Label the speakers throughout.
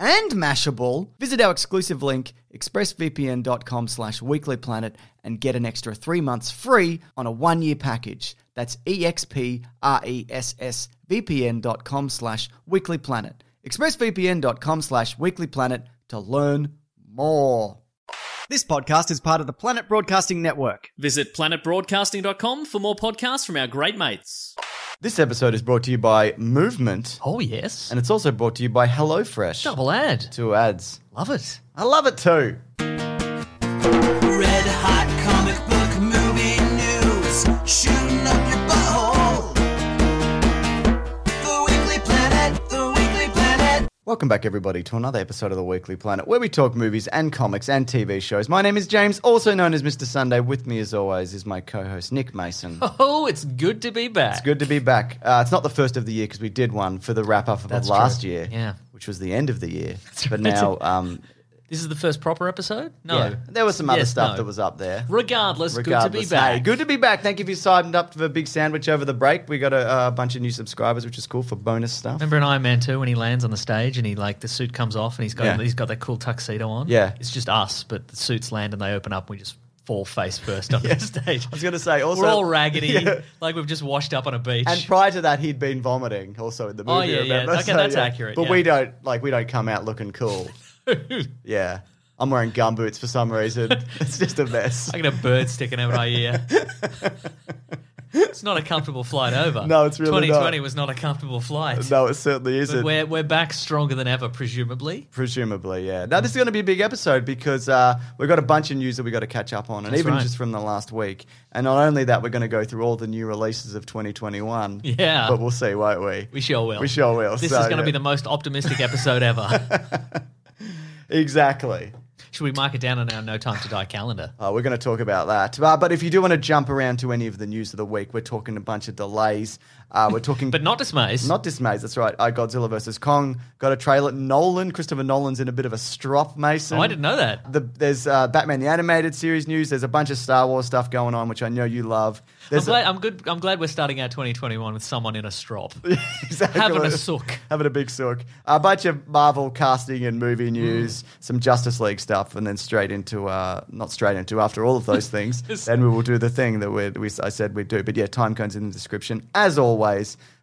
Speaker 1: and Mashable, visit our exclusive link, expressvpn.com slash weeklyplanet, and get an extra three months free on a one-year package. That's E expressvpn.com slash weeklyplanet. expressvpn.com slash weeklyplanet to learn more. This podcast is part of the Planet Broadcasting Network.
Speaker 2: Visit planetbroadcasting.com for more podcasts from our great mates.
Speaker 1: This episode is brought to you by Movement,
Speaker 3: Oh yes,
Speaker 1: and it's also brought to you by HelloFresh.
Speaker 3: double ad.
Speaker 1: Two ads.
Speaker 3: Love it.
Speaker 1: I love it too.
Speaker 4: Red hot comic book movie news, shooting up your butthole. The Weekly Planet, The Weekly Planet.
Speaker 1: Welcome back, everybody, to another episode of the Weekly Planet, where we talk movies and comics and TV shows. My name is James, also known as Mr. Sunday. With me, as always, is my co-host Nick Mason.
Speaker 3: Oh, it's good to be back.
Speaker 1: It's good to be back. Uh, it's not the first of the year because we did one for the wrap up of
Speaker 3: That's
Speaker 1: last
Speaker 3: true.
Speaker 1: year,
Speaker 3: Yeah.
Speaker 1: which was the end of the year. but
Speaker 3: right.
Speaker 1: now, um,
Speaker 3: This is the first proper episode. No,
Speaker 1: yeah, there was some other
Speaker 3: Yes,
Speaker 1: stuff
Speaker 3: no.
Speaker 1: that was up there.
Speaker 3: Regardless, good to be
Speaker 1: Regardless,
Speaker 3: back.
Speaker 1: hey, good to be back. Thank you if you signed up for a big sandwich over the break. We got a uh, bunch of new subscribers, which is cool for bonus stuff.
Speaker 3: Remember in Iron Man two when he lands on the stage and he like the suit comes off and he's got
Speaker 1: Yeah.
Speaker 3: he's got that cool tuxedo on.
Speaker 1: Yeah.
Speaker 3: it's just us, but the suits land and they open up and we just fall face first on the stage.
Speaker 1: I was going to say also
Speaker 3: We're all raggedy,
Speaker 1: Yeah.
Speaker 3: like we've just washed up on a beach.
Speaker 1: And prior to that, he'd been vomiting also in the
Speaker 3: Oh,
Speaker 1: movie.
Speaker 3: yeah, yeah.
Speaker 1: remember?
Speaker 3: Okay, that's accurate,
Speaker 1: But
Speaker 3: yeah.
Speaker 1: we don't like we don't come out looking cool. yeah, I'm wearing gumboots for some reason. it's just a mess.
Speaker 3: I got a bird sticking out of my ear. it's not a comfortable flight over.
Speaker 1: No, it's really not.
Speaker 3: 2020 was not a comfortable flight.
Speaker 1: No, it certainly
Speaker 3: But
Speaker 1: isn't.
Speaker 3: we're, we're back stronger than ever, presumably.
Speaker 1: Presumably, yeah. Now this is going to be a big episode because uh, we've got a bunch of news that we got to catch up on, and
Speaker 3: That's
Speaker 1: even
Speaker 3: right.
Speaker 1: just from the last week. And not only that, we're going to go through all the new releases of 2021.
Speaker 3: Yeah.
Speaker 1: but we'll see, won't we?
Speaker 3: We sure will.
Speaker 1: We sure will.
Speaker 3: This
Speaker 1: So,
Speaker 3: is going to
Speaker 1: yeah.
Speaker 3: be the most optimistic episode ever.
Speaker 1: exactly.
Speaker 3: Should we mark it down on our No Time to Die calendar?
Speaker 1: Uh, we're going to talk about that. Uh, but if you do want to jump around to any of the news of the week, we're talking a bunch of delays. Uh, we're talking.
Speaker 3: But not dismays.
Speaker 1: Not dismays, that's right. Uh, Godzilla versus Kong got a trailer. Nolan, Christopher Nolan's in a bit of a strop, Mason.
Speaker 3: oh, I didn't know that.
Speaker 1: The, there's uh, Batman the animated series news. There's a bunch of Star Wars stuff going on, which I know you love.
Speaker 3: I'm
Speaker 1: There's
Speaker 3: glad, I'm, good, I'm glad we're starting out 2021 with someone in a strop.
Speaker 1: exactly.
Speaker 3: having a sook.
Speaker 1: having a big sook. Uh, A bunch of Marvel casting and movie
Speaker 3: Mm.
Speaker 1: news, some Justice League stuff, and then straight into uh, not straight into after all of those things. then we will do the thing that we, we I said we'd do. But yeah, time codes in the description as always.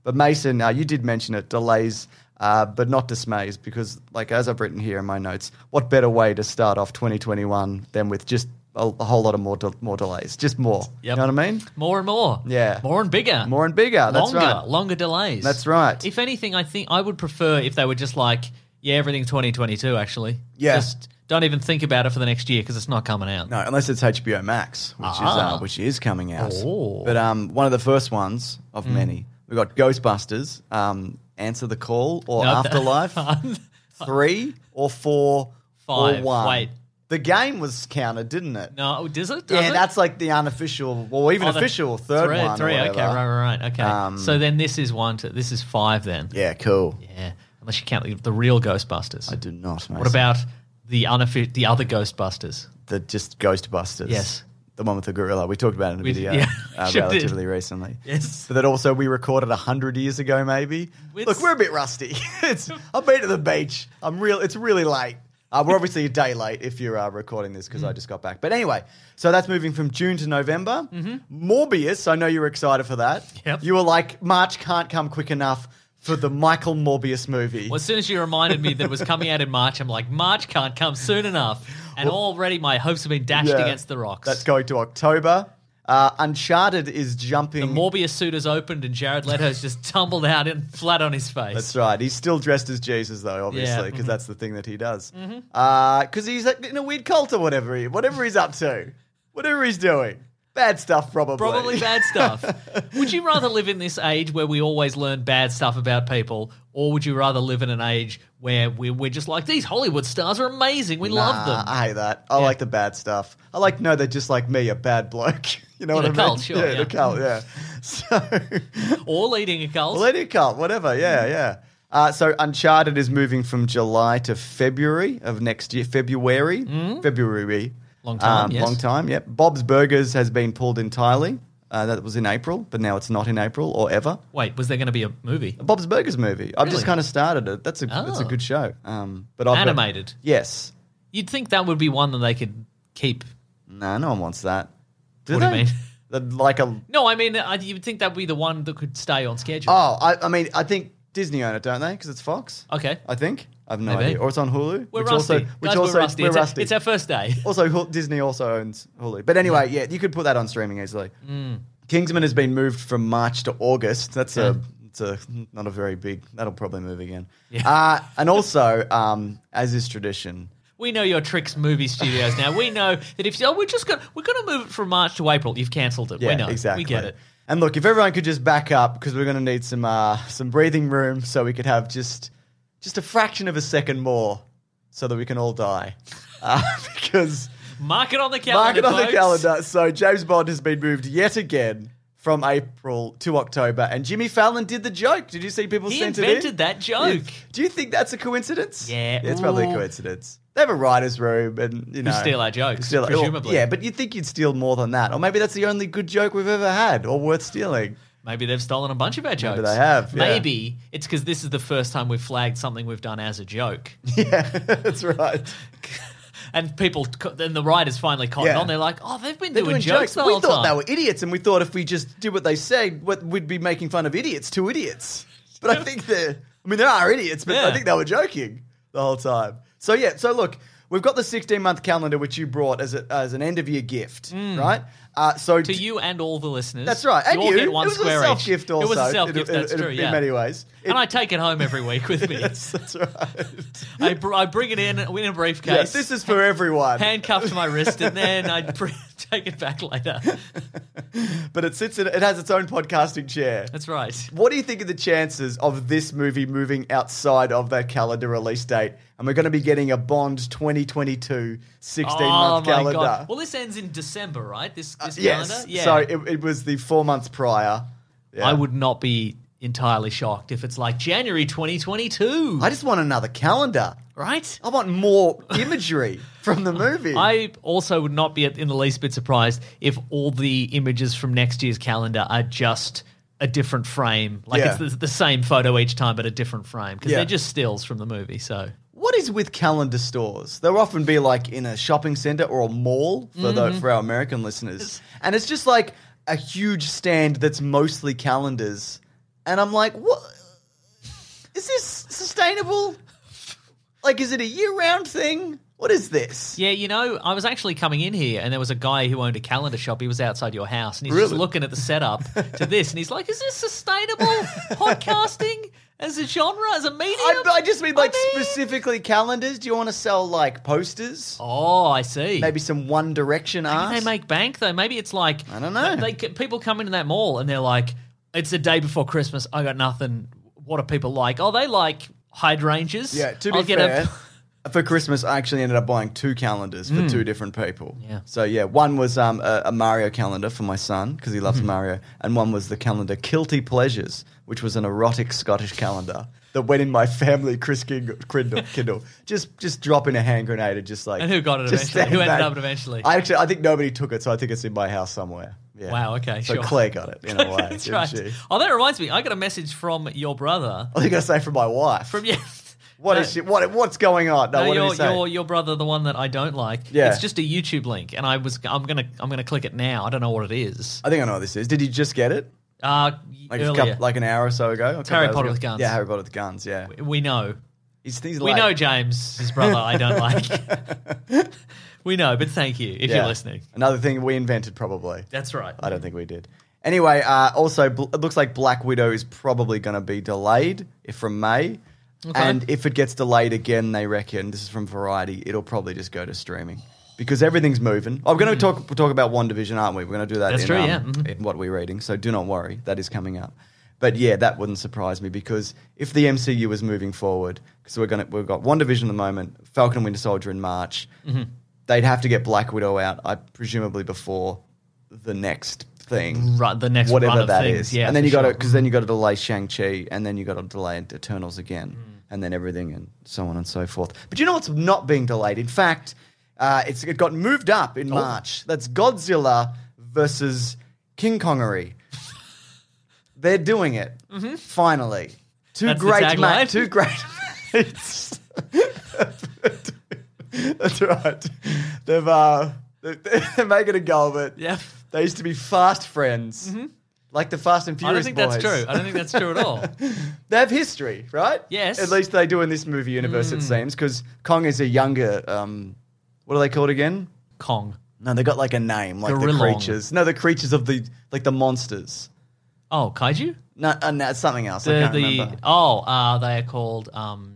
Speaker 1: But Mason, uh, you did mention it delays. Uh, but not dismays, because like as I've written here in my notes, what better way to start off 2021 than with just a, a whole lot of more de- more delays, just more.
Speaker 3: Yep.
Speaker 1: You know what I mean?
Speaker 3: More and more.
Speaker 1: Yeah.
Speaker 3: More and bigger.
Speaker 1: More and bigger. That's
Speaker 3: longer,
Speaker 1: right.
Speaker 3: longer delays.
Speaker 1: That's right.
Speaker 3: If anything, I think I would prefer if they were just like, yeah, everything's 2022, actually.
Speaker 1: Yeah.
Speaker 3: Just don't even think about it for the next year because it's not coming out.
Speaker 1: No, unless it's HBO Max, which is uh,
Speaker 3: Ah.
Speaker 1: which is coming out.
Speaker 3: Oh. Mm.
Speaker 1: But um, one of the first ones of many. We got Ghostbusters, um, Answer the Call, or
Speaker 3: No, that-
Speaker 1: Afterlife, three or four
Speaker 3: Five.
Speaker 1: or one.
Speaker 3: Wait.
Speaker 1: The game was counted, didn't it?
Speaker 3: No, does Oh, it? Does
Speaker 1: yeah,
Speaker 3: it?
Speaker 1: that's like the unofficial, well, even
Speaker 3: Oh, the
Speaker 1: official third
Speaker 3: three,
Speaker 1: one. or
Speaker 3: Three, okay,
Speaker 1: whatever.
Speaker 3: right, right, right. Okay.
Speaker 1: Um,
Speaker 3: so then this is one. To, this is five. Then
Speaker 1: Yeah, cool.
Speaker 3: yeah, unless you count the, the real Ghostbusters.
Speaker 1: I do not.
Speaker 3: What about the unoffi- the other Ghostbusters?
Speaker 1: the just Ghostbusters?
Speaker 3: Yes.
Speaker 1: the one with the gorilla. We talked about it in a
Speaker 3: We-
Speaker 1: video
Speaker 3: yeah,
Speaker 1: uh,
Speaker 3: sure did.
Speaker 1: relatively recently.
Speaker 3: Yes.
Speaker 1: But that also we recorded hundred years ago, maybe.
Speaker 3: It's-
Speaker 1: Look, we're a bit rusty. it's I've been to the beach. I'm real. It's really late. Uh, we're obviously a day late if you're uh, recording this
Speaker 3: Mm-hmm.
Speaker 1: because I just got back. But anyway, so that's moving from June to November. Morbius, I know you were excited for that.
Speaker 3: Mm-hmm. Yep.
Speaker 1: You were like, March can't come quick enough for the Michael Morbius movie.
Speaker 3: Well, as soon as you reminded me that it was coming out in March, I'm like, March can't come soon enough, and already my hopes have been dashed
Speaker 1: Yeah.
Speaker 3: against the rocks.
Speaker 1: That's going to October. Uh, Uncharted is jumping.
Speaker 3: The Morbius suit has opened, and Jared Leto's just tumbled out and flat on his face.
Speaker 1: That's right. He's still dressed as Jesus, though, obviously,
Speaker 3: Yeah, mm-hmm.
Speaker 1: because that's the thing that he does. Because he's like, in a weird cult or whatever, he, whatever he's up to, whatever he's doing. Bad stuff, probably.
Speaker 3: Probably bad stuff. would you rather live in this age where we always learn bad stuff about people, or would you rather live in an age where we're, we're just like, these Hollywood stars are amazing, we love
Speaker 1: Nah,
Speaker 3: them?
Speaker 1: I hate that. I like the bad stuff. I like to know they're just like me, a bad bloke. You know
Speaker 3: In
Speaker 1: what
Speaker 3: a
Speaker 1: I mean?
Speaker 3: cult, sure,
Speaker 1: yeah, in a
Speaker 3: yeah. Mm-hmm.
Speaker 1: cult, yeah. So,
Speaker 3: or leading a cult?
Speaker 1: Well, any cult, whatever. Yeah,
Speaker 3: Mm.
Speaker 1: yeah. Uh, so Uncharted is moving from July to February of next year. February, February.
Speaker 3: Mm.
Speaker 1: Um,
Speaker 3: Long time, yes.
Speaker 1: Long time. Yep. Bob's Burgers has been pulled entirely. Uh, that was in April, but now it's not in April or ever.
Speaker 3: Wait, was there going to be a movie?
Speaker 1: Bob's Burgers movie. I've just
Speaker 3: Really?
Speaker 1: kind of started it. That's a that's a
Speaker 3: Oh.
Speaker 1: good show. Um, but I've got-
Speaker 3: Animated.
Speaker 1: yes.
Speaker 3: You'd think that would be one that they could keep.
Speaker 1: No, no one wants that. Do
Speaker 3: What do you
Speaker 1: they?
Speaker 3: mean?
Speaker 1: They'd Like a
Speaker 3: No, I mean, I, you'd think that would be the one that could stay on schedule.
Speaker 1: oh, I, I mean, I think Disney own it, don't they? Because it's Fox.
Speaker 3: Okay.
Speaker 1: Oh, I think. I have no
Speaker 3: Maybe.
Speaker 1: idea. Or it's on Hulu.
Speaker 3: We're
Speaker 1: which
Speaker 3: rusty.
Speaker 1: Also, which
Speaker 3: Guys,
Speaker 1: also,
Speaker 3: we're rusty.
Speaker 1: We're
Speaker 3: it's,
Speaker 1: rusty.
Speaker 3: Our, it's our first day.
Speaker 1: also, Hul- Disney also owns Hulu. But anyway, yeah, you could put that on streaming easily.
Speaker 3: Mm.
Speaker 1: Kingsman has been moved from March to August. That's a, it's a not a very big. That'll probably move again. Uh, and also, um, as is tradition,
Speaker 3: We know your tricks, movie studios. Now we know that if oh, we're just going, we're going to move it from March to April. You've cancelled it.
Speaker 1: yeah,
Speaker 3: we know.
Speaker 1: exactly.
Speaker 3: We get it.
Speaker 1: And look, if everyone could just back up because we're going to need some uh, some breathing room, so we could have just just a fraction of a second more, so that we can all die, uh, because.
Speaker 3: Mark it on the
Speaker 1: Mark
Speaker 3: calendar.
Speaker 1: it on the
Speaker 3: folks.
Speaker 1: calendar. So James Bond has been moved yet again from April to October, and Jimmy Fallon did the joke. Did you see people
Speaker 3: He
Speaker 1: sent it in?
Speaker 3: invented that joke.
Speaker 1: Do you think that's a coincidence?
Speaker 3: Yeah.
Speaker 1: it's probably a
Speaker 3: Ooh.
Speaker 1: coincidence. They have a writer's room, and you know,
Speaker 3: steal our jokes,
Speaker 1: Steal- well,
Speaker 3: presumably.
Speaker 1: yeah, but you'd think you'd steal more than that, or maybe that's the only good joke we've ever had, or worth stealing.
Speaker 3: Maybe they've stolen a bunch of our jokes.
Speaker 1: they have, yeah.
Speaker 3: Maybe it's because this is the first time we've flagged something we've done as a joke,
Speaker 1: Yeah, that's right.
Speaker 3: and people, co- then the writers finally caught
Speaker 1: Yeah.
Speaker 3: on. They're like, "Oh, they've been
Speaker 1: They're
Speaker 3: doing,
Speaker 1: doing
Speaker 3: jokes, the
Speaker 1: We
Speaker 3: whole
Speaker 1: thought
Speaker 3: time."
Speaker 1: they were idiots, and we thought if we just did what they said, what, we'd be making fun of idiots to idiots. But I think they're, I mean, there are idiots, but I
Speaker 3: Yeah.
Speaker 1: think they were joking the whole time. So, yeah, so look, we've got the 16 month calendar, which you brought as, a, as an end of year gift, right? Uh, so,
Speaker 3: Mm. to you and all the listeners.
Speaker 1: that's right. And
Speaker 3: you all
Speaker 1: you,
Speaker 3: get one
Speaker 1: it was
Speaker 3: square
Speaker 1: a self gift
Speaker 3: each.
Speaker 1: also.
Speaker 3: It was a self gift.
Speaker 1: in- in-
Speaker 3: That's
Speaker 1: in-
Speaker 3: true.
Speaker 1: In
Speaker 3: yeah.
Speaker 1: many ways. It-
Speaker 3: and I take it home every week with me.
Speaker 1: yes, that's right.
Speaker 3: I, br- I bring it in in a briefcase.
Speaker 1: Yes, this is for everyone.
Speaker 3: handcuffed to my wrist, and then I br- take it back later.
Speaker 1: But it sits in, it has its own podcasting chair.
Speaker 3: That's right.
Speaker 1: What do you think of the chances of this movie moving outside of that calendar release date? And we're going to be getting a Bond 2022 16 month calendar.
Speaker 3: Oh
Speaker 1: Uh,
Speaker 3: Well, this ends in December, right? This this
Speaker 1: yes.
Speaker 3: calendar. Yeah.
Speaker 1: So it, it was the four months prior. Yeah.
Speaker 3: I would not be entirely shocked if it's like January 2022,
Speaker 1: I just want another calendar.
Speaker 3: right?
Speaker 1: I want more imagery from the movie.
Speaker 3: I also would not be in the least bit surprised if all the images from next year's calendar are just a different frame. Like
Speaker 1: Yeah.
Speaker 3: it's the, the same photo each time, but a different frame because
Speaker 1: Yeah.
Speaker 3: they're just stills from the movie. So
Speaker 1: What is with calendar stores? They'll often be like in a shopping center or a mall for
Speaker 3: Mm-hmm.
Speaker 1: the, for our American listeners, and it's just like a huge stand that's mostly calendars. And I'm like, what is this sustainable? Like, is it a year round thing? What is this?
Speaker 3: Yeah, you know, I was actually coming in here and there was a guy who owned a calendar shop. He was outside your house and he's just
Speaker 1: Really?
Speaker 3: looking at the setup to this and he's like, is this sustainable podcasting as a genre, as a medium?
Speaker 1: I, I just mean like
Speaker 3: I mean-
Speaker 1: specifically calendars. Do you want to sell like posters?
Speaker 3: Oh, I see.
Speaker 1: Maybe some One Direction art.
Speaker 3: Maybe they make bank though. Maybe it's like
Speaker 1: I don't know.
Speaker 3: They, they- people come into that mall and they're like, "It's the day before Christmas. I got nothing. What do people like? Oh, they like hydrangeas.
Speaker 1: Yeah, to be
Speaker 3: I'll get a- Hmm.
Speaker 1: fair, for Christmas, I actually ended up buying two calendars for two different people.
Speaker 3: Yeah.
Speaker 1: So yeah, one was um, a, a Mario calendar for my son because he
Speaker 3: Hmm.
Speaker 1: loves Mario, and one was the calendar Kilty Pleasures, which was an erotic Scottish calendar that went in my family Chris Kindle, Kindle, Kindle. just just dropping a hand grenade and just like
Speaker 3: And who got it
Speaker 1: just
Speaker 3: eventually?
Speaker 1: stand
Speaker 3: Who ended
Speaker 1: back.
Speaker 3: up eventually?
Speaker 1: I actually I think nobody took it, so I think it's in my house somewhere. Yeah.
Speaker 3: Wow, okay,
Speaker 1: So
Speaker 3: sure.
Speaker 1: Claire got it in a way.
Speaker 3: That's
Speaker 1: didn't
Speaker 3: right.
Speaker 1: she?
Speaker 3: Oh, that reminds me. I got a message from your brother.
Speaker 1: I was gonna say for my wife.
Speaker 3: From yeah.
Speaker 1: What
Speaker 3: No,
Speaker 1: is she? What what's going on? No,
Speaker 3: No,
Speaker 1: what did
Speaker 3: your,
Speaker 1: he say?
Speaker 3: your your brother, the one that I don't like.
Speaker 1: Yeah.
Speaker 3: It's just a YouTube link, and I was I'm gonna I'm gonna click it now. I don't know what it is.
Speaker 1: I think I know what this is. Did you just get it?
Speaker 3: Uh,
Speaker 1: Like, a
Speaker 3: earlier,
Speaker 1: couple, like an hour or so ago? A couple
Speaker 3: Harry
Speaker 1: hours
Speaker 3: Potter
Speaker 1: ago?
Speaker 3: with guns.
Speaker 1: Yeah, Harry Potter with guns, yeah.
Speaker 3: we know
Speaker 1: He's, he's
Speaker 3: we
Speaker 1: late.
Speaker 3: know James, his brother. I don't like. we know, but thank you if
Speaker 1: Yeah.
Speaker 3: you're listening.
Speaker 1: Another thing we invented, probably.
Speaker 3: That's right.
Speaker 1: I don't think we did. Anyway, uh, also, bl- it looks like Black Widow is probably going to be delayed if from May. And if it gets delayed again, they reckon, this is from Variety, it'll probably just go to streaming. Because everything's moving. I'm going to talk talk about One Division, aren't we? We're going to do that
Speaker 3: That's
Speaker 1: in,
Speaker 3: true,
Speaker 1: um,
Speaker 3: yeah. Mhm.
Speaker 1: in what we're reading. So do not worry, that is coming up. But yeah, that wouldn't surprise me because if the MCU was moving forward, because we're going to we've got One Division at the moment, Falcon and Winter Soldier in March,
Speaker 3: Mm-hmm.
Speaker 1: they'd have to get Black Widow out, I presumably before the next thing,
Speaker 3: Right, the next
Speaker 1: whatever
Speaker 3: run of
Speaker 1: that is.
Speaker 3: things, yeah,
Speaker 1: and then
Speaker 3: for
Speaker 1: you got to
Speaker 3: sure.
Speaker 1: because then you got to delay Shang Chi, and then you got to delay Eternals again,
Speaker 3: Mm.
Speaker 1: and then everything and so on and so forth. But you know what's not being delayed? In fact, uh, it's it got moved up
Speaker 3: Oh.
Speaker 1: in March. That's Godzilla versus King Kongery. They're doing it finally. Two
Speaker 3: Mm-hmm. That's the
Speaker 1: great ma-
Speaker 3: tagline.
Speaker 1: two great mates. That's right. They've uh, they're, they're making a go of it.
Speaker 3: Yeah. Mm-hmm.
Speaker 1: They used to be fast friends, like the Fast and
Speaker 3: I don't
Speaker 1: Furious
Speaker 3: think
Speaker 1: boys.
Speaker 3: that's true. I don't think that's true at all.
Speaker 1: They have history, right?
Speaker 3: Yes. Mm.
Speaker 1: At least they do in this movie universe, it seems, because Kong is a younger. Um, what are they called again?
Speaker 3: Kong.
Speaker 1: No, they got like a name, like the
Speaker 3: Gorillong.
Speaker 1: creatures. No, the creatures of the like the monsters.
Speaker 3: Oh, kaiju.
Speaker 1: No, uh, no it's something else. I
Speaker 3: The
Speaker 1: can't
Speaker 3: the
Speaker 1: remember.
Speaker 3: oh, uh, they are called um,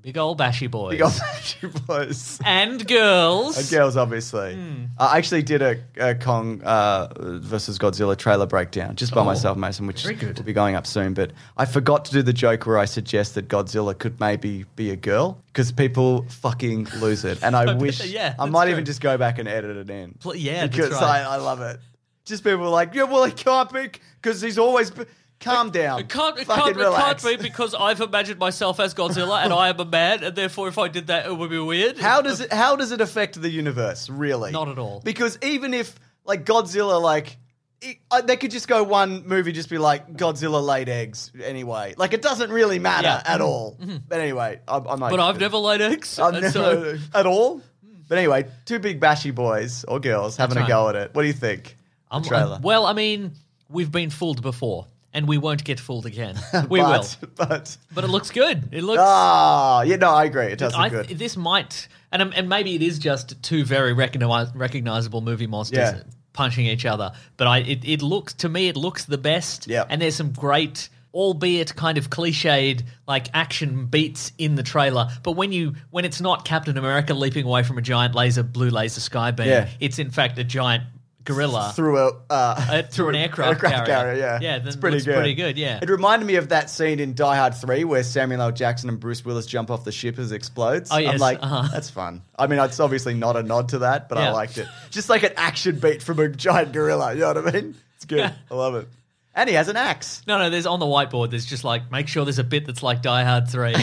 Speaker 3: big old bashy boys
Speaker 1: Big old Flashy boys.
Speaker 3: and girls.
Speaker 1: And
Speaker 3: Hmm.
Speaker 1: Uh, girls, obviously. I actually did a, a Kong uh, versus Godzilla trailer breakdown just
Speaker 3: Oh.
Speaker 1: by myself, Mason, which will be going up soon. But I forgot to do the joke where I suggest that Godzilla could maybe be a girl because people fucking lose it. And I, wish
Speaker 3: yeah,
Speaker 1: I
Speaker 3: that's
Speaker 1: might
Speaker 3: true.
Speaker 1: even just go back and edit it in.
Speaker 3: Pl- yeah, that's
Speaker 1: because
Speaker 3: right.
Speaker 1: I, I love it. Just people are like, yeah, well, it can't be because he's always. Be- Calm down.
Speaker 3: It can't, it,
Speaker 1: Fucking
Speaker 3: can't, it can't
Speaker 1: relax.
Speaker 3: be because I've imagined myself as Godzilla and I am a man, and therefore if I did that, it would be weird.
Speaker 1: How does it how does it affect the universe really?
Speaker 3: Not at all.
Speaker 1: Because even if like Godzilla like it, uh, they could just go one movie just be like Godzilla laid eggs anyway. Like it doesn't really matter
Speaker 3: Yeah. Mm-hmm.
Speaker 1: at all. But anyway, I, I might
Speaker 3: But I've never laid eggs.
Speaker 1: I've
Speaker 3: and
Speaker 1: never
Speaker 3: so-
Speaker 1: at all. But anyway, two big bashy boys or girls having a
Speaker 3: right.
Speaker 1: go at it. What do you think? The
Speaker 3: I'm-
Speaker 1: trailer.
Speaker 3: I'm- well, I mean, we've been fooled before, and we won't get fooled again. We will.
Speaker 1: but, But
Speaker 3: But it looks good. It looks.
Speaker 1: ah, yeah, no, I agree. It does
Speaker 3: I,
Speaker 1: look good.
Speaker 3: This might, and um, and maybe it is just two very recogni- recognizable movie monsters
Speaker 1: Yeah.
Speaker 3: punching each other. But I, it, it looks to me, it looks the best.
Speaker 1: Yeah.
Speaker 3: And there's some great, albeit kind of cliched, like action beats in the trailer. But when you when it's not Captain America leaping away from a giant laser, blue laser sky beam,
Speaker 1: Yeah.
Speaker 3: it's in fact a giant gorilla.
Speaker 1: through a uh,
Speaker 3: Uh, through an aircraft carrier.
Speaker 1: yeah,
Speaker 3: Yeah,
Speaker 1: it's
Speaker 3: that
Speaker 1: pretty
Speaker 3: looks
Speaker 1: good.
Speaker 3: pretty good, yeah.
Speaker 1: it reminded me of that scene in Die Hard Three where Samuel L. Jackson and Bruce Willis jump off the ship as it explodes.
Speaker 3: Oh,
Speaker 1: I'm
Speaker 3: yes,
Speaker 1: like,
Speaker 3: uh-huh.
Speaker 1: that's fun. I mean, it's obviously not a nod to that, but I
Speaker 3: Yeah.
Speaker 1: liked it. Just like an action beat from a giant gorilla. You know what I mean? It's good. I love it. And he has an axe.
Speaker 3: No, no, there's on the whiteboard. There's just like make sure there's a bit that's like Die Hard Three.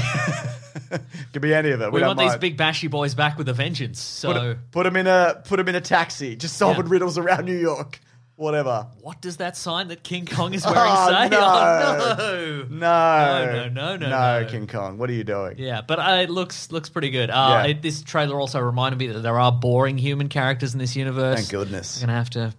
Speaker 1: Could be any of it. We,
Speaker 3: we
Speaker 1: don't
Speaker 3: want
Speaker 1: mind.
Speaker 3: these big bashy boys back with a vengeance. So.
Speaker 1: Put, put him in a put him in a taxi. Just solving
Speaker 3: Yeah.
Speaker 1: riddles around New York. Whatever.
Speaker 3: What does that sign that King Kong is wearing
Speaker 1: Oh,
Speaker 3: say?
Speaker 1: no.
Speaker 3: Oh,
Speaker 1: No.
Speaker 3: no. No, no, no, no,
Speaker 1: no,
Speaker 3: no.
Speaker 1: King Kong. What are you doing?
Speaker 3: Yeah, but uh, it looks looks pretty good. Uh,
Speaker 1: Yeah.
Speaker 3: it- this trailer also reminded me that there are boring human characters in this universe.
Speaker 1: Thank goodness.
Speaker 3: We're gonna have to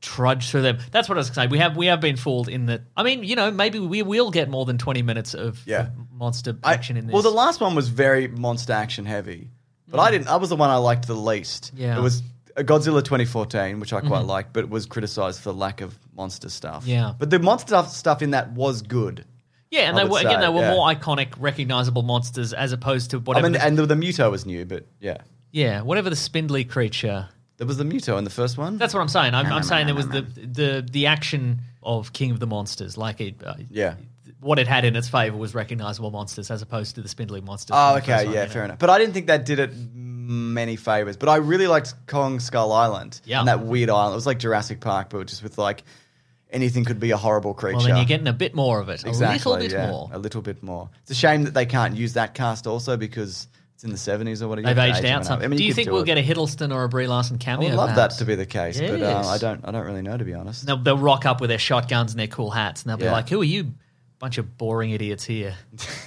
Speaker 3: trudge through them. That's what I was saying. We have we have been fooled in that. I mean, you know, maybe we will get more than twenty minutes of,
Speaker 1: Yeah.
Speaker 3: of monster
Speaker 1: I-
Speaker 3: action in this. Mm.
Speaker 1: Well, the last one was very monster action heavy, but I didn't. I was the one I liked the least.
Speaker 3: Yeah. Mm-hmm.
Speaker 1: it was uh, Godzilla 2014, which I quite liked, but it was criticized for lack of monster stuff.
Speaker 3: Yeah.
Speaker 1: but the monster stuff in that was good.
Speaker 3: yeah, and
Speaker 1: I
Speaker 3: they
Speaker 1: would
Speaker 3: were again
Speaker 1: say,
Speaker 3: they were
Speaker 1: yeah.
Speaker 3: more iconic, recognizable monsters as opposed to
Speaker 1: I
Speaker 3: whatever.
Speaker 1: mean,
Speaker 3: the,
Speaker 1: and the, the Muto was new, but yeah,
Speaker 3: yeah, whatever the spindly creature.
Speaker 1: there was the Muto in the first one.
Speaker 3: That's what I'm saying. I'm, I'm saying there was the the the action of King of the Monsters, like it. Uh,
Speaker 1: yeah.
Speaker 3: what it had in its favor was recognizable monsters as opposed to the spindly monsters.
Speaker 1: Oh,
Speaker 3: from the first
Speaker 1: okay,
Speaker 3: one,
Speaker 1: yeah,
Speaker 3: you know.
Speaker 1: fair enough. But I didn't think that did it many favors. But I really liked Kong Skull Island.
Speaker 3: Yeah.
Speaker 1: and that weird island. It was like Jurassic Park, but just with like anything could be a horrible creature.
Speaker 3: Well, then you're getting a bit more of it,
Speaker 1: exactly,
Speaker 3: a little bit
Speaker 1: yeah,
Speaker 3: more.
Speaker 1: A little bit more. It's a shame that they can't use that cast also because it's in the seventies or whatever.
Speaker 3: They've
Speaker 1: You have to
Speaker 3: aged
Speaker 1: age
Speaker 3: out
Speaker 1: them up.
Speaker 3: some.
Speaker 1: I mean,
Speaker 3: do you
Speaker 1: could
Speaker 3: think
Speaker 1: do
Speaker 3: we'll
Speaker 1: it.
Speaker 3: get a Hiddleston or a Brie Larson
Speaker 1: I
Speaker 3: cameo?
Speaker 1: would love
Speaker 3: perhaps?
Speaker 1: that to be the case, but
Speaker 3: Yes.
Speaker 1: um, I don't. I don't really know to be honest.
Speaker 3: They'll, they'll rock up with their shotguns and their cool hats, and they'll be
Speaker 1: Yeah.
Speaker 3: like, "Who are you, bunch of boring idiots here?"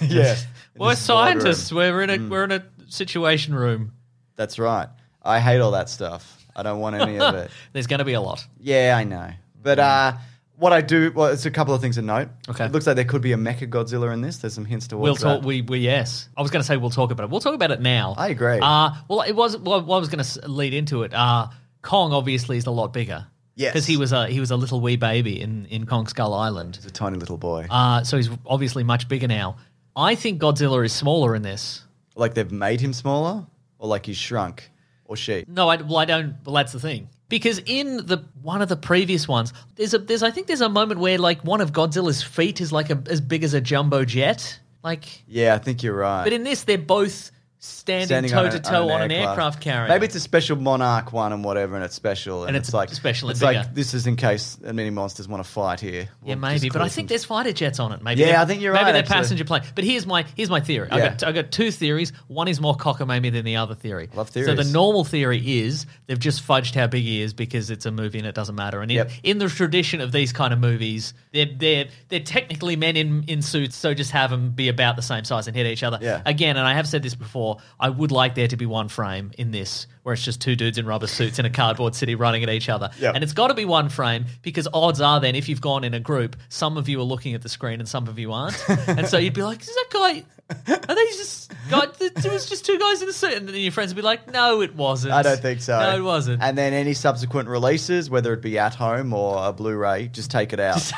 Speaker 1: yeah,
Speaker 3: We're
Speaker 1: In this boardroom. Hmm.
Speaker 3: scientists. We're in a we're in a situation room.
Speaker 1: That's right. I hate all that stuff. I don't want any of it.
Speaker 3: There's going to be a lot.
Speaker 1: Yeah, I know. But uh, what I do, well, it's a couple of things to note.
Speaker 3: Okay.
Speaker 1: It looks like there could be a Mecha Godzilla in this. There's some hints towards
Speaker 3: We'll
Speaker 1: that.
Speaker 3: talk. We, we yes. I was going to say we'll talk about it. We'll talk about it now.
Speaker 1: I agree.
Speaker 3: Uh, well, it was. Well, I was going to lead into it. Uh, Kong obviously is a lot bigger.
Speaker 1: Yes.
Speaker 3: because he was a he was a little wee baby in in Kong Skull Island.
Speaker 1: He's a tiny little boy.
Speaker 3: Uh, so he's obviously much bigger now. I think Godzilla is smaller in this.
Speaker 1: like they've made him smaller, or like he's shrunk, or she.
Speaker 3: No, I, well, I don't. Well, that's the thing. Because in the one of the previous ones, there's a there's I think there's a moment where like one of Godzilla's feet is like a, as big as a jumbo jet. Like,
Speaker 1: Yeah, I think you're right.
Speaker 3: but in this, they're both standing
Speaker 1: Standing
Speaker 3: toe
Speaker 1: on
Speaker 3: to
Speaker 1: a-
Speaker 3: toe on an aircraft carrier.
Speaker 1: Maybe it's a special Monarch one and whatever, and it's special. And,
Speaker 3: And it's
Speaker 1: it's, like
Speaker 3: special and
Speaker 1: It's
Speaker 3: bigger.
Speaker 1: like this is in case many monsters want to fight here.
Speaker 3: yeah,
Speaker 1: We'll
Speaker 3: maybe.
Speaker 1: just
Speaker 3: But I
Speaker 1: cause
Speaker 3: think
Speaker 1: some-
Speaker 3: there's fighter jets on it. Maybe.
Speaker 1: Yeah,
Speaker 3: they're-
Speaker 1: I think you're
Speaker 3: Maybe
Speaker 1: right,
Speaker 3: they're
Speaker 1: actually.
Speaker 3: passenger plane. But here's my here's my theory. I
Speaker 1: Yeah.
Speaker 3: got I got two theories. One is more cockamamie than the other theory.
Speaker 1: Love
Speaker 3: So the
Speaker 1: theories.
Speaker 3: normal theory is they've just fudged how big he is because it's a movie and it doesn't matter. And in,
Speaker 1: Yep.
Speaker 3: in the tradition of these kind of movies, they're they're they're technically men in in suits, so just have them be about the same size and hit each other.
Speaker 1: Yeah.
Speaker 3: Again, and I have said this before. I would like there to be one frame in this where it's just two dudes in rubber suits in a cardboard city running at each other.
Speaker 1: Yep.
Speaker 3: And it's got to be one frame because odds are then if you've gone in a group, some of you are looking at the screen and some of you aren't. and so you'd be like, is that guy? Are they just got? It was just two guys in a suit, and then your friends would be like, "No, it wasn't."
Speaker 1: I don't think so.
Speaker 3: No, it wasn't.
Speaker 1: And then any subsequent releases, whether it be at home or a Blu-ray, just take it out.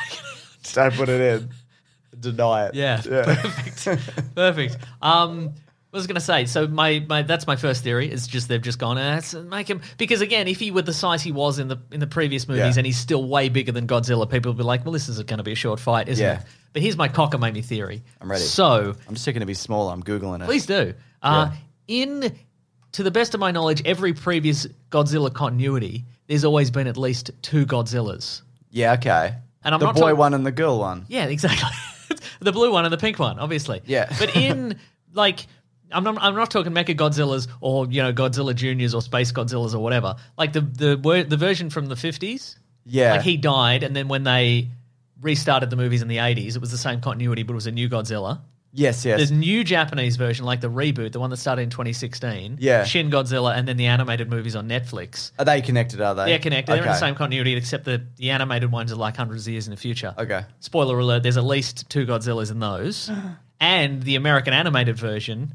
Speaker 1: Don't put it in. Deny it.
Speaker 3: Yeah, perfect, perfect. Um, what was I going to say? So my, my that's my first theory. It's just they've just gone ah, so make him because again, if he were the size he was in the in the previous movies,
Speaker 1: Yeah.
Speaker 3: and he's still way bigger than Godzilla, people would be like, "Well, this is going to be a short fight, isn't
Speaker 1: Yeah.
Speaker 3: it?" But here's my cockamamie theory.
Speaker 1: I'm ready.
Speaker 3: So
Speaker 1: I'm just checking to be smaller. I'm googling it.
Speaker 3: Please do. Uh, In, to the best of my knowledge, every previous Godzilla continuity, there's always been at least two Godzillas.
Speaker 1: Yeah. Okay.
Speaker 3: And I'm
Speaker 1: the
Speaker 3: not
Speaker 1: boy
Speaker 3: talking-
Speaker 1: one and the girl one.
Speaker 3: Yeah, exactly. the blue one and the pink one, obviously.
Speaker 1: Yeah.
Speaker 3: but in like. I'm not, I'm not talking Mecha Godzillas or you know Godzilla Juniors or Space Godzillas or whatever. Like the the wor- the version from the 50s.
Speaker 1: Yeah.
Speaker 3: Like he died and then when they restarted the movies in the 80s, it was the same continuity but it was a new Godzilla.
Speaker 1: Yes. Yes.
Speaker 3: There's new Japanese version, like the reboot, the one that started in 2016.
Speaker 1: Yeah.
Speaker 3: Shin Godzilla, and then the animated movies on Netflix.
Speaker 1: Are they connected? Are they?
Speaker 3: They're connected. They're in the
Speaker 1: Okay.
Speaker 3: same continuity, except the, the animated ones are like hundreds of years in the future.
Speaker 1: Okay.
Speaker 3: Spoiler alert: There's at least two Godzillas in those, and the American animated version,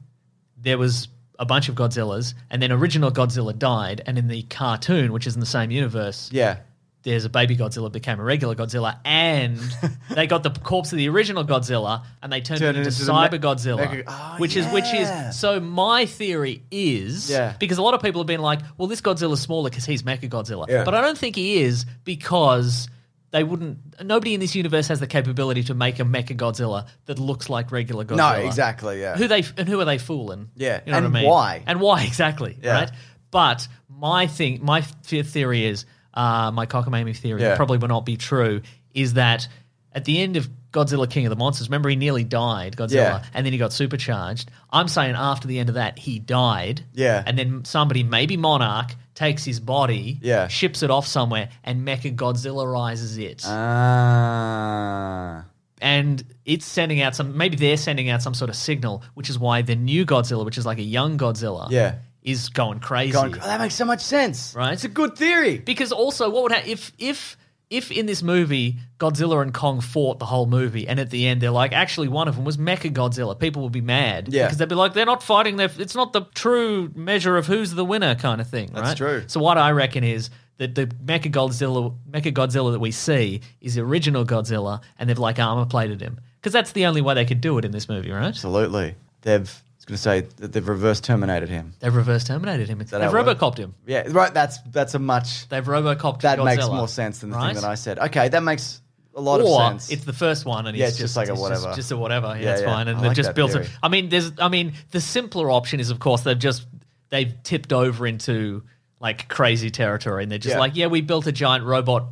Speaker 3: there was a bunch of Godzillas, and then original Godzilla died, and in the cartoon, which is in the same universe,
Speaker 1: Yeah.
Speaker 3: there's a baby Godzilla became a regular Godzilla, and they got the corpse of the original Godzilla and they turned,
Speaker 1: Turned
Speaker 3: it into,
Speaker 1: it into the
Speaker 3: Cyber
Speaker 1: me-
Speaker 3: Godzilla,
Speaker 1: Mega- Oh,
Speaker 3: which is which
Speaker 1: yeah.
Speaker 3: is so. My theory is
Speaker 1: Yeah.
Speaker 3: because a lot of people have been like, "Well, this Godzilla's smaller because he's Mecha Godzilla,"
Speaker 1: Yeah.
Speaker 3: but I don't think he is because. They wouldn't. Nobody in this universe has the capability to make a Mecha Godzilla that looks like regular Godzilla.
Speaker 1: No. Exactly. Yeah.
Speaker 3: Who they and who are they fooling?
Speaker 1: Yeah,
Speaker 3: you know
Speaker 1: and
Speaker 3: what I mean?
Speaker 1: why?
Speaker 3: And why exactly?
Speaker 1: Yeah.
Speaker 3: Right. But my thing, my f- theory is, uh, my cockamamie theory that
Speaker 1: Yeah.
Speaker 3: probably will not be true. Is that at the end of Godzilla King of the Monsters? Remember, he nearly died, Godzilla,
Speaker 1: Yeah.
Speaker 3: and then he got supercharged. I'm saying after the end of that, he died.
Speaker 1: Yeah.
Speaker 3: And then somebody, maybe Monarch, takes his body,
Speaker 1: Yeah.
Speaker 3: ships it off somewhere, and Mecha Godzillaizes it
Speaker 1: Ah.
Speaker 3: and it's sending out some maybe they're sending out some sort of signal which is why the new godzilla which is like a young godzilla
Speaker 1: Yeah.
Speaker 3: is going crazy
Speaker 1: Going, oh, that makes so much sense.
Speaker 3: Right?
Speaker 1: It's a good theory.
Speaker 3: because also what would happen if if if in this movie godzilla and kong fought the whole movie and at the end they're like actually one of them was mecha godzilla people would be mad
Speaker 1: Yeah.
Speaker 3: because they'd be like they're not fighting their, it's not the true measure of who's the winner kind of thing
Speaker 1: That's
Speaker 3: right?
Speaker 1: true.
Speaker 3: so what i reckon is that the mecha godzilla mecha godzilla that we see is the original godzilla and they've like armor plated him because that's the only way they could do it in this movie right
Speaker 1: Absolutely. They've. I was going to say that they've reverse terminated him.
Speaker 3: they've reverse terminated him they've
Speaker 1: how it works?
Speaker 3: robocopped him
Speaker 1: Yeah. Right. That's that's a much.
Speaker 3: they've robocopped
Speaker 1: That
Speaker 3: Godzilla,
Speaker 1: makes more sense than the
Speaker 3: right?
Speaker 1: thing that I said. Okay, that makes a lot
Speaker 3: or
Speaker 1: of sense.
Speaker 3: it's the first one, and
Speaker 1: Yeah,
Speaker 3: he's
Speaker 1: it's just like a
Speaker 3: it's
Speaker 1: whatever.
Speaker 3: just, a whatever. Yeah,
Speaker 1: Yeah,
Speaker 3: that's
Speaker 1: yeah.
Speaker 3: fine. And
Speaker 1: I
Speaker 3: they've
Speaker 1: like
Speaker 3: just
Speaker 1: that
Speaker 3: built it.
Speaker 1: theory.
Speaker 3: I mean, there's, I mean, the simpler option is, of course, they've just they've tipped over into like crazy territory, and they're just
Speaker 1: Yeah.
Speaker 3: like, yeah, we built a giant robot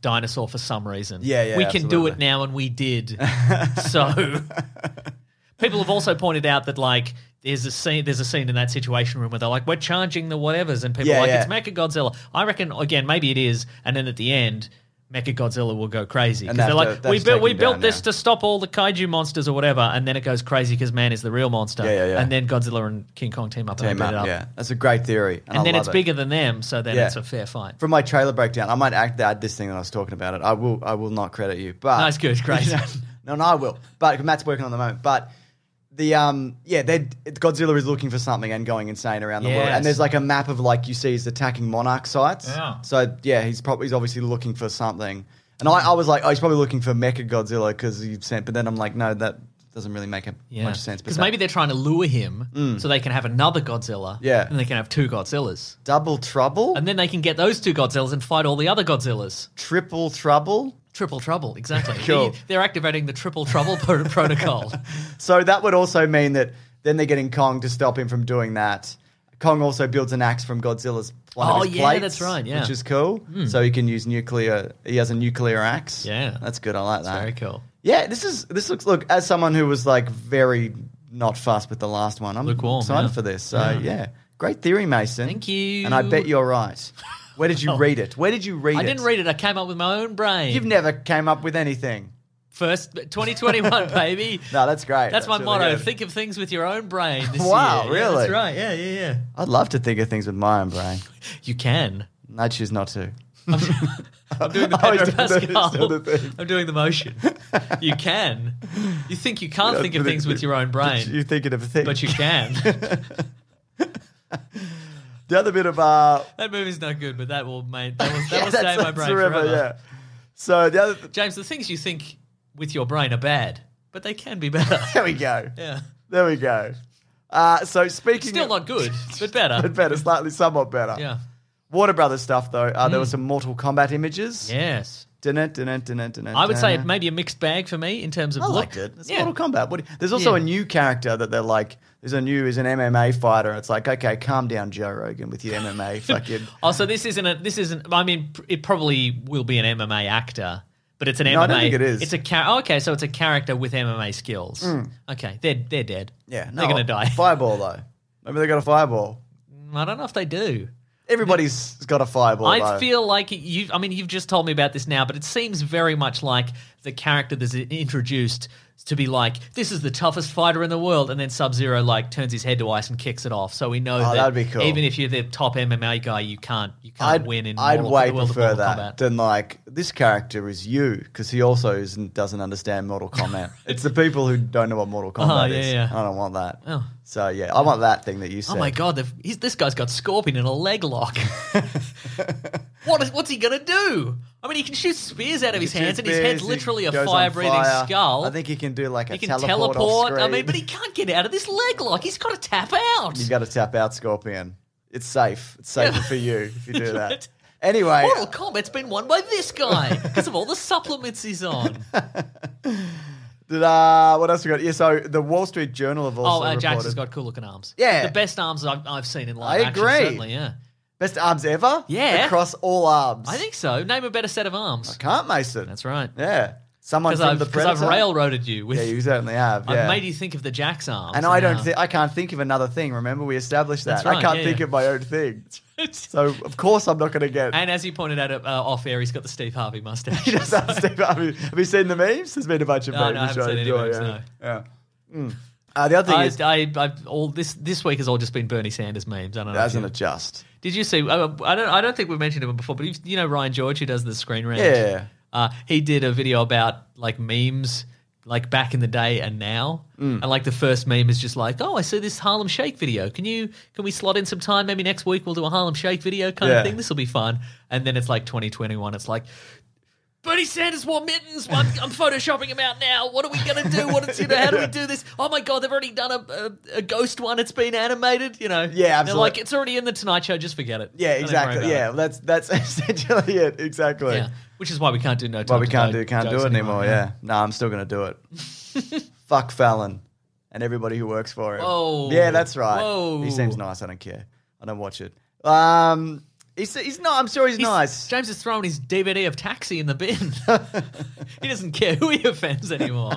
Speaker 3: dinosaur for some reason.
Speaker 1: Yeah, yeah,
Speaker 3: we can do
Speaker 1: absolutely.
Speaker 3: it now, and we did. so people have also pointed out that like. There's a scene. There's a scene in that situation room where they're like, "We're charging the whatevers," and people
Speaker 1: Yeah,
Speaker 3: are like,
Speaker 1: yeah.
Speaker 3: "It's Mecha Godzilla." I reckon again, maybe it is, and then at the end, Mecha Godzilla will go crazy
Speaker 1: And
Speaker 3: because they're
Speaker 1: that's
Speaker 3: like,
Speaker 1: the-
Speaker 3: we
Speaker 1: that's
Speaker 3: built we
Speaker 1: taken
Speaker 3: built
Speaker 1: down
Speaker 3: this
Speaker 1: now.
Speaker 3: to stop all the kaiju monsters or whatever, and then it goes crazy because man is the real monster.
Speaker 1: Yeah, yeah, yeah.
Speaker 3: And then Godzilla and King Kong team up and
Speaker 1: Team
Speaker 3: they beat
Speaker 1: up,
Speaker 3: it up.
Speaker 1: yeah, that's a great theory, and,
Speaker 3: And
Speaker 1: I
Speaker 3: then
Speaker 1: love
Speaker 3: it's
Speaker 1: it.
Speaker 3: bigger than them, so then
Speaker 1: Yeah.
Speaker 3: it's a fair fight.
Speaker 1: From my trailer breakdown, I might act add this thing that I was talking about. It. I will. I will not credit you, but
Speaker 3: That's good, great.
Speaker 1: no, no, I will. But Matt's working on the moment. But the um, yeah, they Godzilla is looking for something and going insane around the world.
Speaker 3: Yes.
Speaker 1: And there's like a map of like you see he's attacking monarch sites.
Speaker 3: Yeah.
Speaker 1: So yeah, he's probably he's obviously looking for something. And I, I was like, oh, he's probably looking for Mecha Godzilla because he sent. But then I'm like, no, that doesn't really make a
Speaker 3: Yeah,
Speaker 1: bunch of sense. But
Speaker 3: because
Speaker 1: that- Mm.
Speaker 3: maybe they're trying to lure him so they can have another Godzilla.
Speaker 1: Yeah.
Speaker 3: and they can have two Godzillas,
Speaker 1: double trouble,
Speaker 3: and then they can get those two Godzillas and fight all the other Godzillas.
Speaker 1: triple trouble.
Speaker 3: Triple trouble, exactly.
Speaker 1: Cool.
Speaker 3: They- They're activating the triple trouble pro- protocol.
Speaker 1: So that would also mean that then they're getting Kong to stop him from doing that. Kong also builds an axe from Godzilla's one
Speaker 3: Oh,
Speaker 1: of his
Speaker 3: yeah,
Speaker 1: plates,
Speaker 3: that's right, yeah. Hmm.
Speaker 1: which is cool. So he can use nuclear. He has a nuclear axe.
Speaker 3: Yeah.
Speaker 1: that's good. I like that.
Speaker 3: Very cool.
Speaker 1: Yeah, this is this looks look as someone who was like very not fussed with the last one. I'm
Speaker 3: Lukewarm,
Speaker 1: excited
Speaker 3: yeah.
Speaker 1: for this. So yeah. great theory, Mason.
Speaker 3: Thank you. Oh.
Speaker 1: And I bet you're right. Where did you read it? Where did you read
Speaker 3: I
Speaker 1: it?
Speaker 3: didn't read it. I came up with my own brain.
Speaker 1: You've never came up with anything.
Speaker 3: First, 2021, baby.
Speaker 1: No, that's great.
Speaker 3: That's, my
Speaker 1: really
Speaker 3: motto.
Speaker 1: good.
Speaker 3: Think of things with your own brain. This
Speaker 1: Wow,
Speaker 3: year. Yeah, that's
Speaker 1: really?
Speaker 3: right. Yeah, yeah,
Speaker 1: I'd love to think of things with my own brain.
Speaker 3: yeah. You can.
Speaker 1: I choose not to.
Speaker 3: I'm doing the
Speaker 1: I was
Speaker 3: Pedro
Speaker 1: doing the-
Speaker 3: Pascal.
Speaker 1: doing the thing.
Speaker 3: I'm doing the motion. You can. You think you can't think of things with your own
Speaker 1: You're
Speaker 3: brain,
Speaker 1: thinking of a thing.
Speaker 3: but you can.
Speaker 1: the other bit of uh,
Speaker 3: That movie's not good, but that will make that will, that
Speaker 1: yeah,
Speaker 3: will
Speaker 1: that's-
Speaker 3: stay in my
Speaker 1: that's
Speaker 3: brain
Speaker 1: forever,
Speaker 3: forever.
Speaker 1: Yeah. So the other.
Speaker 3: James, the things you think with your brain are bad, but they can be better.
Speaker 1: there we go.
Speaker 3: yeah.
Speaker 1: There we go. Uh, so speaking.
Speaker 3: Still
Speaker 1: of-
Speaker 3: not good, but better.
Speaker 1: But better, slightly, somewhat better.
Speaker 3: Yeah. Mm.
Speaker 1: Warner Brothers stuff though. Uh, There were some Mortal Kombat images.
Speaker 3: Yes.
Speaker 1: Dun-dun, dun-dun, dun-dun, dun-dun.
Speaker 3: I would say it may be a mixed bag for me in terms of
Speaker 1: uh, I
Speaker 3: look.
Speaker 1: liked it. It's
Speaker 3: Yeah.
Speaker 1: Mortal Kombat. What, do- there's also
Speaker 3: Yeah.
Speaker 1: a new character that they're like. There's a new. Is an MMA fighter. It's like okay, calm down, Joe Rogan, with your MMA fucking.
Speaker 3: Oh, so this isn't a this isn't. I mean, pr- it probably will be an MMA actor, but it's an
Speaker 1: No,
Speaker 3: MMA.
Speaker 1: I don't think it is. Hmm.
Speaker 3: It's a char- oh, okay, so it's a character with MMA skills. Okay, they're they're dead.
Speaker 1: Yeah,
Speaker 3: they're gonna die.
Speaker 1: Fireball though. Maybe they got a fireball.
Speaker 3: I don't know if they do.
Speaker 1: Everybody's got a fireball.
Speaker 3: I
Speaker 1: though.
Speaker 3: feel like you. I mean, you've just told me about this now, but it seems very much like the character that's i- introduced to be like, "This is the toughest fighter in the world," and then Sub Zero like turns his head to ice and kicks it off. So we know
Speaker 1: Oh,
Speaker 3: that
Speaker 1: that'd be cool.
Speaker 3: even if you're the top MMA guy, you can't you can't
Speaker 1: I'd
Speaker 3: win in.
Speaker 1: I'd
Speaker 3: Mortal,
Speaker 1: way
Speaker 3: the world of
Speaker 1: prefer that
Speaker 3: Mortal Kombat.
Speaker 1: than like this character is you because he also isn't, doesn't understand Mortal Kombat. it's the people who don't know what Mortal Kombat
Speaker 3: Oh, yeah,
Speaker 1: is.
Speaker 3: yeah.
Speaker 1: I don't want that.
Speaker 3: Oh.
Speaker 1: So yeah, I want that thing that you said.
Speaker 3: Oh my god, they've- he's, this guy's got Scorpion in a leg lock. what is, what's he gonna do? I mean, he can shoot spears out of his
Speaker 1: He
Speaker 3: hands, and his
Speaker 1: shoots
Speaker 3: head's
Speaker 1: beers,
Speaker 3: literally
Speaker 1: he
Speaker 3: a
Speaker 1: goes on
Speaker 3: fire-breathing
Speaker 1: fire.
Speaker 3: skull.
Speaker 1: I think he can do like
Speaker 3: he
Speaker 1: a
Speaker 3: can
Speaker 1: teleport. off
Speaker 3: teleport. I mean,
Speaker 1: screen.
Speaker 3: but he can't get out of this leg lock. He's got to tap out.
Speaker 1: you got to tap out Scorpion. It's safe. It's safer for you if you do that. Anyway,
Speaker 3: Mortal Kombat's been won by this guy because of all the supplements he's on.
Speaker 1: ta-da, what else we got? Yeah, so the Wall Street Journal have
Speaker 3: oh,
Speaker 1: also
Speaker 3: uh,
Speaker 1: reported
Speaker 3: Jax has got cool looking arms.
Speaker 1: Yeah.
Speaker 3: the best arms I've, I've seen in
Speaker 1: I
Speaker 3: live action.
Speaker 1: agree.
Speaker 3: Certainly, yeah.
Speaker 1: best arms ever.
Speaker 3: Yeah.
Speaker 1: across all arms.
Speaker 3: I think so. Name a better set of arms.
Speaker 1: can't Mason.
Speaker 3: That's right.
Speaker 1: Yeah. Someone
Speaker 3: Because
Speaker 1: from
Speaker 3: I've,
Speaker 1: the
Speaker 3: 'cause I've
Speaker 1: Predator.
Speaker 3: railroaded you with
Speaker 1: Yeah, you certainly have.
Speaker 3: I've
Speaker 1: Yeah.
Speaker 3: made you think of the Jack's arms.
Speaker 1: and I don't.
Speaker 3: now-
Speaker 1: Th- I can't think of another thing. Remember, we established that.
Speaker 3: That's right,
Speaker 1: I can't
Speaker 3: yeah,
Speaker 1: think
Speaker 3: yeah.
Speaker 1: of my own thing. So of course I'm not going to get.
Speaker 3: and as you pointed out uh, off air, he's got the Steve Harvey mustache.
Speaker 1: He does that stuff. I mean, have you seen the memes? There's been a bunch of
Speaker 3: No,
Speaker 1: memes.
Speaker 3: no, I
Speaker 1: which
Speaker 3: haven't seen any
Speaker 1: enjoy,
Speaker 3: memes,
Speaker 1: yeah.
Speaker 3: no.
Speaker 1: Yeah. Mm. Uh, the other thing
Speaker 3: I,
Speaker 1: is,
Speaker 3: I, I've, all this this week has all just been Bernie Sanders memes. I don't know. if
Speaker 1: doesn't
Speaker 3: you-
Speaker 1: it just?
Speaker 3: Did you see? Uh, I don't. I don't think we mentioned him before, but you've, you know Ryan George, who does the screen rant.
Speaker 1: Yeah.
Speaker 3: Uh, he did a video about like memes, like back in the day and now,
Speaker 1: Mm.
Speaker 3: and like the first meme is just like, oh, I see this Harlem Shake video. Can you can we slot in some time? Maybe next week we'll do a Harlem Shake video kind
Speaker 1: Yeah.
Speaker 3: of thing. This will be fun. And then it's like 2021. It's like. Bernie Sanders wore mittens. I'm, I'm photoshopping him out now. What are we gonna do? What is you know? How do we do this? Oh my god, they've already done a, a, a ghost one. It's been animated. You know.
Speaker 1: Yeah,
Speaker 3: They're
Speaker 1: absolutely.
Speaker 3: like it's already in the Tonight Show. Just forget it.
Speaker 1: Yeah,
Speaker 3: Don't even worry
Speaker 1: exactly.
Speaker 3: about
Speaker 1: Yeah,
Speaker 3: it.
Speaker 1: that's that's essentially it. Exactly.
Speaker 3: yeah. Which is why we can't do no.
Speaker 1: Well,
Speaker 3: Time
Speaker 1: we
Speaker 3: to
Speaker 1: can't
Speaker 3: Die
Speaker 1: do can't do
Speaker 3: jokes
Speaker 1: it anymore. Yeah. No, I'm still gonna do it. Fuck Fallon and everybody who works for him.
Speaker 3: Whoa.
Speaker 1: Yeah, that's right.
Speaker 3: Whoa.
Speaker 1: He seems nice. I don't care. I don't watch it. Um, he's he's not. I'm sure he's,
Speaker 3: He's-
Speaker 1: nice.
Speaker 3: James is throwing his DVD of Taxi in the bin. he doesn't care who he offends anymore.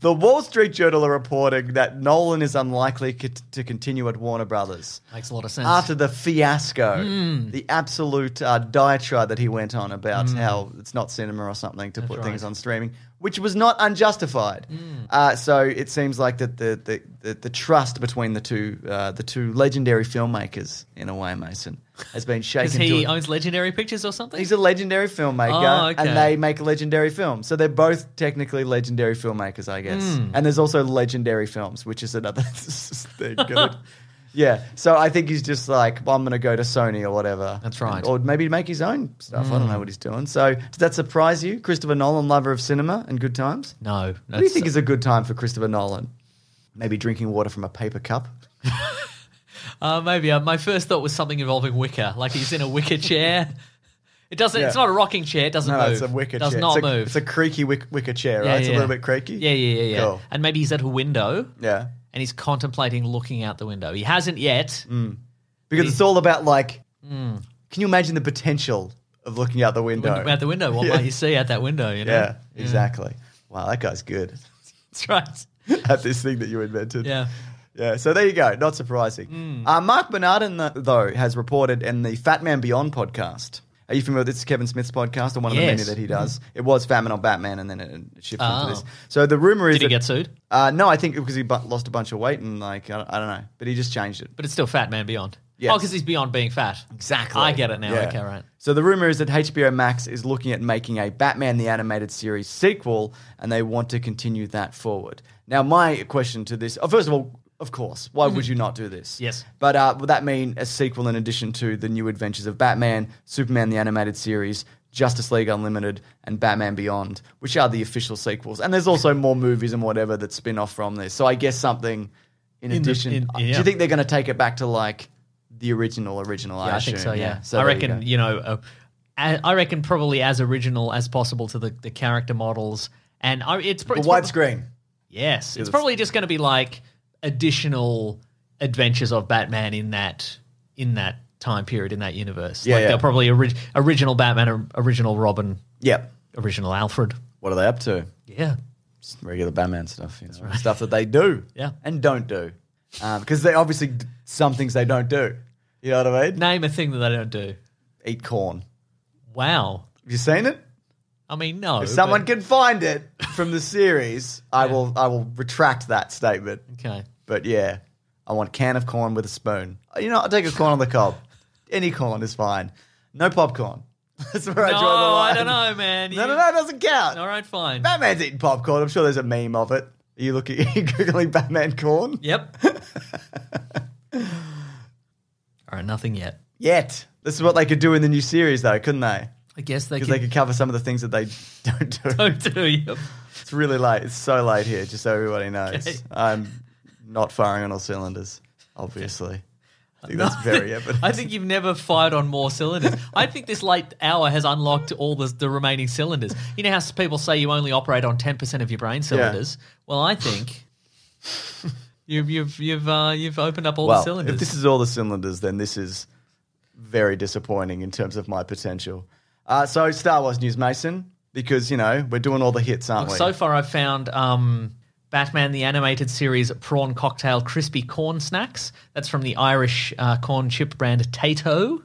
Speaker 1: The Wall Street Journal are reporting that Nolan is unlikely co- to continue at Warner Brothers.
Speaker 3: Makes a lot of sense.
Speaker 1: after the fiasco, the absolute uh, diatribe that he went on about how it's not cinema or something to put things on streaming, which was not unjustified. Uh, so it seems like that the, the, the, the trust between the two uh, the two legendary filmmakers, in a way, Mason, has been
Speaker 3: because
Speaker 1: shaken.
Speaker 3: he
Speaker 1: to a-
Speaker 3: owns Legendary Pictures or something.
Speaker 1: He's a legendary filmmaker,
Speaker 3: Oh, okay.
Speaker 1: and they make a legendary film. So they're both technically legendary filmmakers, I guess.
Speaker 3: Hmm.
Speaker 1: And there's also legendary films, which is another thing. yeah. So I think he's just like, well, I'm going to go to Sony or whatever.
Speaker 3: That's right. Hmm.
Speaker 1: Or maybe make his own stuff. I don't know what he's doing. So does that surprise you, Christopher Nolan, lover of cinema and good times?
Speaker 3: no. no
Speaker 1: What do you think is a good time for Christopher Nolan? Maybe drinking water from a paper cup.
Speaker 3: Uh, maybe uh, my first thought was something involving wicker, like he's in a wicker chair. It doesn't. It's
Speaker 1: Yeah.
Speaker 3: not a rocking chair. It doesn't
Speaker 1: No,
Speaker 3: move.
Speaker 1: it's a wicker
Speaker 3: Does
Speaker 1: chair.
Speaker 3: not
Speaker 1: it's a,
Speaker 3: move.
Speaker 1: It's a creaky wick, wicker chair, right?
Speaker 3: Yeah,
Speaker 1: it's a
Speaker 3: yeah.
Speaker 1: little bit creaky.
Speaker 3: Yeah, yeah, yeah, yeah.
Speaker 1: Cool.
Speaker 3: And maybe he's at a window
Speaker 1: Yeah.
Speaker 3: and he's contemplating looking out the window. He hasn't yet.
Speaker 1: because it's all about like can you imagine the potential of looking out the window
Speaker 3: Win- Hmm. Out the window, what
Speaker 1: Yeah.
Speaker 3: might you see out that window? You know?
Speaker 1: yeah exactly wow that guy's good
Speaker 3: that's right.
Speaker 1: at this thing that you invented
Speaker 3: Yeah. Hmm.
Speaker 1: yeah so there you go not surprising uh, mark bernardin th- though has reported in the fat man beyond podcast are you familiar with this Kevin Smith's podcast or one of the
Speaker 3: Yes. Mm-hmm.
Speaker 1: many that he does? It was Fat Man on Batman and then it it shifted
Speaker 3: Oh.
Speaker 1: into this. So the rumor is
Speaker 3: Did he
Speaker 1: that,
Speaker 3: get sued?
Speaker 1: uh, no, I think because he bu- lost a bunch of weight and like, I don't, I don't know, but he just changed it.
Speaker 3: But it's still Fat Man Beyond.
Speaker 1: Yes.
Speaker 3: Oh, because he's beyond being fat.
Speaker 1: Exactly.
Speaker 3: I get it now.
Speaker 1: Yeah.
Speaker 3: Okay, right.
Speaker 1: So the rumor is that HBO Max is looking at making a Batman the Animated Series sequel, and they want to continue that forward. Now, my question to this: oh, first of all, of course, why would you not do this?
Speaker 3: Mm-hmm. Yes.
Speaker 1: But uh, would that mean a sequel in addition to the New Adventures of Batman, Superman the Animated Series? Justice League Unlimited and Batman Beyond, which are the official sequels, and there's also more movies and whatever that spin off from this. So I guess something in,
Speaker 3: In the-
Speaker 1: addition.
Speaker 3: in-
Speaker 1: Do
Speaker 3: yeah.
Speaker 1: you think they're going to take it back to like the original original?
Speaker 3: Yeah, I, think
Speaker 1: assume,
Speaker 3: so. Yeah,
Speaker 1: So
Speaker 3: I
Speaker 1: there you
Speaker 3: reckon
Speaker 1: go.
Speaker 3: you, know. Uh, a- I reckon probably as original as possible to the, the character models, and I, it's, pro-
Speaker 1: But
Speaker 3: it's prob-
Speaker 1: widescreen.
Speaker 3: Yes, it's probably just going to be like additional adventures of Batman in that in that time period in that universe.
Speaker 1: Yeah,
Speaker 3: like
Speaker 1: yeah.
Speaker 3: they'll probably ori- original Batman, or- original Robin,
Speaker 1: Yep.
Speaker 3: original Alfred.
Speaker 1: What are they up to?
Speaker 3: Yeah,
Speaker 1: Just regular Batman stuff. You know, Stuff that they do.
Speaker 3: Yeah.
Speaker 1: And don't do. Because they obviously, d- some things they don't do. You know what I mean?
Speaker 3: name a thing that they don't do.
Speaker 1: Eat corn.
Speaker 3: Wow.
Speaker 1: Have you seen it?
Speaker 3: I mean, no.
Speaker 1: If someone
Speaker 3: but-
Speaker 1: can find it from the series, I will. I will retract that statement.
Speaker 3: Okay.
Speaker 1: But yeah, I want can of corn with a spoon. You know, I'll take a corn on the cob. Any corn is fine. No popcorn. That's where I
Speaker 3: No,
Speaker 1: draw the line.
Speaker 3: I don't know, man.
Speaker 1: No,
Speaker 3: You-
Speaker 1: no, no, it doesn't count.
Speaker 3: All right, fine.
Speaker 1: Batman's eating popcorn. I'm sure there's a meme of it. Are you looking? Are you googling Batman corn?
Speaker 3: Yep. All right, nothing yet.
Speaker 1: Yet this is what they could do in the new series, though, couldn't they?
Speaker 3: I guess they
Speaker 1: Because
Speaker 3: could,
Speaker 1: they could cover some of the things that they don't do.
Speaker 3: don't do. Yep.
Speaker 1: It's really late. It's so late here, just so everybody knows.
Speaker 3: Okay.
Speaker 1: I'm not firing on all cylinders, obviously. I think that's very evident.
Speaker 3: I think you've never fired on more cylinders. I think this late hour has unlocked all the, the remaining cylinders. You know how s- people say you only operate on ten percent of your brain cylinders. Well, I think you've you've you've uh, you've opened up all the
Speaker 1: well,
Speaker 3: cylinders.
Speaker 1: if this is all the cylinders, then this is very disappointing in terms of my potential. Uh, so, Star Wars news, Mason, because you know we're doing all the hits, aren't
Speaker 3: Look,
Speaker 1: we?
Speaker 3: so far, I've found um, Batman the Animated Series prawn cocktail crispy corn snacks. That's from the Irish uh, corn chip brand Tato.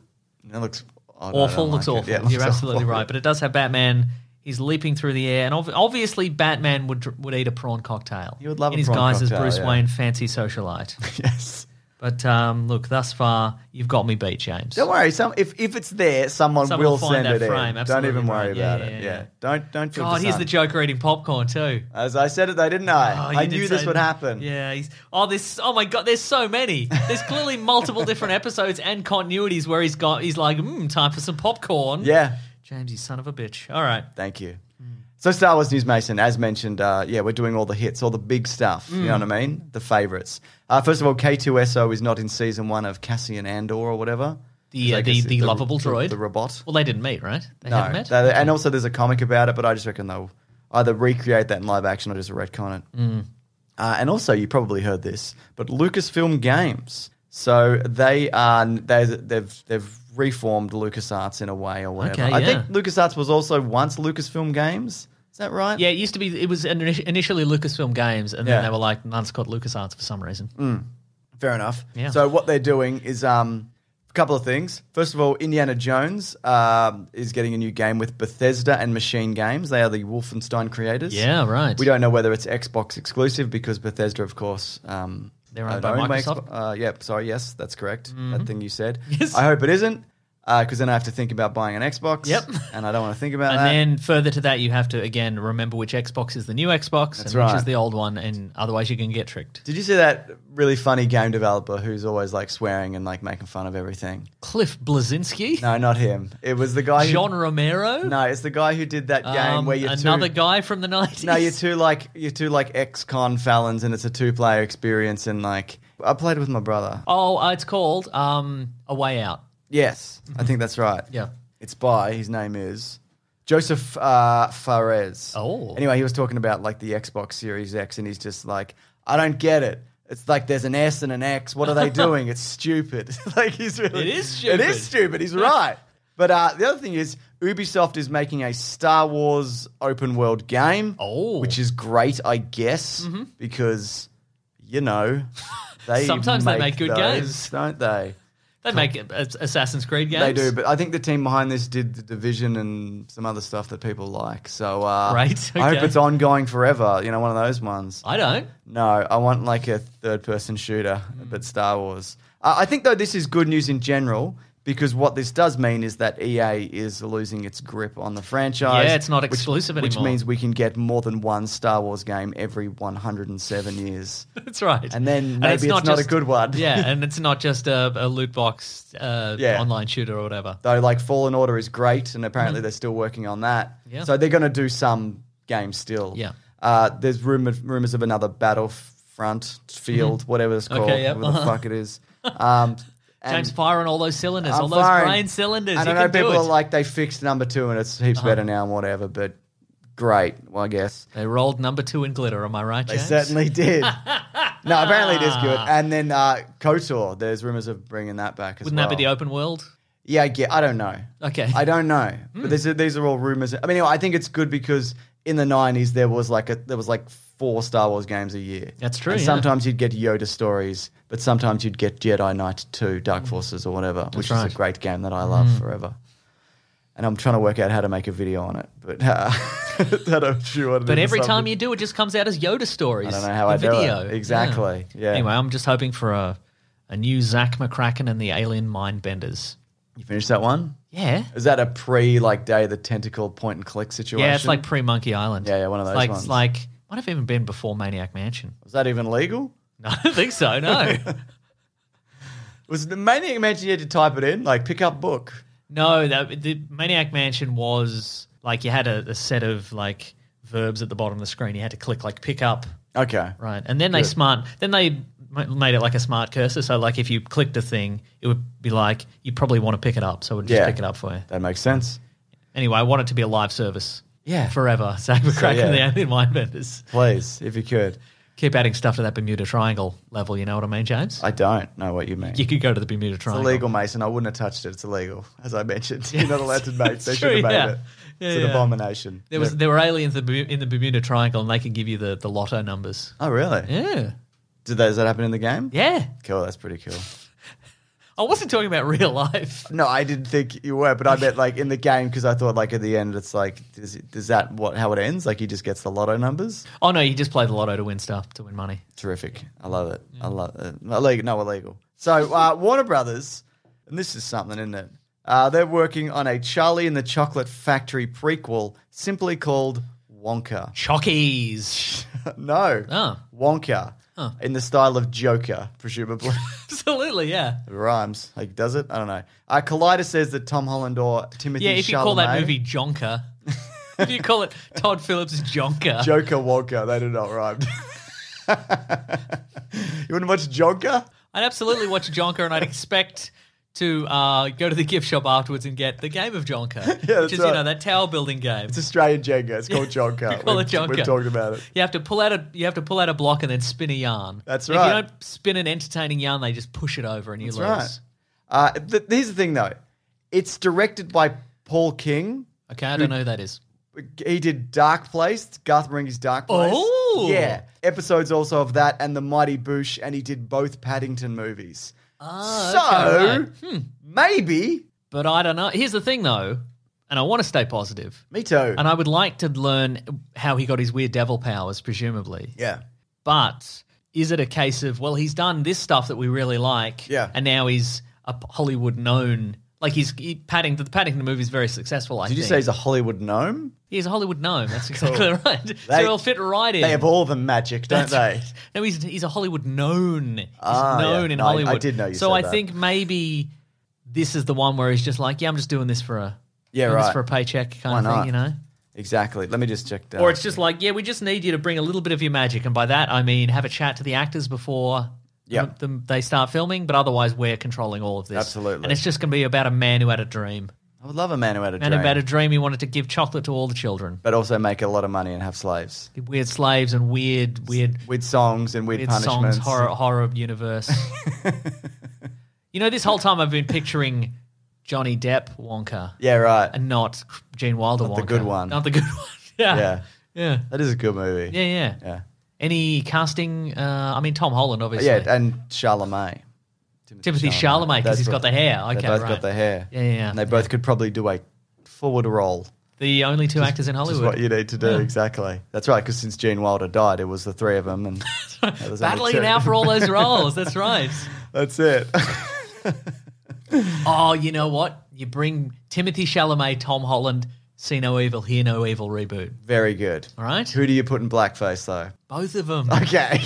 Speaker 1: It looks I don't- I
Speaker 3: awful.
Speaker 1: don't
Speaker 3: Looks
Speaker 1: like it.
Speaker 3: awful.
Speaker 1: Yeah, it looks
Speaker 3: You're absolutely
Speaker 1: awful.
Speaker 3: right. But it does have Batman. He's leaping through the air, and ob- obviously Batman would dr- would eat a prawn cocktail. He
Speaker 1: would love
Speaker 3: in
Speaker 1: a
Speaker 3: his
Speaker 1: prawn
Speaker 3: guise as
Speaker 1: cocktail,
Speaker 3: Bruce
Speaker 1: yeah.
Speaker 3: Wayne, fancy socialite.
Speaker 1: yes.
Speaker 3: but um, look, thus far you've got me beat, James.
Speaker 1: Don't worry. Some if, if it's there, someone,
Speaker 3: Someone
Speaker 1: will
Speaker 3: will find
Speaker 1: send
Speaker 3: that
Speaker 1: it
Speaker 3: frame,
Speaker 1: in.
Speaker 3: absolutely
Speaker 1: Don't even worry
Speaker 3: right. Yeah,
Speaker 1: about
Speaker 3: yeah,
Speaker 1: it. Yeah.
Speaker 3: yeah.
Speaker 1: Don't don't feel.
Speaker 3: God, here's the
Speaker 1: disheartened.
Speaker 3: Joker eating popcorn too.
Speaker 1: As I said it, though, didn't I?
Speaker 3: Oh, you
Speaker 1: I
Speaker 3: did
Speaker 1: knew
Speaker 3: say
Speaker 1: this would
Speaker 3: that.
Speaker 1: happen.
Speaker 3: Yeah. He's, oh my God. Oh my God. There's so many. There's clearly multiple different episodes and continuities where he's got. He's like, mm, time for "Hmm, some popcorn.
Speaker 1: Yeah.
Speaker 3: James, you son of a bitch. All right.
Speaker 1: Thank you.
Speaker 3: Hmm.
Speaker 1: So Star Wars News Mason, as mentioned, uh, yeah, we're doing all the hits, all the big stuff. You
Speaker 3: Hmm.
Speaker 1: know what I mean? The favorites. Uh, first of all, K2SO is not in season one of Cassian Andor or whatever.
Speaker 3: The, uh,
Speaker 1: I
Speaker 3: the,
Speaker 1: guess
Speaker 3: the, lovable
Speaker 1: the,
Speaker 3: droid.
Speaker 1: the robot.
Speaker 3: well, they didn't meet, right? They
Speaker 1: no,
Speaker 3: haven't met.
Speaker 1: they- and also there's a comic about it, but I just reckon they'll either recreate that in live action or just retcon it.
Speaker 3: Mm.
Speaker 1: Uh, and also, you probably heard this, but Lucasfilm Games. So they are they they've they've reformed LucasArts in a way or whatever.
Speaker 3: Okay,
Speaker 1: I
Speaker 3: yeah.
Speaker 1: think LucasArts was also once Lucasfilm Games. Is that right?
Speaker 3: yeah, it used to be. It was initi- initially Lucasfilm Games, and
Speaker 1: Yeah. Mm.
Speaker 3: then they were like, "Nuns called LucasArts for some reason."
Speaker 1: Fair enough.
Speaker 3: Yeah.
Speaker 1: So what they're doing is um, a couple of things. First of all, Indiana Jones um, is getting a new game with Bethesda and Machine Games. They are the Wolfenstein creators.
Speaker 3: Yeah, right.
Speaker 1: We don't know whether it's Xbox exclusive because Bethesda, of course, um,
Speaker 3: They're owned
Speaker 1: are
Speaker 3: by Microsoft. Mm-hmm.
Speaker 1: Xbox- uh, yeah, sorry, yes, that's correct. That thing you said. Yes. I hope it isn't because then I have to think about buying an Xbox.
Speaker 3: Yep.
Speaker 1: And I don't want to think about
Speaker 3: And
Speaker 1: that.
Speaker 3: then further to that, you have to again remember which Xbox is the new Xbox and which
Speaker 1: right.
Speaker 3: is the old one, and otherwise you can get tricked.
Speaker 1: Did you see that really funny game developer who's always like swearing and like making fun of everything?
Speaker 3: Cliff Blazinski,
Speaker 1: No, not him. It was the guy. who-
Speaker 3: John Romero,
Speaker 1: No, it's the guy who did that game
Speaker 3: um,
Speaker 1: where you're
Speaker 3: another
Speaker 1: two,
Speaker 3: guy from the nineties.
Speaker 1: No, you're two like you're two like ex-con Fallons, and it's a two-player experience. And like I played with my brother.
Speaker 3: Oh, uh, it's called um, A Way Out.
Speaker 1: Yes, I think that's right.
Speaker 3: Mm-hmm. Yeah.
Speaker 1: it's by his name is Joseph uh, Fares.
Speaker 3: Oh.
Speaker 1: anyway, he was talking about like the Xbox Series X, and he's just like, I don't get it. It's like there's an S and an X. What are they doing? It's stupid. like he's really
Speaker 3: It is
Speaker 1: It
Speaker 3: stupid.
Speaker 1: is stupid. He's right. But uh, the other thing is, Ubisoft is making a Star Wars open world game.
Speaker 3: Oh. Mm-hmm.
Speaker 1: which is great, I guess, because you know they
Speaker 3: Sometimes they make good
Speaker 1: those,
Speaker 3: games.
Speaker 1: don't they?
Speaker 3: They make uh, Assassin's Creed games.
Speaker 1: They do, but I think the team behind this did the division and some other stuff that people like. So uh,
Speaker 3: Great,
Speaker 1: I hope
Speaker 3: okay.
Speaker 1: it's ongoing forever. You know, one of those ones.
Speaker 3: I don't.
Speaker 1: No, I want like a third-person shooter,
Speaker 3: Mm.
Speaker 1: but Star Wars. Uh, I think though this is good news in general because what this does mean is that EA is losing its grip on the franchise.
Speaker 3: Yeah, it's not
Speaker 1: which-
Speaker 3: exclusive anymore.
Speaker 1: which means we can get more than one Star Wars game every 107 years.
Speaker 3: That's right.
Speaker 1: And then maybe it's not a good one.
Speaker 3: yeah, and it's not just a, a loot box uh,
Speaker 1: Yeah.
Speaker 3: online shooter or whatever.
Speaker 1: though like Fallen Order is great, and apparently they're still working on that.
Speaker 3: Mm-hmm. Yeah.
Speaker 1: So they're going to do some game still.
Speaker 3: Yeah.
Speaker 1: Uh, there's rumor, rumors of another Battlefront field, whatever it's
Speaker 3: Mm-hmm. Okay,
Speaker 1: called,
Speaker 3: yep,
Speaker 1: whatever
Speaker 3: uh-huh.
Speaker 1: the fuck it is. Um, and
Speaker 3: James, fire on all those cylinders,
Speaker 1: I'm
Speaker 3: all those
Speaker 1: firing.
Speaker 3: brain cylinders.
Speaker 1: And
Speaker 3: you
Speaker 1: I know
Speaker 3: can
Speaker 1: people
Speaker 3: do it. Uh-huh.
Speaker 1: are like they fixed number two and it's heaps better now and whatever, but great, well, I guess.
Speaker 3: they rolled number two in glitter. Am I right,
Speaker 1: They
Speaker 3: James?
Speaker 1: certainly did. no, apparently it is good. And then uh, KOTOR, there's rumors of bringing that back as
Speaker 3: Wouldn't
Speaker 1: well.
Speaker 3: that be the open world?
Speaker 1: Yeah, I get. I don't know.
Speaker 3: Okay. Hmm.
Speaker 1: I don't know. But these are these are all rumors. I mean, anyway, I think it's good because in the nineties there was like a there was like four Star Wars games a year.
Speaker 3: That's true,
Speaker 1: And
Speaker 3: yeah.
Speaker 1: Sometimes you'd get Yoda stories, but sometimes you'd get Jedi Knight Two, Dark Forces, or whatever, which
Speaker 3: Hmm. right. Hmm.
Speaker 1: is a great game that I love forever. And I'm trying to work out how to make a video on it, but uh, that I'm sure. what it
Speaker 3: But
Speaker 1: is.
Speaker 3: every
Speaker 1: Some-
Speaker 3: time you do, it just comes out as Yoda stories.
Speaker 1: I don't know how
Speaker 3: the
Speaker 1: I do it.
Speaker 3: video.
Speaker 1: Exactly, yeah.
Speaker 3: Anyway, I'm just hoping for a, a new Zach McCracken and the Alien Mindbenders.
Speaker 1: you finish that one.
Speaker 3: Yeah.
Speaker 1: Is that a pre like Day of the Tentacle point and click situation?
Speaker 3: Yeah, it's like pre Monkey Island.
Speaker 1: Yeah, yeah, one of
Speaker 3: It's
Speaker 1: those
Speaker 3: like,
Speaker 1: ones.
Speaker 3: It's like, might have even been before Maniac Mansion.
Speaker 1: was that even legal?
Speaker 3: No, I don't think so, no.
Speaker 1: Was the Maniac Mansion you had to type it in, like pick up book?
Speaker 3: no, that, the Maniac Mansion was like you had a, a set of like verbs at the bottom of the screen. You had to click like pick up
Speaker 1: Okay.
Speaker 3: Right, and then they smart. Then they m- made it like a smart cursor. So like if you clicked a thing, it would be like you probably want to pick it up. So it would just
Speaker 1: Yeah.
Speaker 3: pick it up for you.
Speaker 1: That makes sense.
Speaker 3: Anyway, I want it to be a live service.
Speaker 1: Yeah.
Speaker 3: forever. Zach McCracken
Speaker 1: yeah.
Speaker 3: and the Alien Mindbenders.
Speaker 1: Please, if you could.
Speaker 3: Keep adding stuff to that Bermuda Triangle level. You know what I mean, James?
Speaker 1: I don't know what you mean.
Speaker 3: you could go to the Bermuda
Speaker 1: it's
Speaker 3: Triangle.
Speaker 1: illegal, Mason. I wouldn't have touched it. It's illegal, as I mentioned. You're not allowed to make. They
Speaker 3: It's
Speaker 1: should have
Speaker 3: true,
Speaker 1: made
Speaker 3: yeah.
Speaker 1: it.
Speaker 3: Yeah,
Speaker 1: it's
Speaker 3: yeah.
Speaker 1: an abomination.
Speaker 3: There was
Speaker 1: Yeah.
Speaker 3: there were aliens in the Bu- in the Bermuda Triangle, and they could give you the, the lotto numbers.
Speaker 1: Oh really?
Speaker 3: Yeah,
Speaker 1: Did that, does that happen in the game?
Speaker 3: yeah.
Speaker 1: Cool. That's pretty cool.
Speaker 3: I wasn't talking about real life.
Speaker 1: No, I didn't think you were, but I meant like in the game because I thought like at the end it's like is, is that what how it ends? Like he just gets the lotto numbers.
Speaker 3: Oh no, you just play the lotto to win stuff to win money.
Speaker 1: Terrific. I love it. I
Speaker 3: Mm.
Speaker 1: love it. Illegal. No, illegal. So, uh, Warner Brothers, and this is something, isn't it? Uh, they're working on a Charlie and the Chocolate Factory prequel simply called Wonka.
Speaker 3: Chockies.
Speaker 1: no.
Speaker 3: Oh.
Speaker 1: Wonka. In the style of Joker, presumably.
Speaker 3: Absolutely, yeah.
Speaker 1: Rhymes. Like, does it? I don't know. Uh, Collider says that Tom Holland or Timothy
Speaker 3: Yeah, if you call that
Speaker 1: Chalamet-
Speaker 3: movie Jonker, if you call it Todd Phillips' Jonker,
Speaker 1: Joker Wonka, they did not rhyme. you want to watch Joker?
Speaker 3: I'd absolutely watch Jonker and I'd expect to uh, go to the gift shop afterwards and get the game of Jonker,
Speaker 1: that's
Speaker 3: which is,
Speaker 1: right.
Speaker 3: you know, that tower building game.
Speaker 1: It's Australian Jenga. It's called Joker.
Speaker 3: We call
Speaker 1: We've-
Speaker 3: it Jonker.
Speaker 1: We've talked about it.
Speaker 3: You have to pull out a you have to pull out a block and then spin a yarn.
Speaker 1: That's
Speaker 3: And If
Speaker 1: right.
Speaker 3: you don't spin an entertaining yarn, they just push it over and you
Speaker 1: That's
Speaker 3: lose.
Speaker 1: right. Uh, th- here's the thing, though. It's directed by Paul King.
Speaker 3: Okay, I don't know who that is.
Speaker 1: He did Dark Place, Garth Marenghi's Dark Place.
Speaker 3: Oh!
Speaker 1: yeah. Episodes also of that and The Mighty Boosh, and he did both Paddington movies.
Speaker 3: Ah, okay, right. Hmm.
Speaker 1: so maybe
Speaker 3: But I don't know. Here's the thing though, and I want to stay positive.
Speaker 1: me too.
Speaker 3: And I would like to learn how he got his weird devil powers, presumably.
Speaker 1: yeah,
Speaker 3: But is it a case of, well, he's done this stuff that we really like,
Speaker 1: Yeah.
Speaker 3: and now he's a Hollywood known. Like he's he, Paddington. The Paddington movie is very successful. I
Speaker 1: did
Speaker 3: think.
Speaker 1: you say he's a Hollywood gnome?
Speaker 3: he's a Hollywood gnome? That's exactly right. so
Speaker 1: They-
Speaker 3: he'll fit right in.
Speaker 1: They have all the magic, don't they?
Speaker 3: That's- No, he's he's a Hollywood known. He's
Speaker 1: Ah,
Speaker 3: known
Speaker 1: yeah.
Speaker 3: in
Speaker 1: No, I- I
Speaker 3: Hollywood.
Speaker 1: did know you
Speaker 3: So
Speaker 1: said
Speaker 3: I
Speaker 1: that.
Speaker 3: think maybe this is the one where he's just like, yeah, I'm just doing this for a
Speaker 1: Yeah,
Speaker 3: doing this
Speaker 1: right.
Speaker 3: for a paycheck kind
Speaker 1: Why
Speaker 3: of thing,
Speaker 1: not?
Speaker 3: you know.
Speaker 1: Exactly. Let me just check that.
Speaker 3: Or it's just like, yeah, we just need you to bring a little bit of your magic, and by that I mean have a chat to the actors before.
Speaker 1: Yep.
Speaker 3: the- the- they start filming, but otherwise we're controlling all of this.
Speaker 1: Absolutely.
Speaker 3: and it's just going to be about a man who had a dream.
Speaker 1: I would love a man who had a
Speaker 3: Man
Speaker 1: dream,
Speaker 3: who had a dream. He wanted to give chocolate to all the children,
Speaker 1: but also make a lot of money and have slaves.
Speaker 3: weird slaves and weird, weird
Speaker 1: With songs and weird,
Speaker 3: Weird
Speaker 1: punishments.
Speaker 3: songs, horror, horror universe. you know, this whole time I've been picturing Johnny Depp Wonka
Speaker 1: Yeah, right.
Speaker 3: and not Gene Wilder
Speaker 1: Not
Speaker 3: Wonka.
Speaker 1: the good one.
Speaker 3: Not the good one. yeah.
Speaker 1: yeah,
Speaker 3: Yeah.
Speaker 1: that is a good movie.
Speaker 3: Yeah. Yeah.
Speaker 1: yeah,
Speaker 3: Any casting? Uh, I mean, Tom Holland, obviously.
Speaker 1: yeah. And Charlemagne,
Speaker 3: Timothy Chalamet, because
Speaker 1: That's
Speaker 3: he's
Speaker 1: what-
Speaker 3: got the hair.
Speaker 1: They
Speaker 3: Okay,
Speaker 1: both
Speaker 3: right.
Speaker 1: got the hair.
Speaker 3: Yeah, yeah, yeah.
Speaker 1: And they both could probably do a forward roll.
Speaker 3: The only two actors in
Speaker 1: Which is
Speaker 3: Hollywood.
Speaker 1: what you need to do exactly. That's right. Because since Gene Wilder died, it was the three of them, and there was only
Speaker 3: Battling
Speaker 1: two.
Speaker 3: it out for all those roles. That's right.
Speaker 1: That's it.
Speaker 3: Oh, you know what? You bring Timothy Chalamet, Tom Holland, See No Evil, Hear No Evil reboot.
Speaker 1: Very good.
Speaker 3: All right?
Speaker 1: Who do you put in blackface though?
Speaker 3: Both of them.
Speaker 1: Okay.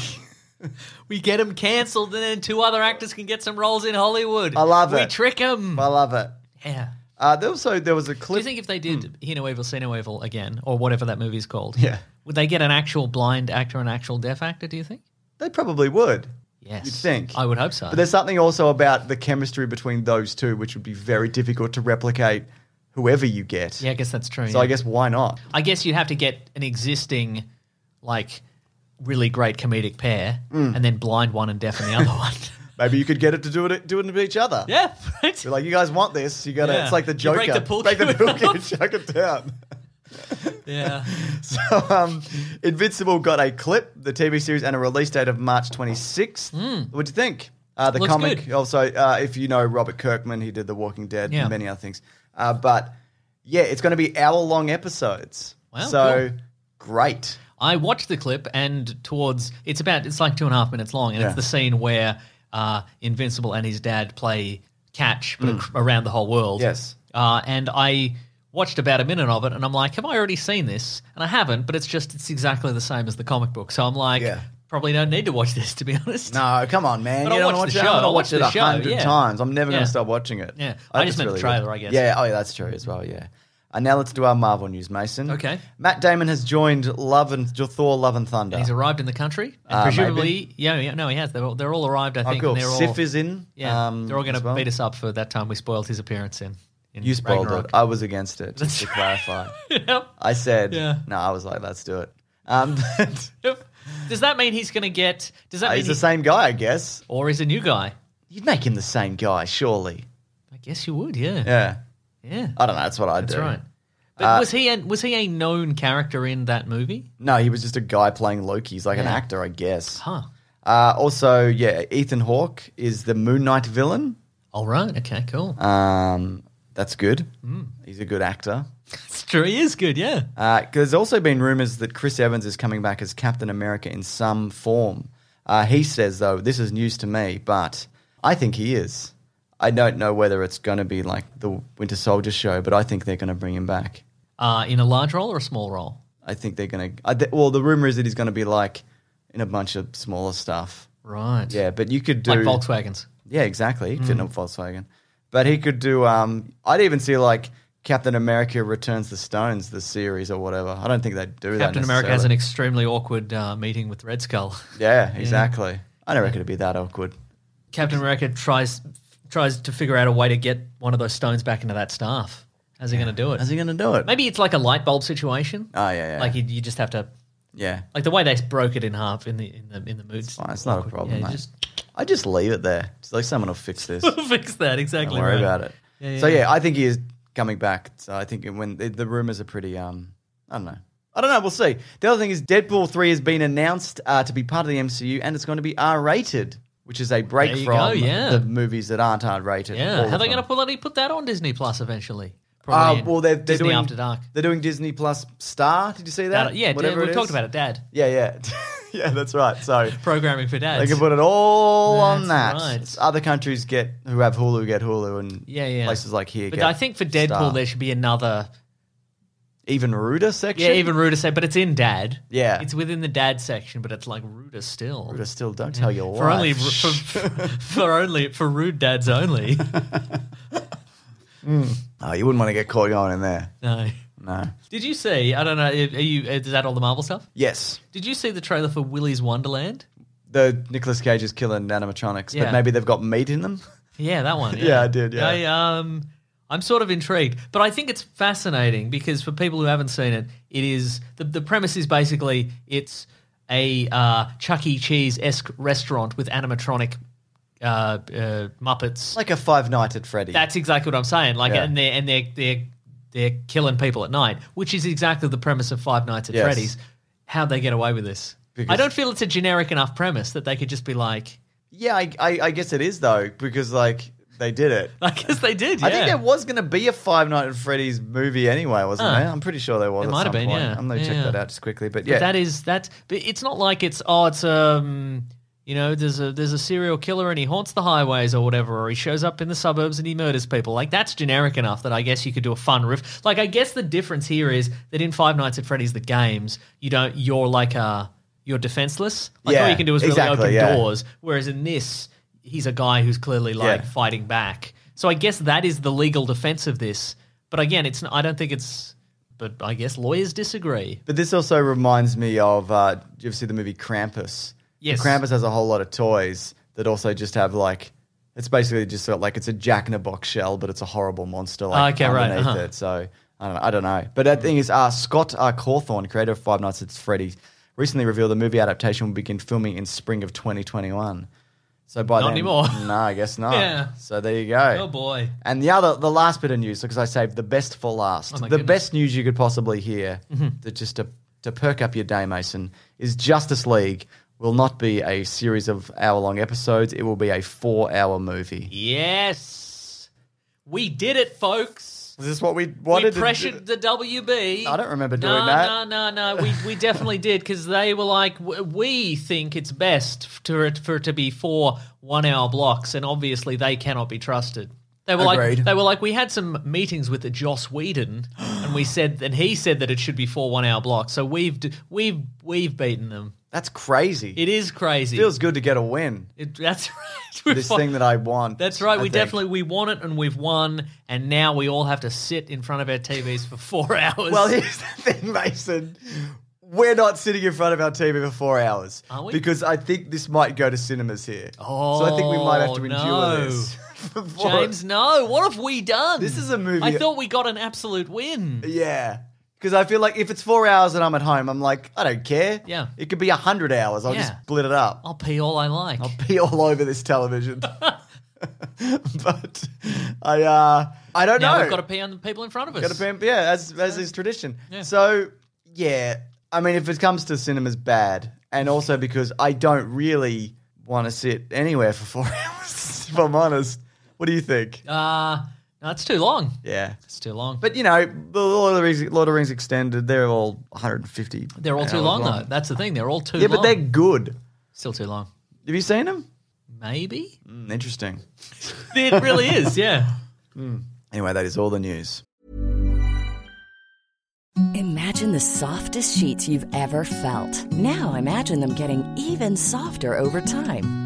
Speaker 3: We get him cancelled, and then two other actors can get some roles in Hollywood.
Speaker 1: I love
Speaker 3: We
Speaker 1: it.
Speaker 3: trick him.
Speaker 1: I love it.
Speaker 3: yeah.
Speaker 1: Uh, there also there was a
Speaker 3: Do you
Speaker 1: clip.
Speaker 3: think if they did Hear No Evil, See No Evil again, or whatever that movie's called,
Speaker 1: Hmm. Yeah.
Speaker 3: would they get an actual blind actor, an actual deaf actor? Do you think?
Speaker 1: they probably would.
Speaker 3: Yes,
Speaker 1: You'd think.
Speaker 3: I would hope so.
Speaker 1: But there's something also about the chemistry between those two, which would be very difficult to replicate, whoever you get.
Speaker 3: yeah, I guess that's true.
Speaker 1: So
Speaker 3: yeah.
Speaker 1: I guess why not?
Speaker 3: I guess you'd have to get an existing, like, really great comedic pair,
Speaker 1: Mm.
Speaker 3: and then blind one and deaf in the other one.
Speaker 1: Maybe you could get it to do it do it to each other.
Speaker 3: Yeah, right.
Speaker 1: Be like, you guys want this? You gotta.
Speaker 3: Yeah.
Speaker 1: It's like the
Speaker 3: You
Speaker 1: Joker.
Speaker 3: break the pool
Speaker 1: break the
Speaker 3: cue
Speaker 1: pool
Speaker 3: in
Speaker 1: cue,
Speaker 3: half.
Speaker 1: chuck it down.
Speaker 3: yeah.
Speaker 1: So, um, Invincible got a clip, the TV series, and a release date of March 26th. What'd you think? Uh, the
Speaker 3: Hmm. Looks
Speaker 1: comic.
Speaker 3: good.
Speaker 1: Also, uh, if you know Robert Kirkman, he did The Walking Dead
Speaker 3: Yeah.
Speaker 1: and many other things. Uh, but yeah, it's going to be hour long episodes.
Speaker 3: Wow,
Speaker 1: so great.
Speaker 3: I watched the clip, and towards it's about it's like two and a half minutes long, and
Speaker 1: Yeah.
Speaker 3: it's the scene where uh, Invincible and his dad play catch but ac- around the whole world.
Speaker 1: Mm. Yes.
Speaker 3: uh, and I watched about a minute of it, and I'm like, have I already seen this? And I haven't, but it's just it's exactly the same as the comic book, so I'm like,
Speaker 1: Yeah.
Speaker 3: probably don't need to watch this to be honest.
Speaker 1: No, come on, man.
Speaker 3: But
Speaker 1: you
Speaker 3: I'll
Speaker 1: don't
Speaker 3: watch
Speaker 1: watch
Speaker 3: the
Speaker 1: it.
Speaker 3: show.
Speaker 1: I'm gonna
Speaker 3: I'll
Speaker 1: watch
Speaker 3: watch
Speaker 1: it
Speaker 3: the
Speaker 1: a
Speaker 3: show,
Speaker 1: hundred
Speaker 3: yeah.
Speaker 1: times. I'm never
Speaker 3: Yeah.
Speaker 1: gonna stop watching it.
Speaker 3: Yeah.
Speaker 1: hope
Speaker 3: I just
Speaker 1: it's
Speaker 3: meant the
Speaker 1: good.
Speaker 3: trailer, I guess.
Speaker 1: Yeah. Oh, yeah, that's true as well. Yeah. And now let's do our Marvel news, Mason.
Speaker 3: Okay.
Speaker 1: Matt Damon has joined Love and Thor: Love and Thunder. Oh,
Speaker 3: He's arrived in the country, and
Speaker 1: Uh,
Speaker 3: presumably,
Speaker 1: maybe.
Speaker 3: yeah, yeah, no, he has. They're all, they're all arrived, I
Speaker 1: Oh,
Speaker 3: think.
Speaker 1: cool.
Speaker 3: and they're all,
Speaker 1: Sif is in.
Speaker 3: yeah,
Speaker 1: um,
Speaker 3: they're all going to
Speaker 1: as well.
Speaker 3: beat us up for that time we spoiled his appearance in. in
Speaker 1: You spoiled
Speaker 3: Ragnarok.
Speaker 1: it. Ah. I was against it. Just to clarify,
Speaker 3: Yep.
Speaker 1: I said
Speaker 3: Yeah.
Speaker 1: no. I was like, let's do it. Um, but
Speaker 3: Yep. Does that mean he's going to get? Does that mean
Speaker 1: Uh, he's the
Speaker 3: he-
Speaker 1: same guy, I guess.
Speaker 3: or is a new guy?
Speaker 1: You'd make him the same guy, surely.
Speaker 3: I guess you would. Yeah. Yeah.
Speaker 1: Yeah. I don't know. That's what I'd
Speaker 3: that's
Speaker 1: do. Uh,
Speaker 3: right. But was he a, was he a known character in that movie?
Speaker 1: No, he was just a guy playing Loki. He's like an
Speaker 3: Yeah.
Speaker 1: actor, I guess.
Speaker 3: Huh.
Speaker 1: Uh, also, yeah, Ethan Hawke is the Moon Knight villain.
Speaker 3: All right. Okay. Cool.
Speaker 1: Um, that's good. He's a good actor.
Speaker 3: it's true. He is good. Yeah.
Speaker 1: Uh, there's also been rumors that Chris Evans is coming back as Captain America in some form. Uh, he says, though, this is news to me, but I think he is. I don't know whether it's going to be like the Winter Soldier show, but I think they're going to bring him back.
Speaker 3: Uh, in a large role or a small role?
Speaker 1: I think they're going to. Th- well, the rumor is that he's going to be like in a bunch of smaller stuff.
Speaker 3: Right.
Speaker 1: Yeah, but you could do
Speaker 3: Like Volkswagens.
Speaker 1: Yeah, exactly. He fit
Speaker 3: Hmm.
Speaker 1: in a Volkswagen. But he could do. Um, I'd even see like Captain America Returns the Stones, the series or whatever. I don't think they'd do that.
Speaker 3: Captain America has an
Speaker 1: necessarily.
Speaker 3: extremely awkward uh, meeting with Red Skull.
Speaker 1: Yeah, exactly. I don't reckon it'd be that awkward.
Speaker 3: Captain America tries tries to figure out a way to get one of those stones back into that staff. How's he going to do it?
Speaker 1: How's he going to do it?
Speaker 3: Maybe it's like a light bulb situation.
Speaker 1: Oh yeah, yeah.
Speaker 3: Like you, you just have to
Speaker 1: yeah.
Speaker 3: like the way they broke it in half in the in the in the moods.
Speaker 1: Fine, it's not a problem,
Speaker 3: Yeah,
Speaker 1: mate.
Speaker 3: just
Speaker 1: I just leave it there. It's like someone will fix this. Don't
Speaker 3: fix that exactly.
Speaker 1: worry
Speaker 3: right.
Speaker 1: about it.
Speaker 3: yeah,
Speaker 1: so
Speaker 3: yeah.
Speaker 1: yeah, I think he is coming back. So I think when the, the rumors are pretty, um, I don't know. I don't know. We'll see. The other thing is Deadpool three has been announced uh, to be part of the MCU, and it's going to be R rated, which is a break
Speaker 3: There you
Speaker 1: from
Speaker 3: go, yeah.
Speaker 1: the movies that aren't R rated.
Speaker 3: Yeah, how are they going to bloody put that on Disney Plus eventually?
Speaker 1: Uh,
Speaker 3: in
Speaker 1: well, they're, they're
Speaker 3: Disney
Speaker 1: doing
Speaker 3: After Dark.
Speaker 1: They're doing Disney Plus Star. Did you see that?
Speaker 3: Dad- yeah, Dad,
Speaker 1: Whatever
Speaker 3: we've
Speaker 1: is.
Speaker 3: talked about it. Dad
Speaker 1: Yeah, yeah, yeah. That's right. So
Speaker 3: programming for dads.
Speaker 1: They can put it all on that.
Speaker 3: That's right.
Speaker 1: It's Other countries get who have Hulu get Hulu, and
Speaker 3: yeah, yeah.
Speaker 1: places like here.
Speaker 3: But
Speaker 1: get
Speaker 3: I think for Deadpool
Speaker 1: Star.
Speaker 3: there should be another.
Speaker 1: even ruder section.
Speaker 3: Yeah, even ruder say, but it's in Dad.
Speaker 1: Yeah.
Speaker 3: it's within the Dad section, but it's like ruder still.
Speaker 1: ruder still. Don't tell your wife.
Speaker 3: for only for, for only for rude dads only.
Speaker 1: oh, you wouldn't want to get caught going in there.
Speaker 3: no.
Speaker 1: No.
Speaker 3: Did you see? I don't know. Are you? Is that all the Marvel stuff?
Speaker 1: Yes,
Speaker 3: Did you see the trailer for Willy's Wonderland?
Speaker 1: the Nicolas Cage is killing animatronics,
Speaker 3: Yeah.
Speaker 1: but maybe they've got meat in them.
Speaker 3: Yeah, that one. Yeah,
Speaker 1: Yeah, I did, yeah.
Speaker 3: I, um, I'm sort of intrigued, but I think it's fascinating because for people who haven't seen it, it is the the premise is basically it's a uh, Chuck E. Cheese esque restaurant with animatronic uh, uh, Muppets.
Speaker 1: Like a Five Nights at Freddy.
Speaker 3: That's exactly what I'm saying. Like,
Speaker 1: Yeah.
Speaker 3: and they're and they're they're they're killing people at night, which is exactly the premise of Five Nights at
Speaker 1: Yes.
Speaker 3: Freddy's. How they get away with this? I
Speaker 1: Because-
Speaker 3: don't feel it's a generic enough premise that they could just be like,
Speaker 1: yeah, I, I, I guess it is though because like they did it.
Speaker 3: I guess they did.
Speaker 1: I think
Speaker 3: yeah.
Speaker 1: there was going to be a Five Nights at Freddy's movie anyway, wasn't
Speaker 3: Huh.
Speaker 1: there? I'm pretty sure there was.
Speaker 3: There
Speaker 1: at
Speaker 3: might
Speaker 1: some
Speaker 3: have been,
Speaker 1: point.
Speaker 3: yeah.
Speaker 1: I'm going to
Speaker 3: Yeah.
Speaker 1: check that out just quickly, but
Speaker 3: But
Speaker 1: yeah,
Speaker 3: that is that. But it's not like it's oh, it's um, you know, there's a there's a serial killer and he haunts the highways or whatever, or he shows up in the suburbs and he murders people. Like that's generic enough that I guess you could do a fun riff. Like I guess the difference here is that in Five Nights at Freddy's the games, you don't you're like a you're defenseless. Like all
Speaker 1: Yeah,
Speaker 3: you can do is really
Speaker 1: exactly,
Speaker 3: open
Speaker 1: yeah.
Speaker 3: doors. Whereas in this, he's a guy who's clearly like
Speaker 1: Yeah.
Speaker 3: fighting back. So I guess that is the legal defense of this. But again, it's I don't think it's. But I guess lawyers disagree.
Speaker 1: But this also reminds me of uh, do you ever see the movie Krampus?
Speaker 3: Yes.
Speaker 1: Krampus has a whole lot of toys that also just have like it's basically just sort of like it's a jack in a box shell, but it's a horrible monster like
Speaker 3: Okay, right,
Speaker 1: underneath
Speaker 3: uh-huh.
Speaker 1: it. So I don't know. I don't know. But that thing is uh, Scott uh, Cawthorne, creator of Five Nights at Freddy's, recently revealed the movie adaptation will begin filming in spring of 2021. So by
Speaker 3: Not
Speaker 1: then,
Speaker 3: anymore.
Speaker 1: No, I guess not.
Speaker 3: Yeah.
Speaker 1: So there you go.
Speaker 3: Oh boy.
Speaker 1: And the other, the last bit of news, because I saved the best for last.
Speaker 3: Oh my
Speaker 1: the
Speaker 3: goodness. Mm-hmm.
Speaker 1: best news you could possibly hear, that just to, to perk up your day, Mason, is Justice League will not be a series of hour long episodes. It will be a four hour movie.
Speaker 3: Yes. We did it, folks.
Speaker 1: Is this what we
Speaker 3: We
Speaker 1: wanted? to-
Speaker 3: pressured the WB.
Speaker 1: I don't remember doing
Speaker 3: no,
Speaker 1: that.
Speaker 3: No, no, no. We, we definitely did because they were like, "W- we think it's best for it, for it to be four one hour blocks, and obviously they cannot be trusted. They were like,
Speaker 1: Agreed.
Speaker 3: they were like, we had some meetings with the Joss Whedon, and we said, and he said that it should be four one hour blocks. So we've d- we've we've beaten them.
Speaker 1: That's crazy.
Speaker 3: It is crazy.
Speaker 1: feels good to get a win.
Speaker 3: It- that's right. We're
Speaker 1: This
Speaker 3: fi-
Speaker 1: thing that I want.
Speaker 3: That's right.
Speaker 1: I
Speaker 3: we
Speaker 1: think.
Speaker 3: definitely we want it, and we've won, and now we all have to sit in front of our TVs for four hours.
Speaker 1: Well, here's the thing, Mason. We're not sitting in front of our TV for four hours.
Speaker 3: Are we?
Speaker 1: Because I think this might go to cinemas here. so I think we might have to
Speaker 3: Oh,
Speaker 1: endure
Speaker 3: no.
Speaker 1: this. for four-
Speaker 3: James, no. What have we done?
Speaker 1: This is a movie-
Speaker 3: I thought we got an absolute win.
Speaker 1: Yeah. Because I feel like if it's four hours and I'm at home, I'm like, I don't care.
Speaker 3: Yeah.
Speaker 1: It could be a hundred hours. I'll
Speaker 3: Yeah. Oh.
Speaker 1: just split it up.
Speaker 3: I'll pee all I like.
Speaker 1: I'll be all over this television. but I uh I don't
Speaker 3: now
Speaker 1: know.
Speaker 3: we've got to pee on the people in front of us.
Speaker 1: Got a pimp, yeah, as as is tradition.
Speaker 3: Yeah.
Speaker 1: So yeah, I mean, if it comes to cinemas, bad, and also because I don't really want to sit anywhere for four hours. If I'm honest, what do you think?
Speaker 3: Uh, no, it's too long.
Speaker 1: Yeah,
Speaker 3: It's too long.
Speaker 1: but you know, the Lord of the Rings, Lord of the Rings extended, they're all 150.
Speaker 3: they're all too
Speaker 1: hours
Speaker 3: long, though. That's the thing. They're all too
Speaker 1: Yeah,
Speaker 3: long.
Speaker 1: but they're good.
Speaker 3: still too long.
Speaker 1: Have you seen them?
Speaker 3: Maybe
Speaker 1: Mm, interesting.
Speaker 3: it really is. Yeah.
Speaker 1: Anyway, that is all the news.
Speaker 5: Imagine the softest sheets you've ever felt. Now imagine them getting even softer over time.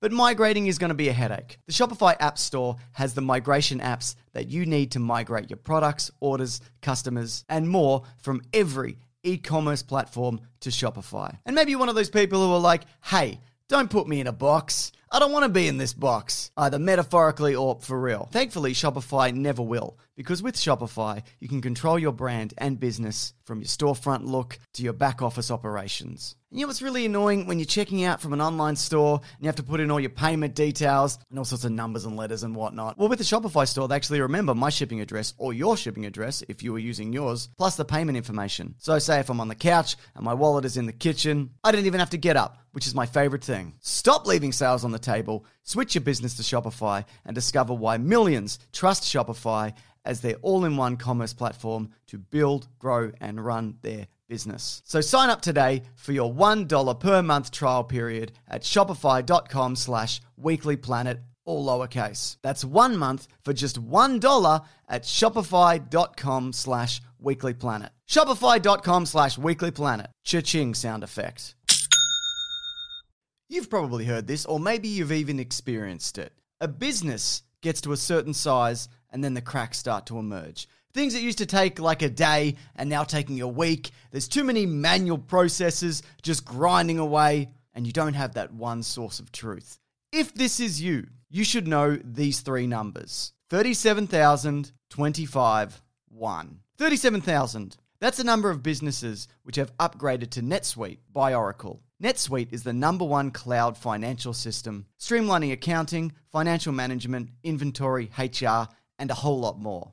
Speaker 1: But migrating is going to be a headache. The Shopify App Store has the migration apps that you need to migrate your products, orders, customers, and more from every e commerce platform to Shopify. And maybe you're one of those people who are like, hey, don't put me in a box. I don't want to be in this box, either metaphorically or for real. Thankfully, Shopify never will, because with Shopify, you can control your brand and business from your storefront look to your back office operations. And you know what's really annoying when you're checking out from an online store and you have to put in all your payment details and all sorts of numbers and letters and whatnot? Well, with the Shopify store, they actually remember my shipping address or your shipping address if you were using yours, plus the payment information. So, say if I'm on the couch and my wallet is in the kitchen, I didn't even have to get up, which is my favorite thing. Stop leaving sales on the table, switch your business to Shopify, and discover why millions trust Shopify as their all in one commerce platform to build, grow, and run their business. So sign up today for your $1 per month trial period at shopify.com slash weeklyplanet, all lowercase. That's one month for just $1 at shopify.com slash weeklyplanet. Shopify.com slash weeklyplanet. Cha-ching sound effect. You've probably heard this, or maybe you've even experienced it. A business gets to a certain size, and then the cracks start to emerge. Things that used to take like a day and now taking a week. There's too many manual processes just grinding away, and you don't have that one source of truth. If this is you, you should know these three numbers 37,025, 1. 37,000. That's the number of businesses which have upgraded to NetSuite by Oracle. NetSuite is the number one cloud financial system, streamlining accounting, financial management, inventory, HR, and a whole lot more.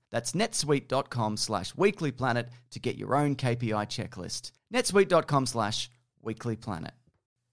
Speaker 1: That's netsuite.com slash weeklyplanet to get your own KPI checklist. netsuite.com slash weeklyplanet.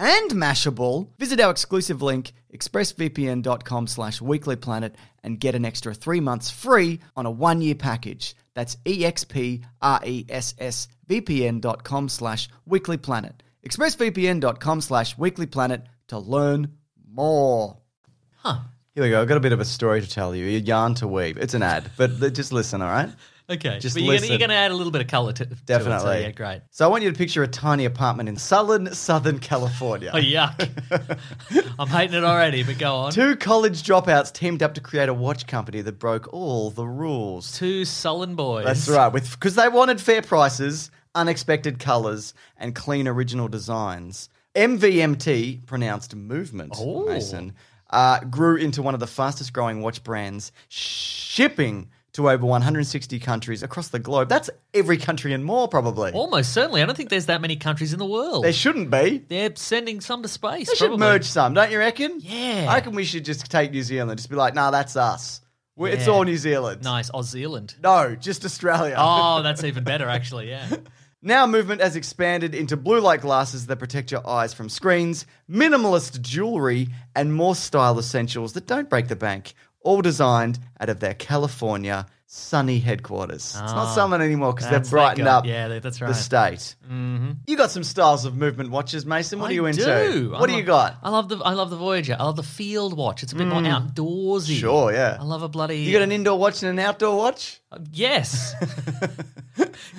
Speaker 6: and Mashable, visit our exclusive link, expressvpn.com slash weeklyplanet, and get an extra three months free on a one-year package. That's E expressvpn.com slash weeklyplanet. expressvpn.com slash weeklyplanet to learn more.
Speaker 1: Here we go. I've got a bit of a story to tell you. A yarn to weave. It's an ad, but li- just listen, all right?
Speaker 3: Okay.
Speaker 1: Just
Speaker 3: but you're gonna,
Speaker 1: listen.
Speaker 3: you're gonna add a little bit of color to to it, so
Speaker 1: Definitely.
Speaker 3: yeah, great.
Speaker 1: So I want you to picture a tiny apartment in southern Southern California.
Speaker 3: Oh yuck! I'm hating it already. But go on. Two,
Speaker 1: Two college dropouts teamed up to create a watch company that broke all the rules.
Speaker 3: sullen boys.
Speaker 1: That's right, with because they wanted fair prices, unexpected colors, and clean original designs. MVMT, pronounced movement,
Speaker 3: Oh.
Speaker 1: Mason, uh, grew into one of the fastest growing watch brands, shipping to over 160 countries across the globe. That's every country and more, probably.
Speaker 3: Almost certainly. I don't think there's that many countries in the world.
Speaker 1: There shouldn't be.
Speaker 3: They're sending some to space.
Speaker 1: They should
Speaker 3: probably.
Speaker 1: merge some, don't you reckon?
Speaker 3: Yeah.
Speaker 1: I reckon we should just take New Zealand and just be like, nah, that's us. We're, It's
Speaker 3: Yeah.
Speaker 1: all New Zealand.
Speaker 3: Nice, Oz Zealand.
Speaker 1: No, just Australia.
Speaker 3: Oh, that's even better, actually. Yeah.
Speaker 1: Now, movement has expanded into blue light glasses that protect your eyes from screens, minimalist jewelry, and more style essentials that don't break the bank, all designed out of their California sunny headquarters. it's not sunny anymore because
Speaker 3: Ah. That's
Speaker 1: they've brightened
Speaker 3: that guy.
Speaker 1: up
Speaker 3: Yeah, that- that's
Speaker 1: the
Speaker 3: right.
Speaker 1: state. Mm-hmm. You got some styles of movement watches, Mason. What are you
Speaker 3: I
Speaker 1: into?
Speaker 3: do. I
Speaker 1: What do you
Speaker 3: love-
Speaker 1: got? Mm.
Speaker 3: I love the I love the Voyager. I love the field watch. It's a bit more outdoorsy.
Speaker 1: Sure, yeah.
Speaker 3: I love a bloody. uh,
Speaker 1: You got an indoor watch and an outdoor watch?
Speaker 3: Yes.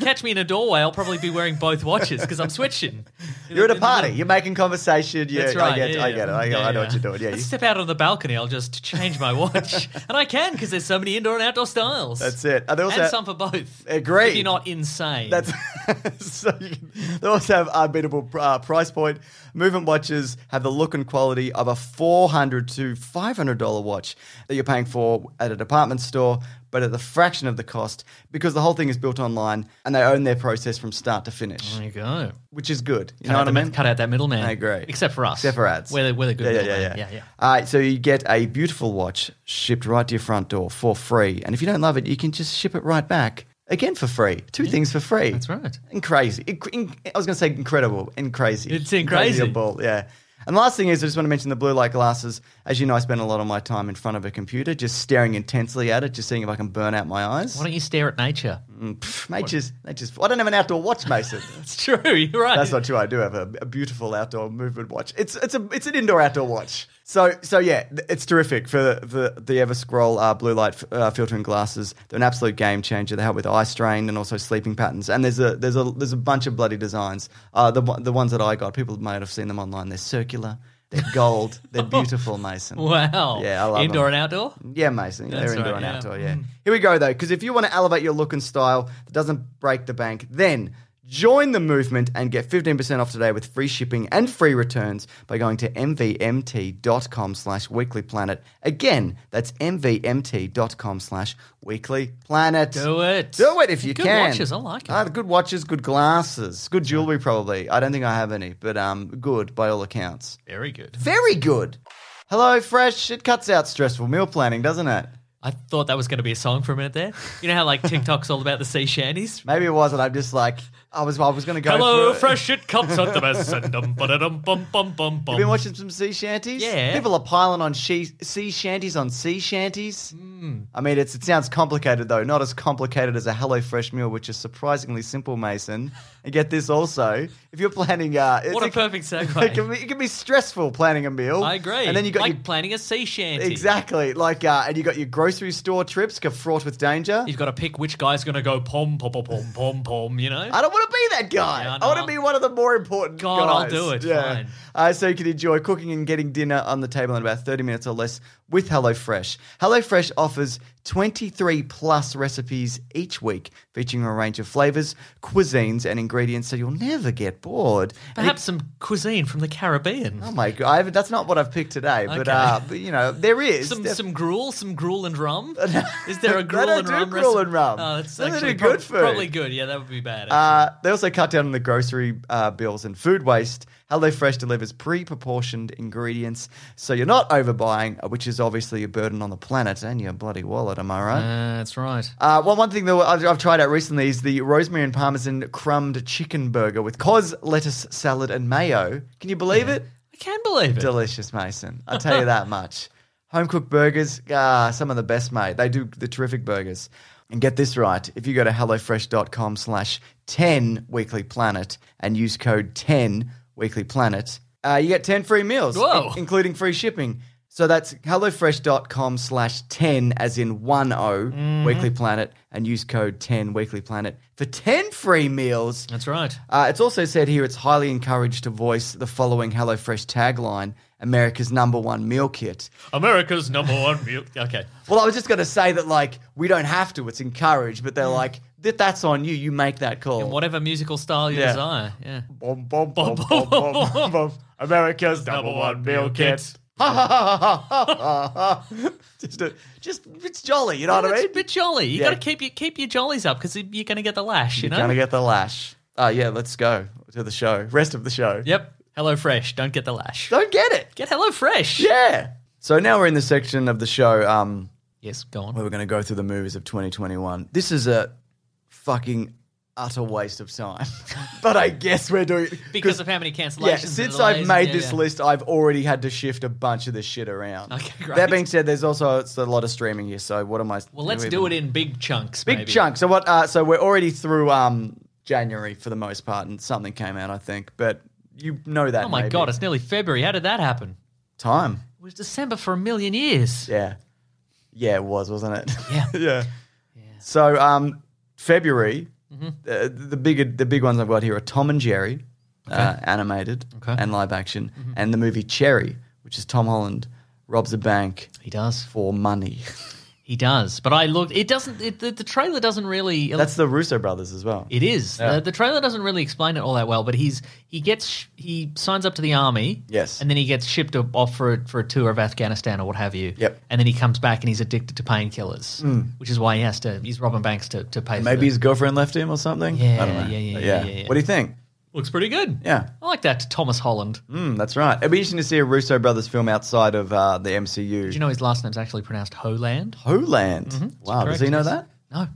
Speaker 3: Catch me in a doorway. I'll probably be wearing both watches because I'm switching.
Speaker 1: You're at a party. You're making conversation. Yeah,
Speaker 3: That's right.
Speaker 1: I get,
Speaker 3: yeah,
Speaker 1: I get it. I,
Speaker 3: yeah,
Speaker 1: I know
Speaker 3: yeah.
Speaker 1: what you're doing. Yeah,
Speaker 3: Let's
Speaker 1: you-
Speaker 3: step out on the balcony. I'll just change my watch, and I can because there's so many indoor and outdoor styles.
Speaker 1: that's it. Are there also
Speaker 3: and some for both.
Speaker 1: Agreed.
Speaker 3: If you're not insane.
Speaker 1: That's so. You can, they also have unbeatable uh, price point. Movement watches have the look and quality of a four hundred to five hundred dollar watch that you're paying for at a department store, but at the fraction of the cost because the whole thing is built online and they own their process from start to finish,
Speaker 3: there you go.
Speaker 1: which is good. You
Speaker 3: Cut
Speaker 1: know
Speaker 3: out
Speaker 1: what I
Speaker 3: the-
Speaker 1: mean?
Speaker 3: Cut out that middleman.
Speaker 1: I agree.
Speaker 3: Except for us.
Speaker 1: Except for ads.
Speaker 3: We're the, we're the good
Speaker 1: yeah, yeah,
Speaker 3: middleman.
Speaker 1: yeah, yeah,
Speaker 3: yeah, yeah.
Speaker 1: Uh, so you get a beautiful watch shipped right to your front door for free, and if you don't love it, you can just ship it right back again for free. Two things for free.
Speaker 3: That's right.
Speaker 1: and crazy. Inc- inc- I was going to say incredible and crazy.
Speaker 3: It's in crazy.
Speaker 1: Incredible, yeah. And the last thing is, I just want to mention the blue light glasses. As you know, I spend a lot of my time in front of a computer, just staring intensely at it, just seeing if I can burn out my eyes.
Speaker 3: Why don't you stare at nature?
Speaker 1: Mm. Pff, nature's, nature's, I don't have an outdoor watch, Mason.
Speaker 3: It's true. You're right.
Speaker 1: That's not true. I do have a, a beautiful outdoor movement watch. It's it's a it's an indoor outdoor watch. So so yeah, th- it's terrific for the the, the Everscroll uh, blue light f- uh, filtering glasses. They're an absolute game changer. They help with eye strain and also sleeping patterns. And there's a there's a there's a bunch of bloody designs. Uh, the one- the ones that I got, people may have seen them online. They're circular. They're gold. They're beautiful, Mason.
Speaker 3: Wow.
Speaker 1: Yeah, I love
Speaker 3: Indoor
Speaker 1: them.
Speaker 3: and outdoor?
Speaker 1: Yeah, Mason.
Speaker 3: That's
Speaker 1: they're indoor
Speaker 3: right,
Speaker 1: and
Speaker 3: yeah. Mm.
Speaker 1: outdoor. Yeah. Here we go though, because if you want to elevate your look and style that doesn't break the bank, then join the movement and get 15% off today with free shipping and free returns by going to mvmt.com slash weeklyplanet. Again, that's mvmt.com slash weeklyplanet.
Speaker 3: Do it.
Speaker 1: Do it if you
Speaker 3: Good
Speaker 1: can.
Speaker 3: watches, I like it.
Speaker 1: Ah, good watches, good glasses, good jewelry probably. I don't think I have any, but um, good by all accounts.
Speaker 3: Very good.
Speaker 1: Very good. Hello, Fresh. It cuts out stressful meal planning, doesn't it?
Speaker 3: I thought that was going to be a song for a minute there. You know how like TikTok's all about the sea shanties?
Speaker 1: Maybe it wasn't. I'm just like I was. I was going to go.
Speaker 3: Hello,
Speaker 1: for it.
Speaker 3: fresh it comes out the best. and dum ba da dum bum bum bum bum.
Speaker 1: Been watching some sea shanties.
Speaker 3: Yeah.
Speaker 1: people are piling on she- sea shanties on sea shanties.
Speaker 3: Hmm.
Speaker 1: I mean, it's, it sounds complicated though. Not as complicated as a Hello Fresh meal, which is surprisingly simple, Mason. And get this also, if you're planning, uh, it's-
Speaker 3: What a
Speaker 1: it-
Speaker 3: perfect
Speaker 1: It can,
Speaker 3: segue.
Speaker 1: be, it can be stressful planning a meal.
Speaker 3: I agree.
Speaker 1: And then you got
Speaker 3: like
Speaker 1: your
Speaker 3: planning a sea shanty.
Speaker 1: exactly like, uh, and you got your grocery store trips, get fraught with danger.
Speaker 3: You've got to pick which guy's going to go pom pom pom pom pom pom. You know.
Speaker 1: I don't. want to be that guy.
Speaker 3: Yeah, I
Speaker 1: I,
Speaker 3: know.
Speaker 1: want to be one of the more important
Speaker 3: God, I'll
Speaker 1: guys.
Speaker 3: do it. Fine.
Speaker 1: Uh, so you can enjoy cooking and getting dinner on the table in about 30 minutes or less with HelloFresh. HelloFresh offers 23 plus recipes each week, featuring a range of flavors, cuisines, and ingredients, so you'll never get bored. And
Speaker 3: Perhaps some cuisine from the Caribbean.
Speaker 1: Oh my god! I haven't- that's not what I've picked today, but
Speaker 3: Okay.
Speaker 1: uh, but you know there is
Speaker 3: some
Speaker 1: Def-
Speaker 3: some gruel, some gruel and rum. Is there a
Speaker 1: They
Speaker 3: gruel
Speaker 1: don't
Speaker 3: and
Speaker 1: do
Speaker 3: rum?
Speaker 1: gruel
Speaker 3: recipe?
Speaker 1: and rum.
Speaker 3: Oh, that's
Speaker 1: They don't
Speaker 3: actually
Speaker 1: do
Speaker 3: prob-
Speaker 1: good food.
Speaker 3: Probably good. Yeah, that would be bad.
Speaker 1: Uh, they also cut down on the grocery uh, bills and food waste. HelloFresh delivers pre-proportioned ingredients, so you're not overbuying, uh, which is obviously a burden on the planet and your bloody wallet. Am I right?
Speaker 3: that's right.
Speaker 1: Uh, well, one thing that I've, I've tried out recently is the rosemary and parmesan crumbed chicken burger with cos, lettuce, salad, and mayo. Can you believe it?
Speaker 3: I can't believe it.
Speaker 1: Delicious, Mason. I'll tell you that much. Home cooked burgers, ah, some of the best, mate. They do the terrific burgers. And get this right, if you go to HelloFresh.com slash 10 Weekly Planet and use code 10 Weekly Planet, uh, you get 10 free meals,
Speaker 3: Whoa.
Speaker 1: in- including free shipping. So that's HelloFresh.com slash 10, as in 1 0 Weekly Planet, and use code 10 Weekly Planet for 10 free meals.
Speaker 3: that's right.
Speaker 1: Uh, it's also said here it's highly encouraged to voice the following HelloFresh tagline America's number one meal kit.
Speaker 3: America's number one meal. Okay.
Speaker 1: Well, I was just going to say that, like, we don't have to, it's encouraged, but they're like, that, that's on you, you make that call.
Speaker 3: In whatever musical style you
Speaker 1: Oh. Yeah.
Speaker 3: desire. Yeah.
Speaker 1: Bom, bom, bom, bom, bom, bom, bom. America's number one meal kit. Ha ha ha ha ha ha ha. Just, a- just, it's jolly, you know what I mean?
Speaker 3: It's a bit jolly. You
Speaker 1: Yeah.
Speaker 3: got to keep your keep your jollies up because you're going to get the lash. You
Speaker 1: You're
Speaker 3: know.
Speaker 1: going to get the lash. Oh, yeah, let's go to the show, rest of the show.
Speaker 3: Yep. Hello Fresh. Don't get the lash.
Speaker 1: Don't get it.
Speaker 3: Get Hello Fresh.
Speaker 1: Yeah. So now we're in the section of the show. Um,
Speaker 3: Yes. Go on.
Speaker 1: where we're going to go through the movies of 2021. This is a fucking utter waste of time. but I guess we're doing
Speaker 3: Because of how many cancellations?
Speaker 1: yeah,
Speaker 3: and
Speaker 1: since
Speaker 3: delays
Speaker 1: I've
Speaker 3: and-
Speaker 1: made
Speaker 3: yeah,
Speaker 1: this
Speaker 3: yeah.
Speaker 1: list, I've already had to shift a bunch of this shit around.
Speaker 3: Okay, great.
Speaker 1: That being said, there's also it's a lot of streaming here, so what am I?
Speaker 3: Well, let's do it in big chunks.
Speaker 1: big
Speaker 3: maybe.
Speaker 1: chunks. So what? Uh, so we're already through um, January for the most part, and something came out, I think. But you know that.
Speaker 3: Oh my
Speaker 1: maybe.
Speaker 3: god! It's nearly February. How did that happen?
Speaker 1: time.
Speaker 3: It was December for a million years.
Speaker 1: Yeah. Yeah, it was, wasn't it?
Speaker 3: Yeah. Mm-hmm.
Speaker 1: yeah. So, um, February, uh, the big the big ones I've got here are Tom and Jerry, uh, animated
Speaker 3: Okay. Mm-hmm.
Speaker 1: and live action, and the movie Cherry, which is Tom Holland robs a bank
Speaker 3: He does.
Speaker 1: for money.
Speaker 3: He does. But I looked. It doesn't. It, the, the trailer doesn't really.
Speaker 1: That's the Russo brothers as well.
Speaker 3: It is. The, the trailer doesn't really explain it all that well, but he's he gets sh- he signs up to the army.
Speaker 1: Yes.
Speaker 3: And then he gets shipped o- off for a, for a tour of Afghanistan or what have you.
Speaker 1: Yep. Hmm.
Speaker 3: And then he comes back and he's addicted to painkillers, which is why he has to. He's robbing banks to to pay.
Speaker 1: Maybe
Speaker 3: for
Speaker 1: his girlfriend left him or something.
Speaker 3: Yeah,
Speaker 1: I don't know.
Speaker 3: yeah, yeah,
Speaker 1: But
Speaker 3: yeah, yeah, yeah.
Speaker 1: What do you think?
Speaker 3: the, looks pretty good.
Speaker 1: Yeah.
Speaker 3: I like that. Thomas Holland.
Speaker 1: Mm, that's right. It'd be interesting to see a Russo brothers film outside of uh, the MCU.
Speaker 3: Do you know his last name's actually pronounced Holand?
Speaker 1: Holand. Wow, does he
Speaker 3: Correct,
Speaker 1: know
Speaker 3: yes.
Speaker 1: that?
Speaker 3: No,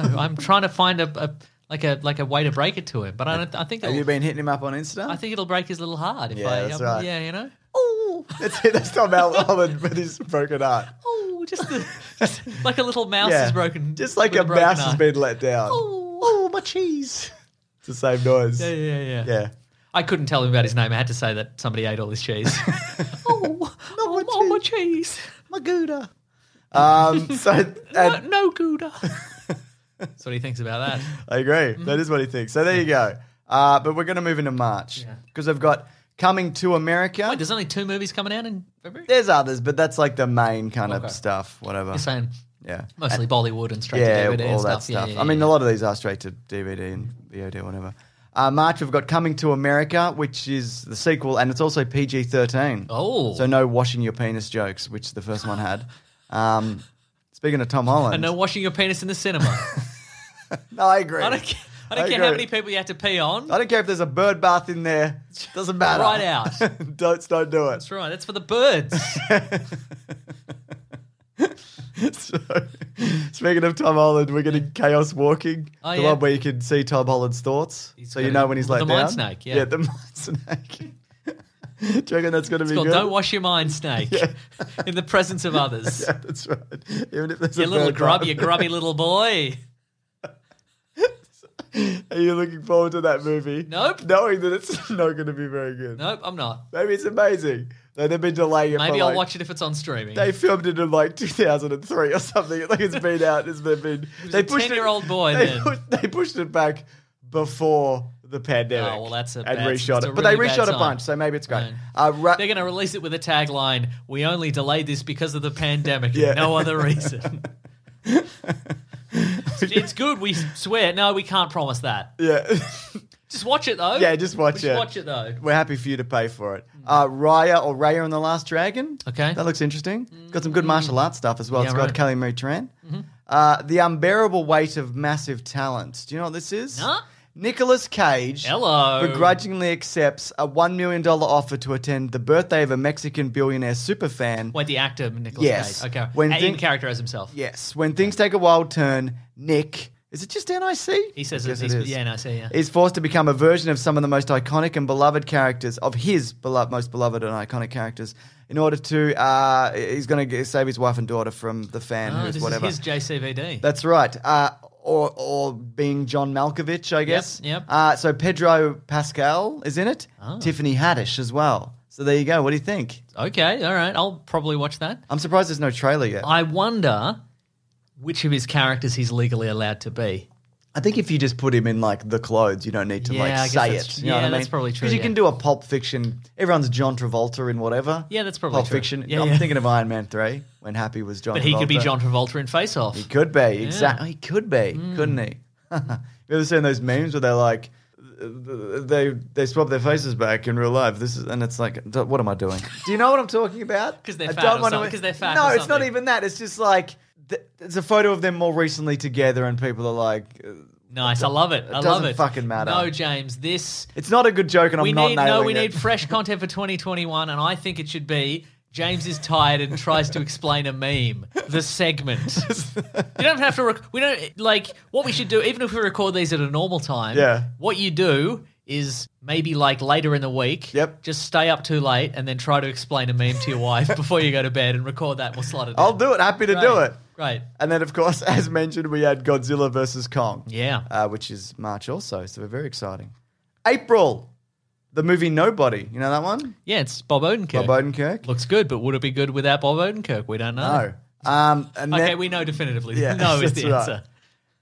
Speaker 3: no, no. I'm trying to find a, a like a like a way to break it to him, but I don't. I think
Speaker 1: Have
Speaker 3: it'll-
Speaker 1: you been hitting him up on Insta?
Speaker 3: I think it'll break his little heart. If
Speaker 1: Yeah,
Speaker 3: I,
Speaker 1: that's
Speaker 3: um,
Speaker 1: right.
Speaker 3: yeah, you know.
Speaker 1: That's it. That's Tom Holland with his broken heart.
Speaker 3: Oh, just, the, just like a little mouse is broken.
Speaker 1: Just like
Speaker 3: with
Speaker 1: a
Speaker 3: broken
Speaker 1: mouse has
Speaker 3: eye.
Speaker 1: been let down.
Speaker 3: Oh.
Speaker 1: Oh, my cheese. It's the same noise.
Speaker 3: Yeah, yeah, yeah,
Speaker 1: Yeah.
Speaker 3: I couldn't tell him about his name. I had to say that somebody ate all his cheese. oh, no,
Speaker 1: my
Speaker 3: oh, my cheese.
Speaker 1: My Gouda. Um, so
Speaker 3: No,
Speaker 1: and
Speaker 3: no Gouda. That's what he thinks about that.
Speaker 1: I agree.
Speaker 3: Mm-hmm.
Speaker 1: That is what he thinks. So there you go. Uh, but we're going to move into March because I've got Coming to America.
Speaker 3: There's only two movies coming out in February.
Speaker 1: There's others, but that's like the main kind
Speaker 3: Okay.
Speaker 1: of stuff, whatever.
Speaker 3: You're saying
Speaker 1: Yeah.
Speaker 3: mostly Bollywood and straight
Speaker 1: yeah,
Speaker 3: to DVD
Speaker 1: all
Speaker 3: and
Speaker 1: that
Speaker 3: stuff. Yeah,
Speaker 1: stuff.
Speaker 3: yeah,
Speaker 1: I mean,
Speaker 3: yeah.
Speaker 1: a lot of these are straight to DVD and VOD or whatever. Uh, March, we've got Coming to America, which is the sequel, and it's also PG 13.
Speaker 3: Oh.
Speaker 1: So no washing your penis jokes, which the first one had. Um, speaking of Tom Holland.
Speaker 3: and no washing your penis in the cinema.
Speaker 1: no, I agree.
Speaker 3: I don't care, I don't
Speaker 1: I
Speaker 3: care how
Speaker 1: agree.
Speaker 3: many people you have to pee on.
Speaker 1: I don't care if there's a bird bath in there. Doesn't matter.
Speaker 3: Right out.
Speaker 1: don't, don't do it.
Speaker 3: That's right. That's for the birds.
Speaker 1: So, speaking of Tom Holland, we're getting Chaos Walking,
Speaker 3: Oh,
Speaker 1: the
Speaker 3: yeah.
Speaker 1: one where you can see Tom Holland's thoughts,
Speaker 3: He's
Speaker 1: so you
Speaker 3: got
Speaker 1: know
Speaker 3: a-
Speaker 1: when he's
Speaker 3: the
Speaker 1: like
Speaker 3: mind
Speaker 1: down.
Speaker 3: snake, yeah.
Speaker 1: the mind snake. Do you reckon that's going to be
Speaker 3: It's called
Speaker 1: good?
Speaker 3: Don't Wash Your Mind, Snake, in the presence of others.
Speaker 1: yeah, that's right. Even if there's a
Speaker 3: You little
Speaker 1: bird
Speaker 3: grub,
Speaker 1: bath.
Speaker 3: you grubby little boy.
Speaker 1: Are you looking forward to that movie?
Speaker 3: Nope.
Speaker 1: Knowing that it's not going to be very good.
Speaker 3: Nope, I'm not.
Speaker 1: Maybe it's amazing. No, they've been delaying it.
Speaker 3: Maybe
Speaker 1: for
Speaker 3: I'll
Speaker 1: like,
Speaker 3: watch it if it's on streaming.
Speaker 1: They filmed it in like 2003 or something. Like it's been out. It's been.
Speaker 3: was
Speaker 1: they
Speaker 3: a
Speaker 1: pushed it.
Speaker 3: 10-year-old boy
Speaker 1: They,
Speaker 3: then.
Speaker 1: Pushed, they pushed it back before the pandemic.
Speaker 3: Oh, well, that's a
Speaker 1: and
Speaker 3: bad-
Speaker 1: reshot
Speaker 3: it's
Speaker 1: it,
Speaker 3: a
Speaker 1: but they
Speaker 3: really bad
Speaker 1: reshot a
Speaker 3: time.
Speaker 1: bunch, so maybe it's great.
Speaker 3: Right.
Speaker 1: Uh, ra-
Speaker 3: They're going to release it with a tagline: "We only delayed this because of the pandemic,
Speaker 1: Yeah.
Speaker 3: and no other reason." it's good, we swear. No, we can't promise that.
Speaker 1: yeah,
Speaker 3: Just watch it though.
Speaker 1: yeah, just watch
Speaker 3: Just
Speaker 1: it.
Speaker 3: watch it though.
Speaker 1: We're happy for you to pay for it. Uh, Raya or Raya and the Last Dragon.
Speaker 3: Okay. Mm.
Speaker 1: that looks interesting. It's got some good martial arts stuff as well.
Speaker 3: Yeah,
Speaker 1: it's got
Speaker 3: right. Mm-hmm.
Speaker 1: Kelly Marie Tran. Uh, the unbearable weight of massive talent. Do you know what this is?
Speaker 3: Huh?
Speaker 1: Nicholas Cage
Speaker 3: Hello.
Speaker 1: begrudgingly accepts a one million dollar offer to attend the birthday of a Mexican billionaire superfan.
Speaker 3: Wait, the actor Nicholas
Speaker 1: Yes.
Speaker 3: Cage. Okay,
Speaker 1: When
Speaker 3: when
Speaker 1: thing-
Speaker 3: in character as himself.
Speaker 1: Yes, when things take a wild turn, Nick is it just NIC?
Speaker 3: He says
Speaker 1: I guess
Speaker 3: it, he's- yeah, and I say yeah.
Speaker 1: is forced to become a version of some of the most iconic and beloved characters of his beloved, most beloved and iconic characters. In order to, uh, he's going to save his wife and daughter from the fan
Speaker 3: Oh,
Speaker 1: who's
Speaker 3: this
Speaker 1: whatever.
Speaker 3: is his JCVD.
Speaker 1: That's right. Uh, or, or being John Malkovich, I guess.
Speaker 3: yep. Oh.
Speaker 1: Uh, so Pedro Pascal is in it. Tiffany Haddish as well. So there you go. What do you think?
Speaker 3: okay, all right. I'll probably watch that.
Speaker 1: I'm surprised there's no trailer yet. I,
Speaker 3: I wonder which of his characters he's legally allowed to be.
Speaker 1: think if you just put him in like the clothes, you don't need to
Speaker 3: Yeah, I
Speaker 1: like
Speaker 3: guess
Speaker 1: say it.
Speaker 3: that's-
Speaker 1: You know
Speaker 3: yeah,
Speaker 1: what I mean?
Speaker 3: that's probably true,
Speaker 1: Because you
Speaker 3: yeah.
Speaker 1: can do a Pulp Fiction. Everyone's John Travolta in whatever.
Speaker 3: Yeah, that's probably
Speaker 1: Pulp
Speaker 3: true.
Speaker 1: Fiction.
Speaker 3: Yeah,
Speaker 1: I'm
Speaker 3: yeah.
Speaker 1: thinking of Iron Man three when Happy was John.
Speaker 3: But he could be
Speaker 1: Travolta.
Speaker 3: John Hmm. Travolta in Face Off.
Speaker 1: He could be exactly. He could be, couldn't he? you ever seen those memes where they're like, they they swap their faces back in real life. This is, and it's like, "D- what am I doing? Do you know what I'm talking about?
Speaker 3: 'Cause they're
Speaker 1: I
Speaker 3: fat
Speaker 1: don't
Speaker 3: or
Speaker 1: wanna-
Speaker 3: something, 'cause they're fat
Speaker 1: No,
Speaker 3: or
Speaker 1: it's not
Speaker 3: something.
Speaker 1: even that. It's just like th- there's a photo of them more recently together, and people are like, uh,
Speaker 3: Nice, I love it. I love
Speaker 1: doesn't
Speaker 3: it.
Speaker 1: fucking matter.
Speaker 3: No, James, this
Speaker 1: it's not a good joke, and
Speaker 3: we
Speaker 1: I'm not
Speaker 3: need
Speaker 1: nailing
Speaker 3: no, we
Speaker 1: it.
Speaker 3: need fresh content for 2021, and I think it should be James is tired and tries to explain a meme. The segment. you don't have to. Rec- we don't like what we should do. Even if we record these at a normal time,
Speaker 1: Yeah.
Speaker 3: What you do is maybe like later in the week.
Speaker 1: Yep.
Speaker 3: Just stay up too late and then try to explain a meme to your wife before you go to bed and record that. and We'll slot it.
Speaker 1: I'll do it. Happy to do it.
Speaker 3: Great.
Speaker 1: And then, of course, as mentioned, we had Godzilla versus Kong.
Speaker 3: Yeah.
Speaker 1: uh, which is March also. So we're very exciting. April, the movie Nobody. You know that one?
Speaker 3: yeah. It's Bob Odenkirk.
Speaker 1: Bob Odenkirk.
Speaker 3: Looks good, but would it be good without Bob Odenkirk? We don't know.
Speaker 1: No. Um, and,
Speaker 3: Okay,
Speaker 1: then,
Speaker 3: we know definitively.
Speaker 1: Yeah,
Speaker 3: no is
Speaker 1: that's
Speaker 3: the
Speaker 1: right.
Speaker 3: answer.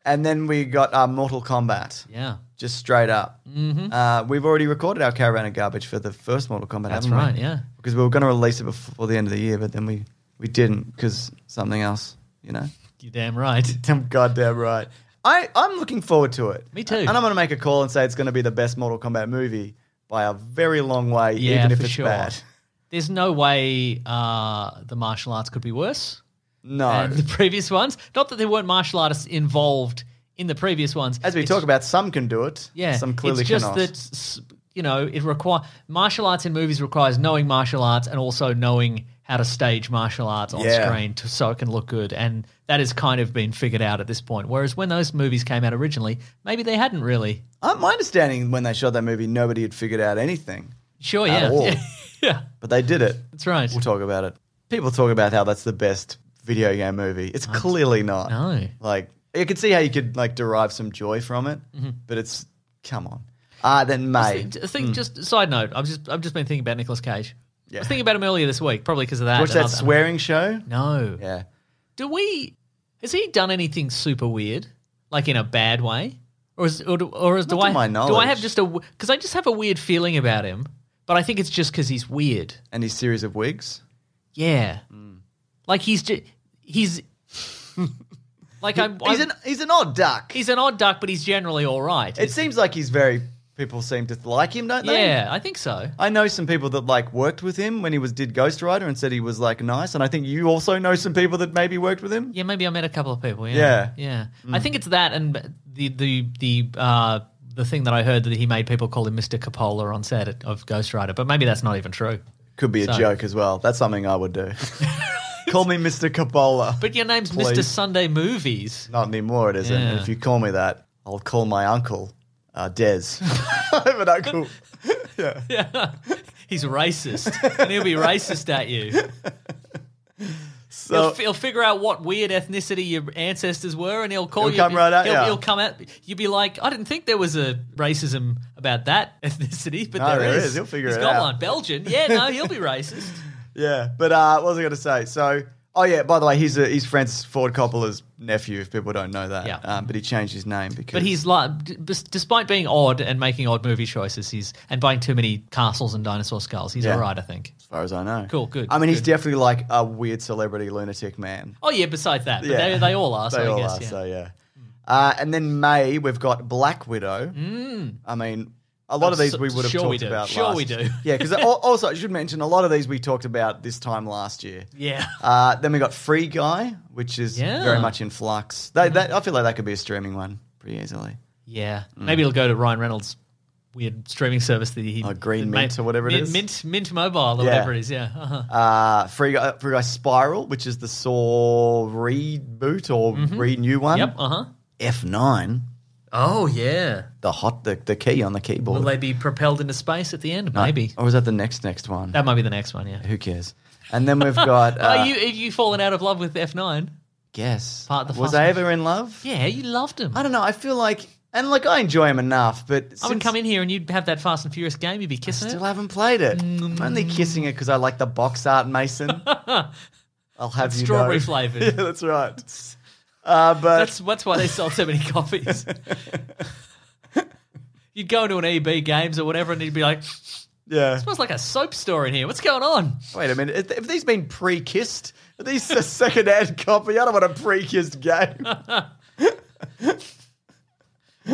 Speaker 1: and then we got uh, Mortal Kombat.
Speaker 3: Yeah.
Speaker 1: Just straight up. Mm-hmm. Uh, we've already recorded our caravan of garbage for the first Mortal Kombat.
Speaker 3: That's
Speaker 1: haven't we?
Speaker 3: right, yeah.
Speaker 1: Because we were going to release it before the end of the year, but then we, we didn't because something else, you know?
Speaker 3: You're damn right.
Speaker 1: Damn goddamn right. I, I'm looking forward to it.
Speaker 3: Me too.
Speaker 1: And I'm going to make a call and say it's going to be the best Mortal Kombat movie by a very long way,
Speaker 3: Yeah,
Speaker 1: even if
Speaker 3: for
Speaker 1: it's
Speaker 3: sure.
Speaker 1: bad.
Speaker 3: There's no way uh, the martial arts could be worse
Speaker 1: No.
Speaker 3: than the previous ones. Not that there weren't martial artists involved in the previous ones.
Speaker 1: As we
Speaker 3: It's-
Speaker 1: talk about, some can do it.
Speaker 3: yeah,
Speaker 1: Some clearly
Speaker 3: it's just
Speaker 1: cannot.
Speaker 3: that s- you know it require martial arts in movies requires knowing martial arts and also knowing how to stage martial arts on
Speaker 1: Yeah.
Speaker 3: screen to, so it can look good, and that has kind of been figured out at this point. Whereas when those movies came out originally, maybe they hadn't really.
Speaker 1: Uh, my understanding when they shot that movie, nobody had figured out anything,
Speaker 3: Sure,
Speaker 1: At
Speaker 3: yeah,
Speaker 1: all.
Speaker 3: yeah, yeah,
Speaker 1: but they did it.
Speaker 3: that's right.
Speaker 1: We'll talk about it. People talk about how that's the best video game movie. It's clearly not.
Speaker 3: No.
Speaker 1: Like you could see how you could like derive some joy from it,
Speaker 3: Mm-hmm.
Speaker 1: but it's come on. Ah, then May.
Speaker 3: I think just a side note. I've just I've just been thinking about Nicolas Cage. I
Speaker 1: Hmm. Yeah.
Speaker 3: was thinking about him earlier this week, probably because of that.
Speaker 1: Watch
Speaker 3: and
Speaker 1: that
Speaker 3: other-
Speaker 1: swearing show.
Speaker 3: No.
Speaker 1: Yeah.
Speaker 3: Do we? Has he done anything super weird, like in a bad way, or is or do, or is, do
Speaker 1: Not to
Speaker 3: I
Speaker 1: my
Speaker 3: do I
Speaker 1: knowledge.
Speaker 3: have just a because I just have a weird feeling about him, but I think it's just because he's weird.
Speaker 1: And his series of wigs.
Speaker 3: Yeah.
Speaker 1: Hmm.
Speaker 3: Like he's just he's like I'm.
Speaker 1: He's
Speaker 3: I'm-
Speaker 1: an he's an odd duck.
Speaker 3: he's an odd duck, but he's generally all right.
Speaker 1: it seems like he's very people seem to like him, don't they?
Speaker 3: yeah, I think so.
Speaker 1: I know some people that like worked with him when he was did Ghost Rider and said he was like nice, and I think you also know some people that maybe worked with him.
Speaker 3: Yeah, maybe I met a couple of people. Yeah,
Speaker 1: Yeah. Mm.
Speaker 3: yeah. I think it's that, and the the the uh, the thing that I heard that he made people call him Mister Coppola on set at, of Ghost Rider, but maybe that's not even true.
Speaker 1: Could be a
Speaker 3: So-
Speaker 1: joke as well. That's something I would do. call me Mr. Capola.
Speaker 3: But your name's Mister
Speaker 1: Please.
Speaker 3: Sunday Movies.
Speaker 1: Not anymore, it isn't.
Speaker 3: Yeah.
Speaker 1: And if you call me that, I'll call my uncle uh, Des. I have an uncle.
Speaker 3: He's racist, and he'll be racist at you.
Speaker 1: So
Speaker 3: he'll, he'll figure out what weird ethnicity your ancestors were, and he'll call
Speaker 1: He'll
Speaker 3: you.
Speaker 1: come right out,
Speaker 3: He'll,
Speaker 1: yeah.
Speaker 3: he'll come out. You'll be like, I didn't think there was a racism about that ethnicity, but
Speaker 1: No, there
Speaker 3: is.
Speaker 1: is. He'll figure
Speaker 3: He's
Speaker 1: it
Speaker 3: got
Speaker 1: out.
Speaker 3: one. Belgian. Yeah, no, he'll be racist.
Speaker 1: yeah, but uh, what was I going to say? So Oh yeah. By the way, he's a, he's Francis Ford Coppola's nephew. If people don't know that,
Speaker 3: Yeah.
Speaker 1: Um, but he changed his name because.
Speaker 3: But he's like, d- bes- despite being odd and making odd movie choices, he's and buying too many castles and dinosaur skulls, he's
Speaker 1: Yeah.
Speaker 3: all right, I think.
Speaker 1: as far as I know.
Speaker 3: Cool, good,
Speaker 1: I mean, he's
Speaker 3: good.
Speaker 1: definitely like a weird celebrity lunatic man.
Speaker 3: Oh yeah, besides that, but
Speaker 1: Yeah.
Speaker 3: they, they all are. So
Speaker 1: they
Speaker 3: I
Speaker 1: all
Speaker 3: guess,
Speaker 1: are.
Speaker 3: yeah.
Speaker 1: So yeah. Uh, and then May, we've got Black Widow. I mean, a lot of
Speaker 3: I'm
Speaker 1: these
Speaker 3: Mm. so-
Speaker 1: we would have
Speaker 3: sure
Speaker 1: talked
Speaker 3: we do.
Speaker 1: about.
Speaker 3: Sure
Speaker 1: last-
Speaker 3: we do.
Speaker 1: yeah, because also I should mention a lot of these we talked about this time last year.
Speaker 3: yeah.
Speaker 1: Uh, then we got Free Guy, which is
Speaker 3: Yeah.
Speaker 1: very much in flux. They, that, I feel like that could be a streaming one pretty easily.
Speaker 3: Yeah.
Speaker 1: Mm.
Speaker 3: Maybe it'll go to Ryan Reynolds' weird streaming service that he.
Speaker 1: Oh, Green
Speaker 3: that ma-
Speaker 1: Mint or whatever it
Speaker 3: Mint,
Speaker 1: is.
Speaker 3: Mint, Mint Mobile or
Speaker 1: Yeah.
Speaker 3: whatever it is, yeah. Uh-huh.
Speaker 1: Uh, Free Guy, Free Guy Spiral, which is the Saw reboot or renew one.
Speaker 3: Yep, uh huh.
Speaker 1: F nine,
Speaker 3: Oh, yeah.
Speaker 1: the hot the, the key on the keyboard.
Speaker 3: Will they be propelled into space at the end?
Speaker 1: No.
Speaker 3: Maybe.
Speaker 1: Or is that the next next one?
Speaker 3: That might be the next one, yeah.
Speaker 1: Who cares? And then we've got. Uh,
Speaker 3: Are you, have you fallen out of love with F9?
Speaker 1: Yes.
Speaker 3: Part of the
Speaker 1: Was
Speaker 3: fast-
Speaker 1: I ever in love?
Speaker 3: Yeah, you loved him.
Speaker 1: I don't know. I feel like, and like I enjoy him enough, but
Speaker 3: I would
Speaker 1: since
Speaker 3: come in here and you'd have that Fast and Furious game. You'd be
Speaker 1: I
Speaker 3: kissing
Speaker 1: still
Speaker 3: it.
Speaker 1: haven't played it.
Speaker 3: Mm.
Speaker 1: I'm only kissing it because I like the box art, Mason. I'll have you
Speaker 3: Strawberry
Speaker 1: know.
Speaker 3: flavored.
Speaker 1: yeah, that's right. Uh, but
Speaker 3: That's that's why they sold so many copies. you'd go into an EB Games or whatever, and you'd be like,
Speaker 1: yeah.
Speaker 3: "Smells like a soap store in here. What's going on?"
Speaker 1: Wait a minute. If- If these been pre-kissed, are these a second-hand copy? I don't want a pre-kissed game.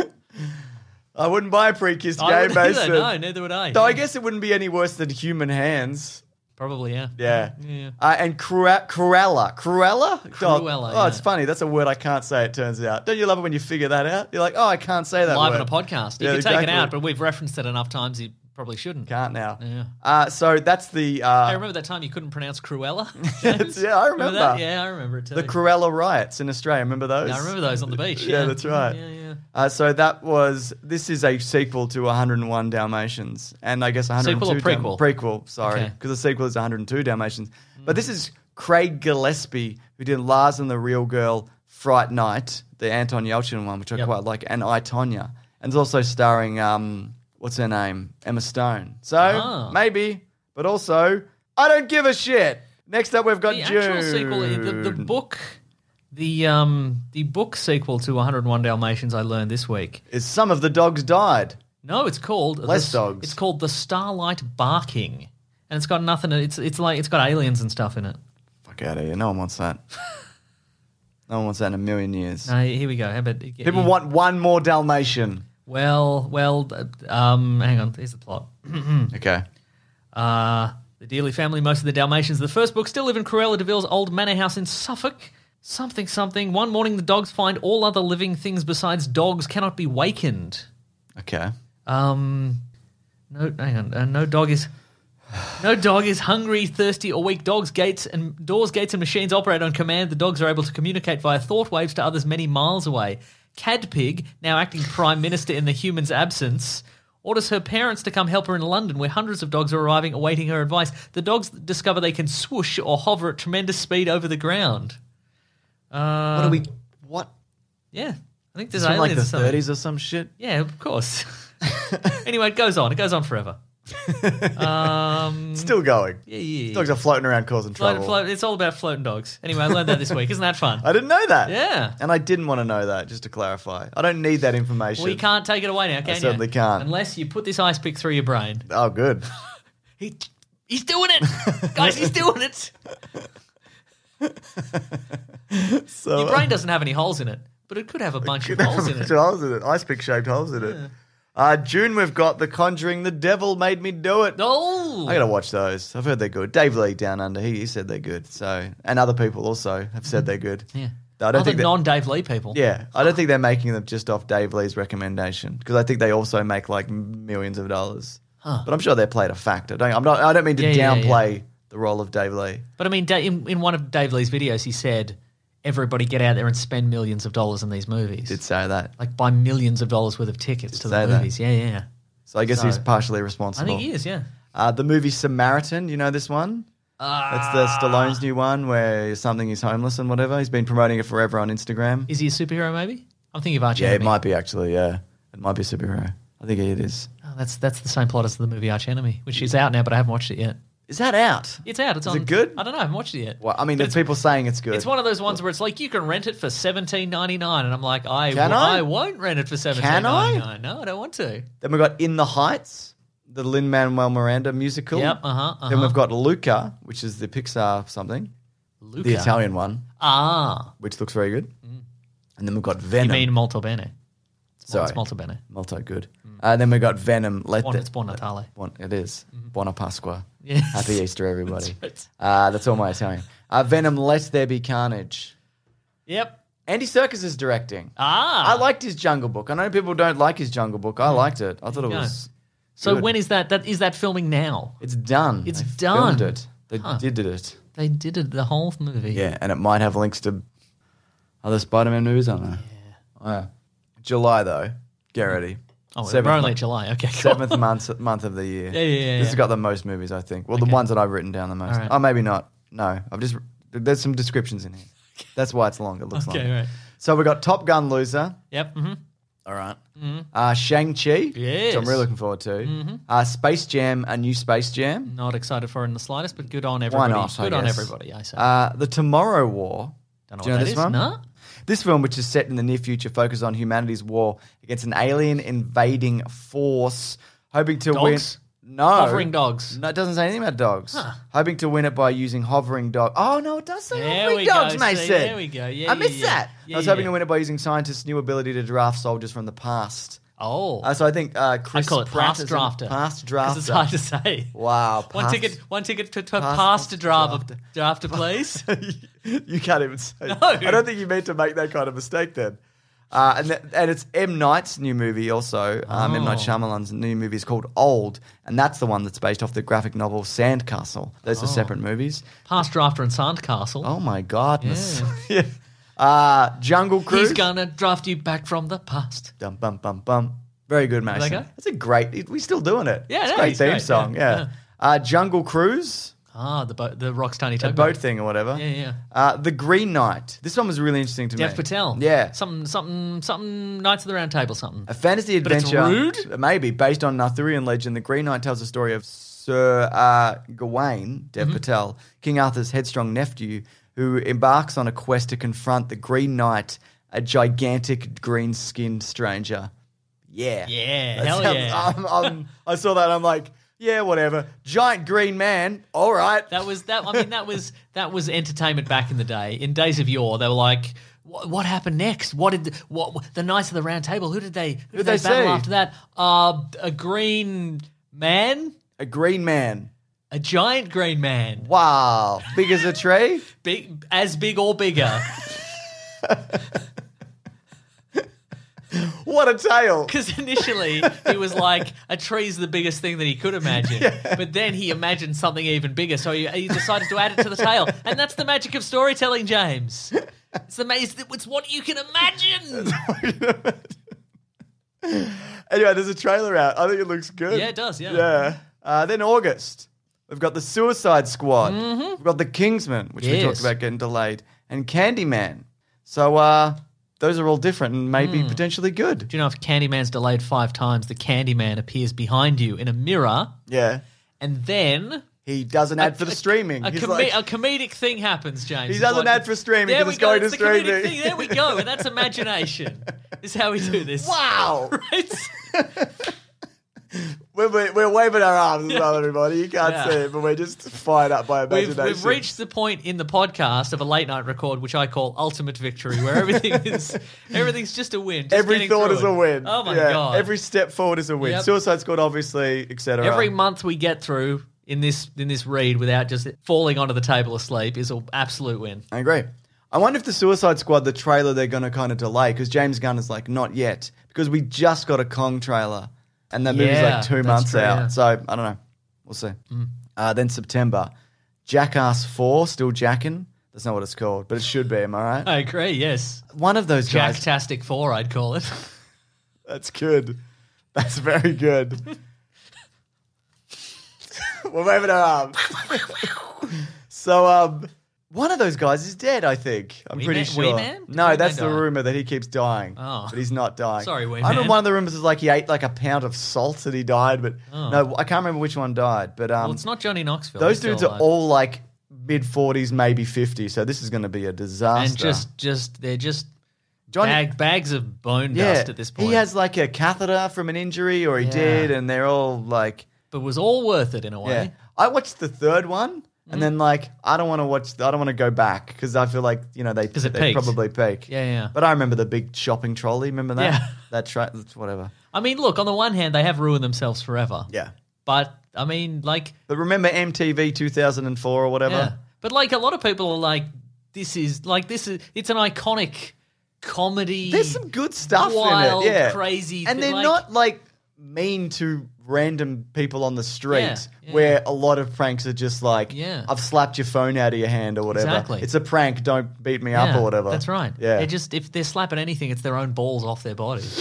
Speaker 1: I wouldn't buy a pre-kissed
Speaker 3: I
Speaker 1: game,
Speaker 3: wouldn't either.
Speaker 1: Mason.
Speaker 3: No, neither would I.
Speaker 1: Though I guess it wouldn't be any worse than human hands.
Speaker 3: Probably, yeah.
Speaker 1: Yeah.
Speaker 3: Yeah.
Speaker 1: Uh, and Cruella. Cruella. Cruella? Dog.
Speaker 3: Cruella,
Speaker 1: Oh,
Speaker 3: yeah.
Speaker 1: it's funny. That's a word I can't say, it turns out. Don't you love it when you figure that out? You're like, oh, I can't say that
Speaker 3: Live
Speaker 1: word.
Speaker 3: on a podcast. You
Speaker 1: Yeah,
Speaker 3: can take
Speaker 1: exactly.
Speaker 3: it out, but we've referenced it enough times. You probably shouldn't.
Speaker 1: Can't now.
Speaker 3: Yeah.
Speaker 1: Uh, so that's the
Speaker 3: I
Speaker 1: uh,
Speaker 3: remember that time you couldn't pronounce Cruella.
Speaker 1: yeah, I
Speaker 3: that?
Speaker 1: remember.
Speaker 3: Yeah, I remember it too.
Speaker 1: the Cruella riots in Australia. Remember those?
Speaker 3: Yeah, I remember those on the beach.
Speaker 1: Yeah,
Speaker 3: Yeah,
Speaker 1: that's right.
Speaker 3: Yeah, yeah.
Speaker 1: Uh, so that was. This is a sequel to 101 Dalmatians, and I guess 102
Speaker 3: Sequel or
Speaker 1: Dal-
Speaker 3: prequel?
Speaker 1: prequel, sorry,
Speaker 3: Okay. Hmm.
Speaker 1: because the sequel is 102 Dalmatians. But this is Craig Gillespie who did Lars and the Real Girl, Fright Night, the Anton Yelchin one, which I
Speaker 3: Yep.
Speaker 1: quite like, and I Tonya, and it's also starring um, what's her name, Emma Stone. So
Speaker 3: Ah.
Speaker 1: maybe, but also I don't give a shit. Next up, we've got
Speaker 3: The
Speaker 1: June.
Speaker 3: actual sequel, the, the book, the um, the book sequel to 101 Dalmatians. I learned this week.
Speaker 1: is some of the dogs died.
Speaker 3: No, it's called
Speaker 1: Less
Speaker 3: the,
Speaker 1: dogs.
Speaker 3: It's called the Starlight Barking, and it's got nothing. It's it's like it's got aliens and stuff in it.
Speaker 1: Fuck out of here. No one wants that. no one wants that in a million years.
Speaker 3: No, here we go. How about
Speaker 1: People want one more Dalmatian.
Speaker 3: Well, well, uh, um, hang on. Here's the plot.
Speaker 1: Okay.
Speaker 3: Uh, the Dealey family, most of the Dalmatians of the first book, still live in Cruella Deville's old manor house in Suffolk. Something, something. One morning, the dogs find all other living things besides dogs cannot be wakened.
Speaker 1: Okay.
Speaker 3: Um, no, hang on. Uh, no dog is. No dog is hungry, thirsty, or weak. Dogs, gates, and doors, gates, and machines operate on command. The dogs are able to communicate via thought waves to others many miles away. Cadpig, now acting prime minister in the human's absence, orders her parents to come help her in London, where hundreds of dogs are arriving awaiting her advice. The dogs discover they can swoosh or hover at tremendous speed over the ground.
Speaker 1: what are we. What?
Speaker 3: Yeah, I think there's
Speaker 1: It's from like
Speaker 3: Um, aliens
Speaker 1: the
Speaker 3: or something.
Speaker 1: 30s or some shit?
Speaker 3: Yeah, of course. anyway, it goes on. It goes on forever.
Speaker 1: Still going.
Speaker 3: Yeah, yeah, yeah.
Speaker 1: Dogs are floating around causing
Speaker 3: Float,
Speaker 1: trouble.
Speaker 3: float, it's all about floating dogs. Anyway, I learned that this week. Isn't that fun?
Speaker 1: I didn't know that.
Speaker 3: Yeah.
Speaker 1: And I didn't want to know that, just to clarify. I don't need that information.
Speaker 3: We can't take it away now, can you?
Speaker 1: certainly can't.
Speaker 3: Unless you put this ice pick through your brain.
Speaker 1: Oh, good.
Speaker 3: He, he's doing it! Guys, he's doing it!
Speaker 1: So, uh,
Speaker 3: Your brain doesn't have any holes in it, but it could have a bunch of holes in it.
Speaker 1: holes in it. Ice pick shaped holes in it. Uh, June, we've got The Conjuring, The Devil Made Me Do It.
Speaker 3: Oh!
Speaker 1: I gotta watch those. I've heard they're good. Dave Lee down under, he, he said they're good. So, and other people also have said they're good.
Speaker 3: yeah.
Speaker 1: I don't
Speaker 3: Other
Speaker 1: think that-
Speaker 3: non Dave Lee people.
Speaker 1: Yeah, I don't think they're making them just off Dave Lee's recommendation because I think they also make like millions of dollars. But I'm sure they played a factor. Don't, I'm not. I don't mean to
Speaker 3: Yeah, yeah, yeah,
Speaker 1: downplay the role of Dave Lee.
Speaker 3: But I mean, Da- in, in one of Dave Lee's videos, he said, everybody get out there and spend millions of dollars on these movies.
Speaker 1: Did say that.
Speaker 3: like buy millions of dollars worth of tickets to
Speaker 1: say
Speaker 3: the
Speaker 1: that.
Speaker 3: movies. Yeah, yeah.
Speaker 1: So I guess he's
Speaker 3: So-
Speaker 1: partially
Speaker 3: I
Speaker 1: responsible.
Speaker 3: think he is, yeah.
Speaker 1: Uh, the movie Samaritan. You know this one. That's the
Speaker 3: Ah. Uh,
Speaker 1: Stallone's new one where something is homeless and whatever. He's been promoting it forever on Instagram.
Speaker 3: Is he a superhero? Maybe I'm thinking of Archie.
Speaker 1: Yeah, it
Speaker 3: Enemy.
Speaker 1: might be actually. Yeah, it might be a superhero. I think it is.
Speaker 3: Oh, that's that's the same plot as the movie Arch Enemy, which is out now, but I haven't watched it yet.
Speaker 1: Is that out?
Speaker 3: It's out. It's
Speaker 1: Is
Speaker 3: on.
Speaker 1: it good?
Speaker 3: I don't know. I haven't watched it yet.
Speaker 1: Well, I mean,
Speaker 3: But
Speaker 1: there's people saying it's good.
Speaker 3: It's one of those ones where it's like you can rent it for seventeen ninety nine, and I'm like, I
Speaker 1: Can I?
Speaker 3: I won't rent it for seventeen
Speaker 1: Can I?
Speaker 3: ninety nine. No, I don't want to.
Speaker 1: Then we've got In the Heights, the Lin Manuel Miranda musical.
Speaker 3: Yep, uh-huh, uh-huh.
Speaker 1: Then we've got Luca, which is the Pixar something,
Speaker 3: Luca.
Speaker 1: the Italian one,
Speaker 3: Ah,
Speaker 1: which looks very good. And then we've got
Speaker 3: you
Speaker 1: Venom.
Speaker 3: mean molto bene?
Speaker 1: Sorry.
Speaker 3: It's molto bene.
Speaker 1: Molto good.
Speaker 3: Mm.
Speaker 1: Uh, then we've got Venom. Let
Speaker 3: Buon-
Speaker 1: the-
Speaker 3: it's buon Natale.
Speaker 1: Buon- it is. Buona Pasqua.
Speaker 3: Mm-hmm. Yes.
Speaker 1: Happy Easter, everybody.
Speaker 3: That's
Speaker 1: uh, that's all my Italian. Uh, Venom, Let There Be Carnage.
Speaker 3: Yep.
Speaker 1: Andy Serkis is directing.
Speaker 3: Ah.
Speaker 1: I liked his Jungle Book. I know people don't like his Jungle Book. I liked it. I thought it
Speaker 3: Yeah.
Speaker 1: was.
Speaker 3: So
Speaker 1: good.
Speaker 3: when is that? That is that filming now?
Speaker 1: It's done.
Speaker 3: It's
Speaker 1: They
Speaker 3: done.
Speaker 1: filmed it. They
Speaker 3: Huh.
Speaker 1: did it.
Speaker 3: They did it the whole movie.
Speaker 1: Yeah, and it might have links to other Spider-Man movies. I don't know. Oh, Yeah. July though, get ready.
Speaker 3: Oh,
Speaker 1: Seventh
Speaker 3: we're only
Speaker 1: month-
Speaker 3: July. Okay. Cool.
Speaker 1: Seventh month month of the year.
Speaker 3: Yeah, yeah, yeah,
Speaker 1: This
Speaker 3: yeah.
Speaker 1: has got the most movies, I think. Well, the ones that I've written down the most.
Speaker 3: Alright.
Speaker 1: Oh, maybe not. No, I've just there's some descriptions in here. That's why it's long. It looks
Speaker 3: Okay.
Speaker 1: long.
Speaker 3: Right.
Speaker 1: So we got Top Gun loser.
Speaker 3: Yep. hmm
Speaker 1: All right. Uh, Shang Chi.
Speaker 3: Mm-hmm. Yes. Mm-hmm.
Speaker 1: Which I'm really looking forward to. Uh, Space Jam, a new Space Jam.
Speaker 3: Not excited for it in the slightest, but good on
Speaker 1: Why
Speaker 3: everybody.
Speaker 1: not? I
Speaker 3: Good on
Speaker 1: guess.
Speaker 3: everybody. I say.
Speaker 1: Uh, the Tomorrow War.
Speaker 3: Don't know
Speaker 1: do you
Speaker 3: what
Speaker 1: know
Speaker 3: that
Speaker 1: this
Speaker 3: is.
Speaker 1: one?
Speaker 3: Nah.
Speaker 1: This film, which is set in the near future, focuses on humanity's war against an alien invading force, hoping to
Speaker 3: Dogs?
Speaker 1: win. No,
Speaker 3: Hovering dogs.
Speaker 1: No, it doesn't say anything about dogs. Hoping to win it by using hovering dog. Oh no, it does say
Speaker 3: There
Speaker 1: hovering
Speaker 3: we go,
Speaker 1: dogs,
Speaker 3: see,
Speaker 1: Mason.
Speaker 3: there we go. Yeah,
Speaker 1: I
Speaker 3: yeah,
Speaker 1: missed
Speaker 3: yeah.
Speaker 1: that.
Speaker 3: Yeah,
Speaker 1: I was
Speaker 3: yeah,
Speaker 1: hoping
Speaker 3: yeah.
Speaker 1: to win it by using scientists' new ability to draft soldiers from the past.
Speaker 3: Oh.
Speaker 1: Uh, so I think uh,
Speaker 3: I
Speaker 1: Chris
Speaker 3: call it
Speaker 1: Pratt
Speaker 3: past
Speaker 1: is in-
Speaker 3: drafter.
Speaker 1: Past
Speaker 3: Because it's hard to
Speaker 1: drafter.
Speaker 3: say.
Speaker 1: Wow.
Speaker 3: One
Speaker 1: past-
Speaker 3: ticket. One ticket to, to
Speaker 1: past-
Speaker 3: past,
Speaker 1: past
Speaker 3: drafter. Drafter, please.
Speaker 1: you can't even say.
Speaker 3: No.
Speaker 1: I don't think you meant to make that kind of mistake then. Uh, and, th- and it's M. Knight's new movie also. Um, M. Night
Speaker 3: Oh.
Speaker 1: Shyamalan's new movie is called Old, and that's the one that's based off the graphic novel Sandcastle. Those
Speaker 3: Oh.
Speaker 1: are separate movies.
Speaker 3: past drafter and Sandcastle.
Speaker 1: Oh my godness. Yeah. Uh, Jungle Cruise.
Speaker 3: He's gonna draft you back from the past.
Speaker 1: Dum, bum, bum, bum. Very good, Mason.
Speaker 3: go?
Speaker 1: That's a great, we're still doing it.
Speaker 3: Yeah,
Speaker 1: it's a
Speaker 3: no,
Speaker 1: great
Speaker 3: it's
Speaker 1: theme
Speaker 3: great,
Speaker 1: song.
Speaker 3: yeah,
Speaker 1: Yeah.
Speaker 3: yeah.
Speaker 1: Uh, Jungle Cruise.
Speaker 3: Ah, the boat, the rock's tiny
Speaker 1: a
Speaker 3: tugboat.
Speaker 1: boat thing or whatever.
Speaker 3: Yeah, yeah.
Speaker 1: Uh, the Green Knight. This one was really interesting to me.
Speaker 3: Dev Patel.
Speaker 1: Yeah.
Speaker 3: Something, something, something. Knights of the Round Table. Something.
Speaker 1: a fantasy
Speaker 3: But it's
Speaker 1: adventure.
Speaker 3: rude?
Speaker 1: Maybe based on an Arthurian legend, the Green Knight tells the story of Sir uh, Gawain,
Speaker 3: Mm-hmm.
Speaker 1: Dev Patel, King Arthur's headstrong nephew, who embarks on a quest to confront the Green Knight, a gigantic green-skinned stranger. Yeah.
Speaker 3: Yeah,
Speaker 1: That
Speaker 3: hell
Speaker 1: sounds-
Speaker 3: yeah.
Speaker 1: I'm- I'm- I saw that. I'm like, yeah, whatever. Giant green man. All right.
Speaker 3: That was that. I mean, that was that was entertainment back in the day. In days of yore, they were like, "What, what happened next? What did what, what- the Knights of the Round Table? Who did they? Who did
Speaker 1: they
Speaker 3: they, battle
Speaker 1: see?
Speaker 3: after that? Uh, a green man,
Speaker 1: a green man.
Speaker 3: a giant green man,
Speaker 1: Wow. Big as a tree?
Speaker 3: big as big or bigger."
Speaker 1: What a tale.
Speaker 3: Because initially he was like, a tree's the biggest thing that he could imagine. But then he imagined something even bigger, so he, he decided to add it to the tale. And that's the magic of storytelling, James. It's the ma- it's, it's what you can imagine.
Speaker 1: Anyway, there's a trailer out. I think it looks good.
Speaker 3: Yeah, it does, yeah.
Speaker 1: Yeah. Uh, then August, we've got the Suicide Squad. We've got the Kingsman, which we
Speaker 3: Mm-hmm. Yes.
Speaker 1: talked about getting delayed, and Candyman. So uh, those are all different and maybe
Speaker 3: Hmm.
Speaker 1: potentially good.
Speaker 3: Do you know if Candyman's delayed five times, the Candyman appears behind you in a mirror,
Speaker 1: Yeah.
Speaker 3: and then
Speaker 1: He does an ad for the streaming.
Speaker 3: a,
Speaker 1: He's
Speaker 3: com-
Speaker 1: like,
Speaker 3: a comedic thing happens, James.
Speaker 1: He does
Speaker 3: It's
Speaker 1: an ad for streaming
Speaker 3: There
Speaker 1: 'cause
Speaker 3: we
Speaker 1: it's
Speaker 3: go.
Speaker 1: going to
Speaker 3: it's the comedic
Speaker 1: streaming.
Speaker 3: thing. There we go. And that's imagination. is how we do this.
Speaker 1: wow.
Speaker 3: It's-
Speaker 1: we're, we're, we're waving our arms as well, everybody. You can't
Speaker 3: Yeah.
Speaker 1: see it, but we're just fired up by
Speaker 3: We've,
Speaker 1: imagination.
Speaker 3: we've reached the point in the podcast of a late night record, which I call ultimate victory, where everything is everything's just a win. just
Speaker 1: Every
Speaker 3: getting
Speaker 1: thought
Speaker 3: through
Speaker 1: is
Speaker 3: it.
Speaker 1: a win.
Speaker 3: Oh my
Speaker 1: Yeah,
Speaker 3: god!
Speaker 1: Every step forward is a win.
Speaker 3: Yep.
Speaker 1: Suicide Squad, obviously, etc.
Speaker 3: Every month we get through in this in this read without just falling onto the table asleep is an absolute win.
Speaker 1: I agree. I wonder if the Suicide Squad, the trailer, they're going to kind of delay because James Gunn is like, not yet, because we just got a Kong trailer and that movie's
Speaker 3: Yeah,
Speaker 1: like two
Speaker 3: that's
Speaker 1: months
Speaker 3: true,
Speaker 1: out.
Speaker 3: yeah. Mm.
Speaker 1: So I don't know. We'll see. Uh, then September, Jackass Four, still Jackin. That's not what it's called, but it should be. Am I right?
Speaker 3: I agree. Yes,
Speaker 1: One of those guys. Um,
Speaker 3: Jacktastic Four, I'd call it.
Speaker 1: That's good. That's very good. We're waving our arm. so, um, One of those guys is dead, I think. I'm
Speaker 3: Wee
Speaker 1: pretty
Speaker 3: Man- Wee
Speaker 1: sure.
Speaker 3: Man? Did
Speaker 1: No,
Speaker 3: Wee
Speaker 1: that's
Speaker 3: Man
Speaker 1: the
Speaker 3: die?
Speaker 1: rumor that he keeps dying.
Speaker 3: Oh.
Speaker 1: But he's not dying.
Speaker 3: Sorry, Wee
Speaker 1: I remember
Speaker 3: Man.
Speaker 1: one of the rumors was like he ate like a pound of salt and he died, but
Speaker 3: Oh.
Speaker 1: no, I can't remember which one died. But um,
Speaker 3: well, it's not Johnny Knoxville.
Speaker 1: those
Speaker 3: he's still
Speaker 1: dudes
Speaker 3: alive.
Speaker 1: are all like mid 40s, maybe 50, so this is going to be a disaster.
Speaker 3: and just just they're just
Speaker 1: Johnny-
Speaker 3: bag, bags of bone dust at this point.
Speaker 1: He has like a catheter from an injury, or he
Speaker 3: Yeah.
Speaker 1: did, and they're all like,
Speaker 3: but was all worth it in a way.
Speaker 1: yeah. I watched the third one,
Speaker 3: Mm.
Speaker 1: and then like, I don't want to watch, I don't want to go back because I feel like you know they
Speaker 3: 'Cause it
Speaker 1: they
Speaker 3: peaked.
Speaker 1: probably peak.
Speaker 3: Yeah, yeah.
Speaker 1: But I remember the big shopping trolley. Remember that?
Speaker 3: Yeah.
Speaker 1: That tra- whatever.
Speaker 3: I mean, look, on the one hand, they have ruined themselves forever.
Speaker 1: Yeah.
Speaker 3: But I mean, like,
Speaker 1: But remember MTV 2004 or whatever.
Speaker 3: yeah. But like, a lot of people are like, this is like this is it's an iconic comedy.
Speaker 1: There's some good stuff
Speaker 3: wild,
Speaker 1: in it. Yeah.
Speaker 3: crazy,
Speaker 1: And
Speaker 3: thi-
Speaker 1: they're
Speaker 3: like-
Speaker 1: not like mean to random people on the street
Speaker 3: Yeah, yeah.
Speaker 1: where a lot of pranks are just like
Speaker 3: Yeah.
Speaker 1: I've slapped your phone out of your hand or whatever.
Speaker 3: Exactly.
Speaker 1: It's a prank, don't beat me up
Speaker 3: Yeah,
Speaker 1: or whatever.
Speaker 3: That's right.
Speaker 1: Yeah.
Speaker 3: They just if they're slapping anything, it's their own balls off their body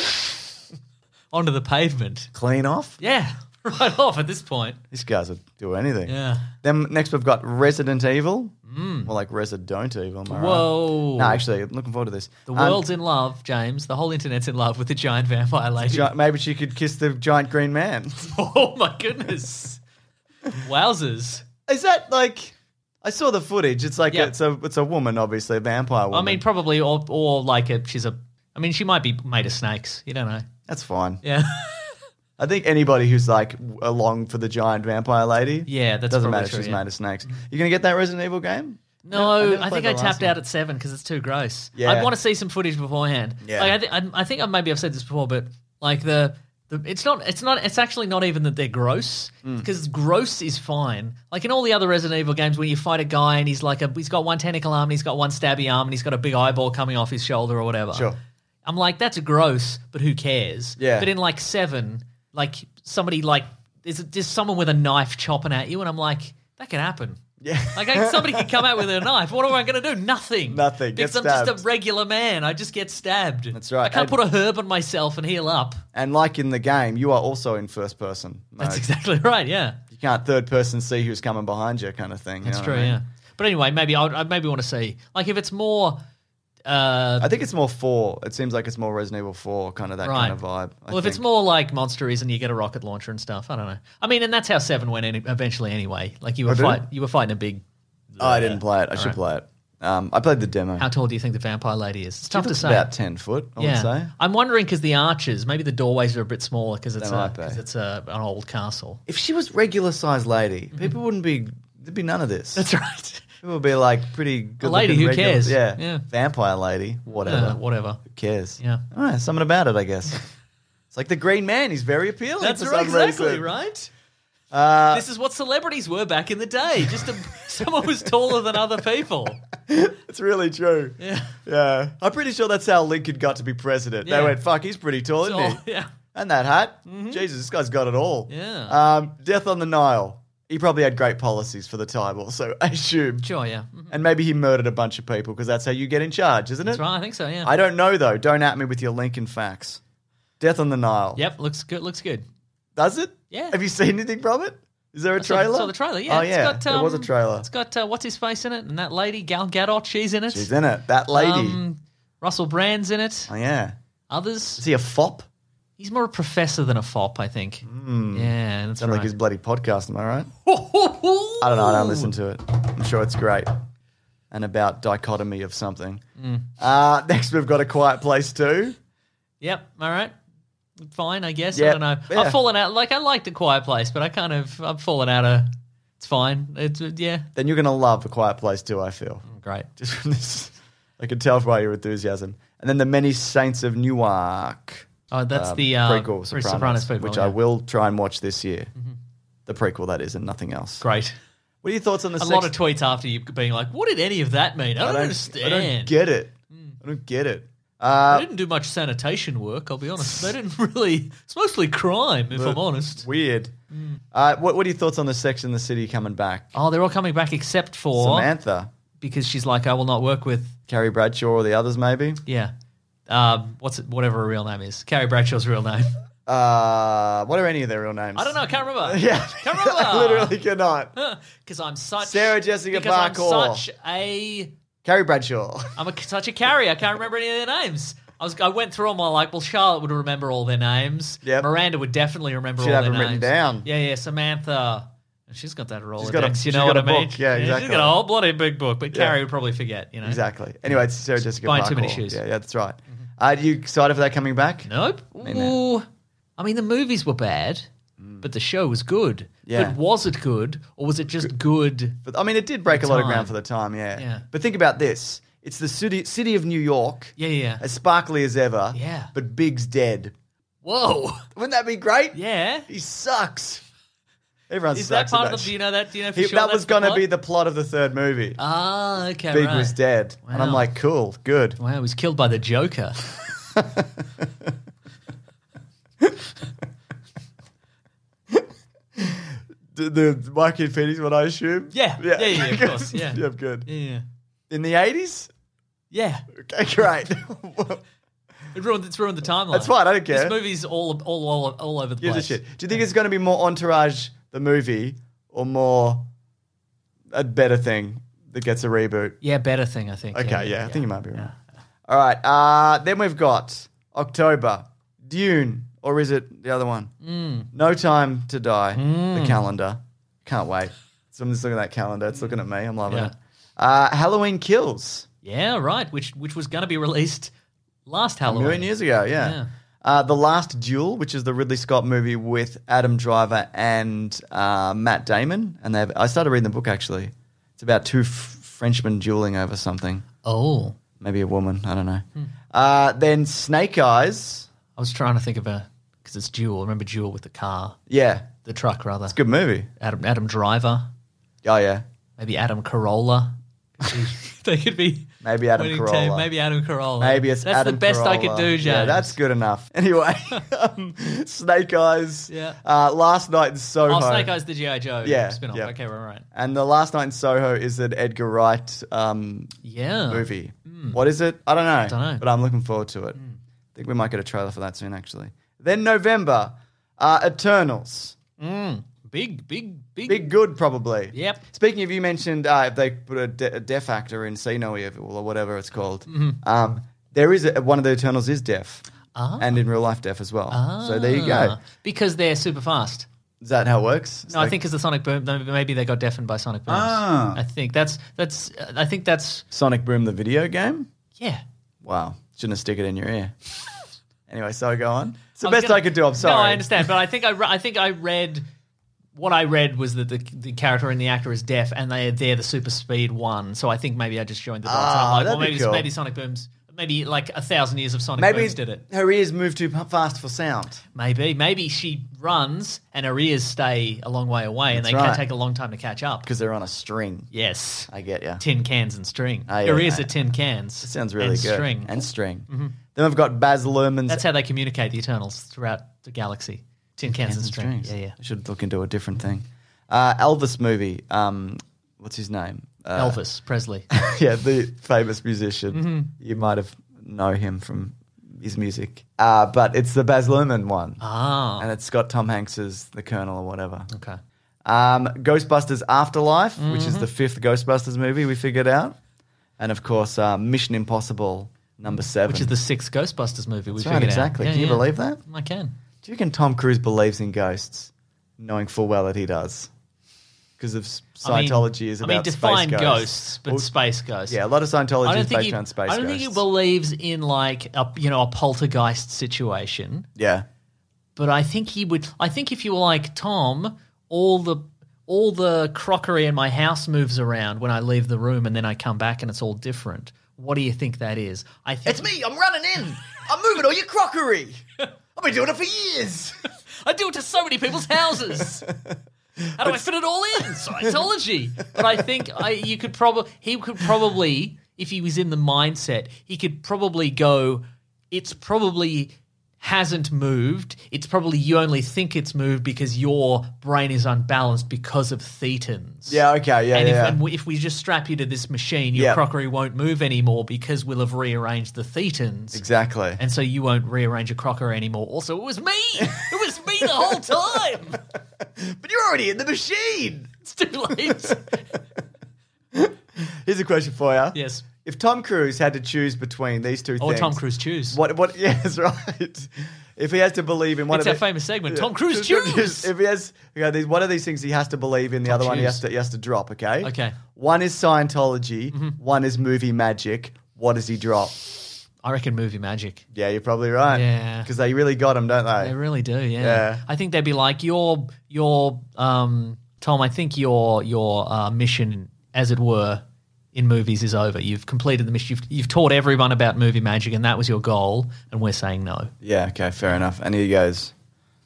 Speaker 3: onto the pavement.
Speaker 1: clean off.
Speaker 3: Yeah, right off at this point.
Speaker 1: These guys would do anything.
Speaker 3: Yeah.
Speaker 1: Then next we've got Resident Evil. Mm. Well like Resident Evil, am I right?
Speaker 3: Whoa.
Speaker 1: No, actually, I'm looking forward to this.
Speaker 3: The
Speaker 1: Um,
Speaker 3: world's in love, James. The whole internet's in love with the giant vampire lady.
Speaker 1: gi- maybe she could kiss the giant green man.
Speaker 3: oh my goodness. Wowzers.
Speaker 1: Is that like? I saw the footage. It's like
Speaker 3: Yeah.
Speaker 1: it's a it's a woman, obviously a vampire
Speaker 3: I
Speaker 1: woman.
Speaker 3: mean, probably or, or like a she's a. I mean, she might be made of snakes. You don't know.
Speaker 1: that's fine.
Speaker 3: Yeah.
Speaker 1: I think anybody who's like w- along for the giant vampire lady,
Speaker 3: Yeah, that's
Speaker 1: doesn't
Speaker 3: probably
Speaker 1: matter. if
Speaker 3: true,
Speaker 1: she's
Speaker 3: yeah.
Speaker 1: made of snakes. You gonna get that Resident Evil game? I
Speaker 3: No,
Speaker 1: never
Speaker 3: I
Speaker 1: played
Speaker 3: think
Speaker 1: the
Speaker 3: I
Speaker 1: last
Speaker 3: tapped
Speaker 1: one.
Speaker 3: out at seven because it's too gross.
Speaker 1: Yeah.
Speaker 3: I want to see some footage beforehand.
Speaker 1: Yeah.
Speaker 3: Like, I, th- I, I think I maybe I've said this before, but like the. the It's not. It's not. It's actually not even that they're gross
Speaker 1: Mm.
Speaker 3: because gross is fine. Like in all the other Resident Evil games, where you fight a guy and he's like a, he's got one tentacle arm and he's got one stabby arm and he's got a big eyeball coming off his shoulder or whatever.
Speaker 1: Sure.
Speaker 3: I'm like, that's gross, but who cares?
Speaker 1: Yeah.
Speaker 3: But in like seven, like somebody like there's there's someone with a knife chopping at you, and I'm like, that could happen.
Speaker 1: Yeah.
Speaker 3: Like I, somebody could come out with a knife. What am I going to do? Nothing.
Speaker 1: Nothing. Get
Speaker 3: Because I'm just a
Speaker 1: stabbed.
Speaker 3: regular man. I just get stabbed.
Speaker 1: That's right.
Speaker 3: I can't
Speaker 1: And-
Speaker 3: put a herb on myself and heal up.
Speaker 1: And like in the game, you are also in first person. Mode.
Speaker 3: That's exactly right. Yeah,
Speaker 1: You can't third person see who's coming behind you, kind of thing. you
Speaker 3: that's
Speaker 1: know what
Speaker 3: true.
Speaker 1: I mean?
Speaker 3: Yeah. But anyway, maybe I'd, I'd maybe want to see like if it's more. Uh,
Speaker 1: I think it's more four. It seems like it's more Resident Evil Four, kind of that
Speaker 3: Right.
Speaker 1: kind of vibe. I
Speaker 3: well, if it's
Speaker 1: think.
Speaker 3: more like monsteries and you get a rocket launcher and stuff, I don't know. I mean, and that's how Seven went any, eventually anyway. Like you were
Speaker 1: Oh, did
Speaker 3: fight,
Speaker 1: it?
Speaker 3: you were fighting a big.
Speaker 1: oh, I didn't play it. I should play it. Um, I played the demo.
Speaker 3: How tall do you think the vampire lady is? It's
Speaker 1: She
Speaker 3: tough to
Speaker 1: looks
Speaker 3: say.
Speaker 1: About ten foot, I
Speaker 3: yeah,
Speaker 1: would say.
Speaker 3: I'm wondering because the arches, maybe the doorways are a bit smaller because it's
Speaker 1: They
Speaker 3: a,
Speaker 1: might be.
Speaker 3: 'cause it's a, an old castle.
Speaker 1: If she was regular sized lady, people wouldn't be. There'd be none of this.
Speaker 3: Mm-hmm. That's right.
Speaker 1: People would be like pretty good.
Speaker 3: lady, who cares?
Speaker 1: Yeah.
Speaker 3: Yeah.
Speaker 1: vampire lady, whatever.
Speaker 3: Yeah, Uh, whatever.
Speaker 1: Who cares?
Speaker 3: Yeah.
Speaker 1: All right, something about it, I guess. it's like the Green Man. He's very appealing. for some reason.
Speaker 3: right.
Speaker 1: Uh,
Speaker 3: this is what celebrities were back in the day. Just a, someone was taller than other people.
Speaker 1: it's really true.
Speaker 3: Yeah.
Speaker 1: Yeah. I'm pretty sure that's how Lincoln got to be president.
Speaker 3: Yeah.
Speaker 1: They went, "Fuck, he's pretty tall, isn't
Speaker 3: Tall,
Speaker 1: he?"
Speaker 3: yeah.
Speaker 1: And that hat. Jesus, this guy's got it all.
Speaker 3: Yeah.
Speaker 1: Um, Death on the Nile. He probably had great policies for the time, also. I assume.
Speaker 3: Sure, yeah. Mhm.
Speaker 1: And maybe he murdered a bunch of people because that's how you get in charge, isn't it?
Speaker 3: That's right. I think so, yeah.
Speaker 1: I don't know though. Don't at me with your Lincoln facts. Death on the Nile.
Speaker 3: yep, looks good. Looks good.
Speaker 1: Does it?
Speaker 3: Yeah.
Speaker 1: Have you seen anything from it? Is there a
Speaker 3: Saw the-
Speaker 1: trailer?
Speaker 3: Saw the trailer, yeah.
Speaker 1: Oh
Speaker 3: It's
Speaker 1: yeah,
Speaker 3: got,
Speaker 1: there was a
Speaker 3: um,
Speaker 1: trailer.
Speaker 3: It's got uh, what's his face in it, and that lady Gal Gadot, she's in it.
Speaker 1: She's in it. That lady.
Speaker 3: Um, Russell Brand's in it.
Speaker 1: oh yeah. Is
Speaker 3: Others.
Speaker 1: he a fop?
Speaker 3: He's more a professor than a fop, I think. Yeah, that's
Speaker 1: Hmm. Sounds
Speaker 3: right.
Speaker 1: like his bloody podcast. Am I right? I don't know. I don't listen to it. I'm sure it's great. And about dichotomy of something.
Speaker 3: Mm.
Speaker 1: Uh, next, we've got a quiet place too.
Speaker 3: Yep. All right. Fine, I guess.
Speaker 1: Yeah,
Speaker 3: I don't know.
Speaker 1: yeah.
Speaker 3: I've fallen out. Like I liked a quiet place, but I kind of I've fallen out of. It's fine. It's uh, yeah.
Speaker 1: Then you're gonna love a quiet place too. I
Speaker 3: Mm.
Speaker 1: feel.
Speaker 3: Great.
Speaker 1: Just from this, I can tell by your enthusiasm. And then the many saints of Newark.
Speaker 3: Oh, that's
Speaker 1: um,
Speaker 3: the uh,
Speaker 1: prequel
Speaker 3: Chris
Speaker 1: Sopranos,
Speaker 3: prequel,
Speaker 1: which
Speaker 3: yeah. Mm-hmm.
Speaker 1: I will try and watch this year. The prequel that is, and nothing else.
Speaker 3: Great.
Speaker 1: What are your thoughts on the?
Speaker 3: A lot of tweets after you being like, "What did any of that mean? I don't, understand." Mm.
Speaker 1: I don't get it. I don't get it.
Speaker 3: They
Speaker 1: Uh,
Speaker 3: didn't do much sanitation work. I'll be honest. They didn't really. It's mostly crime, if I'm honest. Mm.
Speaker 1: weird. Uh, what What are your thoughts on the Sex in the City coming back?
Speaker 3: Oh, they're all coming back except for
Speaker 1: Samantha,
Speaker 3: because she's like, "I will not work with."
Speaker 1: Carrie Bradshaw, or the others, maybe.
Speaker 3: Yeah. Um, what's it, whatever her real name is? Carrie Bradshaw's real name.
Speaker 1: Uh, what are any of their real names?
Speaker 3: I don't know. I can't remember.
Speaker 1: Yeah,
Speaker 3: Can't remember.
Speaker 1: I literally cannot.
Speaker 3: Because I'm such
Speaker 1: Sarah Jessica
Speaker 3: because I'm
Speaker 1: Parker.
Speaker 3: such a
Speaker 1: Carrie Bradshaw.
Speaker 3: I'm a, such a carrier. I can't remember any of their names. I was I went through them all like, well, Charlotte would remember all their names.
Speaker 1: Yep.
Speaker 3: Miranda would definitely remember
Speaker 1: Should
Speaker 3: all
Speaker 1: have
Speaker 3: their
Speaker 1: them written
Speaker 3: names.
Speaker 1: down.
Speaker 3: Yeah, yeah. Samantha. She's got that Rolodex,
Speaker 1: She's got a-
Speaker 3: you
Speaker 1: she's
Speaker 3: know
Speaker 1: got
Speaker 3: what I
Speaker 1: a
Speaker 3: mean?
Speaker 1: book. Yeah,
Speaker 3: She's
Speaker 1: exactly.
Speaker 3: got a whole bloody big book, but Carrie would probably forget, you know.
Speaker 1: Exactly. Anyway, it's Sarah Jessica
Speaker 3: buying
Speaker 1: Parker.
Speaker 3: too many shoes. Mm-hmm.
Speaker 1: Yeah, yeah, that's right. Are you excited for that coming back?
Speaker 3: Nope. Ooh. I mean, the movies were bad, but the show was good.
Speaker 1: Mm. Yeah.
Speaker 3: But was it good, or was it just good?
Speaker 1: But I mean, it did break a lot of
Speaker 3: time.
Speaker 1: ground for the time. Yeah.
Speaker 3: Yeah.
Speaker 1: But think about this: it's the city city of New York,
Speaker 3: Yeah, yeah. yeah.
Speaker 1: as sparkly as ever.
Speaker 3: Yeah.
Speaker 1: But Big's dead.
Speaker 3: Whoa.
Speaker 1: Wouldn't that be great?
Speaker 3: Yeah.
Speaker 1: He sucks. Everyone
Speaker 3: Is that
Speaker 1: sucks.
Speaker 3: part
Speaker 1: in
Speaker 3: of the? Do
Speaker 1: show.
Speaker 3: you know that? Do you know for
Speaker 1: He-
Speaker 3: sure
Speaker 1: that was
Speaker 3: going to
Speaker 1: be the plot of the third movie.
Speaker 3: Ah, okay.
Speaker 1: Big
Speaker 3: right.
Speaker 1: was dead, and I'm
Speaker 3: Wow.
Speaker 1: like, cool, good.
Speaker 3: Wow, he was killed by the Joker.
Speaker 1: The, the Mikey and Phoenix one, I assume.
Speaker 3: Yeah. Yeah, yeah, of course, yeah.
Speaker 1: yeah, good.
Speaker 3: Yeah.
Speaker 1: In the 80s.
Speaker 3: Yeah.
Speaker 1: Okay, great.
Speaker 3: It ruined, it's ruined the timeline.
Speaker 1: That's fine. I don't care.
Speaker 3: This movie's all all all, all over the
Speaker 1: Gives a
Speaker 3: place.
Speaker 1: shit. Do you think it's going to be more Entourage the movie or more a better thing that gets a reboot?
Speaker 3: Yeah, better thing, I think.
Speaker 1: Okay, yeah, I think you might be right. All right, uh, then we've got October, Dune, or is it the other one? No Time to Die, the calendar. Can't wait. Someone's looking at that calendar. It's looking at me. I'm loving
Speaker 3: Yeah.
Speaker 1: it. Uh, Halloween Kills,
Speaker 3: Yeah, right. Which which was going to be released last
Speaker 1: a
Speaker 3: Halloween.
Speaker 1: million years ago, yeah.
Speaker 3: Yeah.
Speaker 1: Uh, the Last Duel, which is the Ridley Scott movie with Adam Driver and uh, Matt Damon. And they have, I started reading the book, actually. It's about two f- Frenchmen dueling over something.
Speaker 3: Oh,
Speaker 1: Maybe a woman. I don't know.
Speaker 3: Hmm.
Speaker 1: Uh, then Snake Eyes.
Speaker 3: I was trying to think of a because it's Jewel. Remember Jewel with the car,
Speaker 1: Yeah,
Speaker 3: the truck rather.
Speaker 1: good movie.
Speaker 3: Adam Adam Driver,
Speaker 1: Oh yeah,
Speaker 3: maybe Adam Carolla. they could be
Speaker 1: maybe Adam
Speaker 3: winning
Speaker 1: Carolla.
Speaker 3: team. Maybe Adam Carolla.
Speaker 1: Maybe it's
Speaker 3: that's
Speaker 1: Adam
Speaker 3: the best I could
Speaker 1: Carolla.
Speaker 3: do, James.
Speaker 1: Yeah, that's good enough. Anyway, um, Snake Eyes.
Speaker 3: Yeah.
Speaker 1: Uh, last night in Soho.
Speaker 3: Oh, Snake Eyes, the GI Joe
Speaker 1: Yeah,
Speaker 3: spin-off.
Speaker 1: yeah.
Speaker 3: Okay, we're right.
Speaker 1: And the last night in Soho is an Edgar Wright um,
Speaker 3: Yeah,
Speaker 1: movie. What is it? I don't know.
Speaker 3: Uh-huh. Hmm. Dunno. Hmm.
Speaker 1: But I'm looking forward to it. I think we might get a trailer for that soon, actually. Then November, uh, Eternals.
Speaker 3: big, big, big,
Speaker 1: Big good, probably.
Speaker 3: Yep.
Speaker 1: Speaking of, you mentioned uh, if they put a, de- a deaf actor in See No Evil or whatever it's called.
Speaker 3: Hmm.
Speaker 1: Um, there is a, one of the Eternals is deaf, and in real life deaf as well. So there you go.
Speaker 3: Ah, Because they're super fast.
Speaker 1: Is that how it works? It's
Speaker 3: No, I
Speaker 1: like
Speaker 3: think because the sonic boom. no, Maybe they got deafened by sonic booms.
Speaker 1: Ah.
Speaker 3: I think that's that's. uh, I think that's
Speaker 1: Sonic Boom, the video game.
Speaker 3: yeah.
Speaker 1: Wow, shouldn't have stick it in your ear. anyway, so go on. It's the
Speaker 3: was
Speaker 1: best
Speaker 3: gonna-
Speaker 1: I could do. I'm sorry.
Speaker 3: No, I understand, but I think I re- I think I read what I read was that the the character and the actor is deaf, and they they're the super speed one. So I think maybe I just joined the dots.
Speaker 1: Ah,
Speaker 3: I'm like,
Speaker 1: that'd
Speaker 3: well,
Speaker 1: be
Speaker 3: maybe
Speaker 1: cool.
Speaker 3: maybe sonic booms. Maybe like a thousand years of sonic
Speaker 1: Maybe
Speaker 3: booms did it.
Speaker 1: her ears move too p- fast for sound.
Speaker 3: Maybe maybe she runs and her ears stay a long way away, and
Speaker 1: That's
Speaker 3: they can
Speaker 1: right.
Speaker 3: take a long time to catch up.
Speaker 1: because they're on a string.
Speaker 3: Yes.
Speaker 1: I get ya.
Speaker 3: tin cans and string.
Speaker 1: Oh, yeah,
Speaker 3: Your ears
Speaker 1: yeah.
Speaker 3: are tin cans.
Speaker 1: That sounds really
Speaker 3: and
Speaker 1: good.
Speaker 3: String. Mm-hmm.
Speaker 1: and string. Then we've got Baz Luhrmann's.
Speaker 3: That's how they communicate the Eternals throughout the galaxy. Tin cans, and string.
Speaker 1: strings.
Speaker 3: Yeah,
Speaker 1: I
Speaker 3: yeah.
Speaker 1: should look into a different thing. Uh, Elvis movie. Um, what's his name? Uh,
Speaker 3: Elvis Mm-hmm. Presley.
Speaker 1: yeah, the famous musician. You might have know him from his music. Uh, but it's the Baz Luhrmann one,
Speaker 3: Ah,
Speaker 1: and it's got Tom Hanks's The Colonel or whatever.
Speaker 3: okay.
Speaker 1: Um, Ghostbusters Afterlife, which
Speaker 3: Mm-hmm.
Speaker 1: is the fifth Ghostbusters movie we figured out, and of course uh, Mission Impossible number seven.
Speaker 3: Which is the sixth Ghostbusters movie we
Speaker 1: That's
Speaker 3: figured
Speaker 1: right, exactly.
Speaker 3: out. Yeah,
Speaker 1: Can you
Speaker 3: yeah.
Speaker 1: believe that?
Speaker 3: I can.
Speaker 1: Do you reckon Tom Cruise believes in ghosts, knowing full well that he does? Because of s-
Speaker 3: I mean-
Speaker 1: Scientology is about
Speaker 3: I mean, define
Speaker 1: space
Speaker 3: ghosts,
Speaker 1: ghosts.
Speaker 3: but
Speaker 1: Well,
Speaker 3: space ghosts.
Speaker 1: Yeah, a lot of
Speaker 3: I
Speaker 1: Scientology
Speaker 3: don't
Speaker 1: is
Speaker 3: think
Speaker 1: based
Speaker 3: he.
Speaker 1: on space
Speaker 3: I don't think
Speaker 1: ghosts.
Speaker 3: he believes in like a you know a poltergeist situation.
Speaker 1: yeah,
Speaker 3: but I think he would. I think if you were like Tom, all the all the crockery in my house moves around when I leave the room, and then I come back and it's all different. What do you think that is? I think
Speaker 1: I'm running in. I'm moving all your crockery. I've been doing it for years.
Speaker 3: I do it to so many people's houses. How do I fit it all in? Scientology. But I think I, you could probably he could probably if he was in the mindset he could probably go. It's probably hasn't moved, it's probably you only think it's moved because your brain is unbalanced because of thetans.
Speaker 1: Yeah, okay, yeah,
Speaker 3: and if,
Speaker 1: yeah.
Speaker 3: and we, if we just strap you to this machine, your
Speaker 1: Yeah.
Speaker 3: crockery won't move anymore because we'll have rearranged the thetans.
Speaker 1: exactly.
Speaker 3: And so you won't rearrange a crockery anymore. Also, it was me. It was me the whole time.
Speaker 1: But you're already in the machine.
Speaker 3: It's too late.
Speaker 1: Here's a question for you.
Speaker 3: Yes.
Speaker 1: If Tom Cruise had to choose between these two
Speaker 3: Or
Speaker 1: things,
Speaker 3: Tom Cruise choose.
Speaker 1: What? What? Yes, right. If he has to believe in one
Speaker 3: It's
Speaker 1: of
Speaker 3: our
Speaker 1: the-
Speaker 3: famous segment.
Speaker 1: Yeah.
Speaker 3: Tom Cruise choose.
Speaker 1: If he has, you know, these, one of these things he has to believe in, the other one he
Speaker 3: choose.
Speaker 1: has to he has to drop. Okay.
Speaker 3: Okay. Mm-hmm.
Speaker 1: One is Scientology. One is movie magic. What does he drop?
Speaker 3: I reckon movie magic.
Speaker 1: Yeah, you're probably right.
Speaker 3: Yeah.
Speaker 1: Because they really got him, don't
Speaker 3: They
Speaker 1: they?
Speaker 3: really do, yeah.
Speaker 1: Yeah.
Speaker 3: I think they'd be like, your your um Tom, I think your your uh, mission, as it were, in movies is over. You've completed the mission. You've, you've taught everyone about movie magic, and that was your goal. And we're saying no.
Speaker 1: yeah. Okay. Fair enough. And he goes.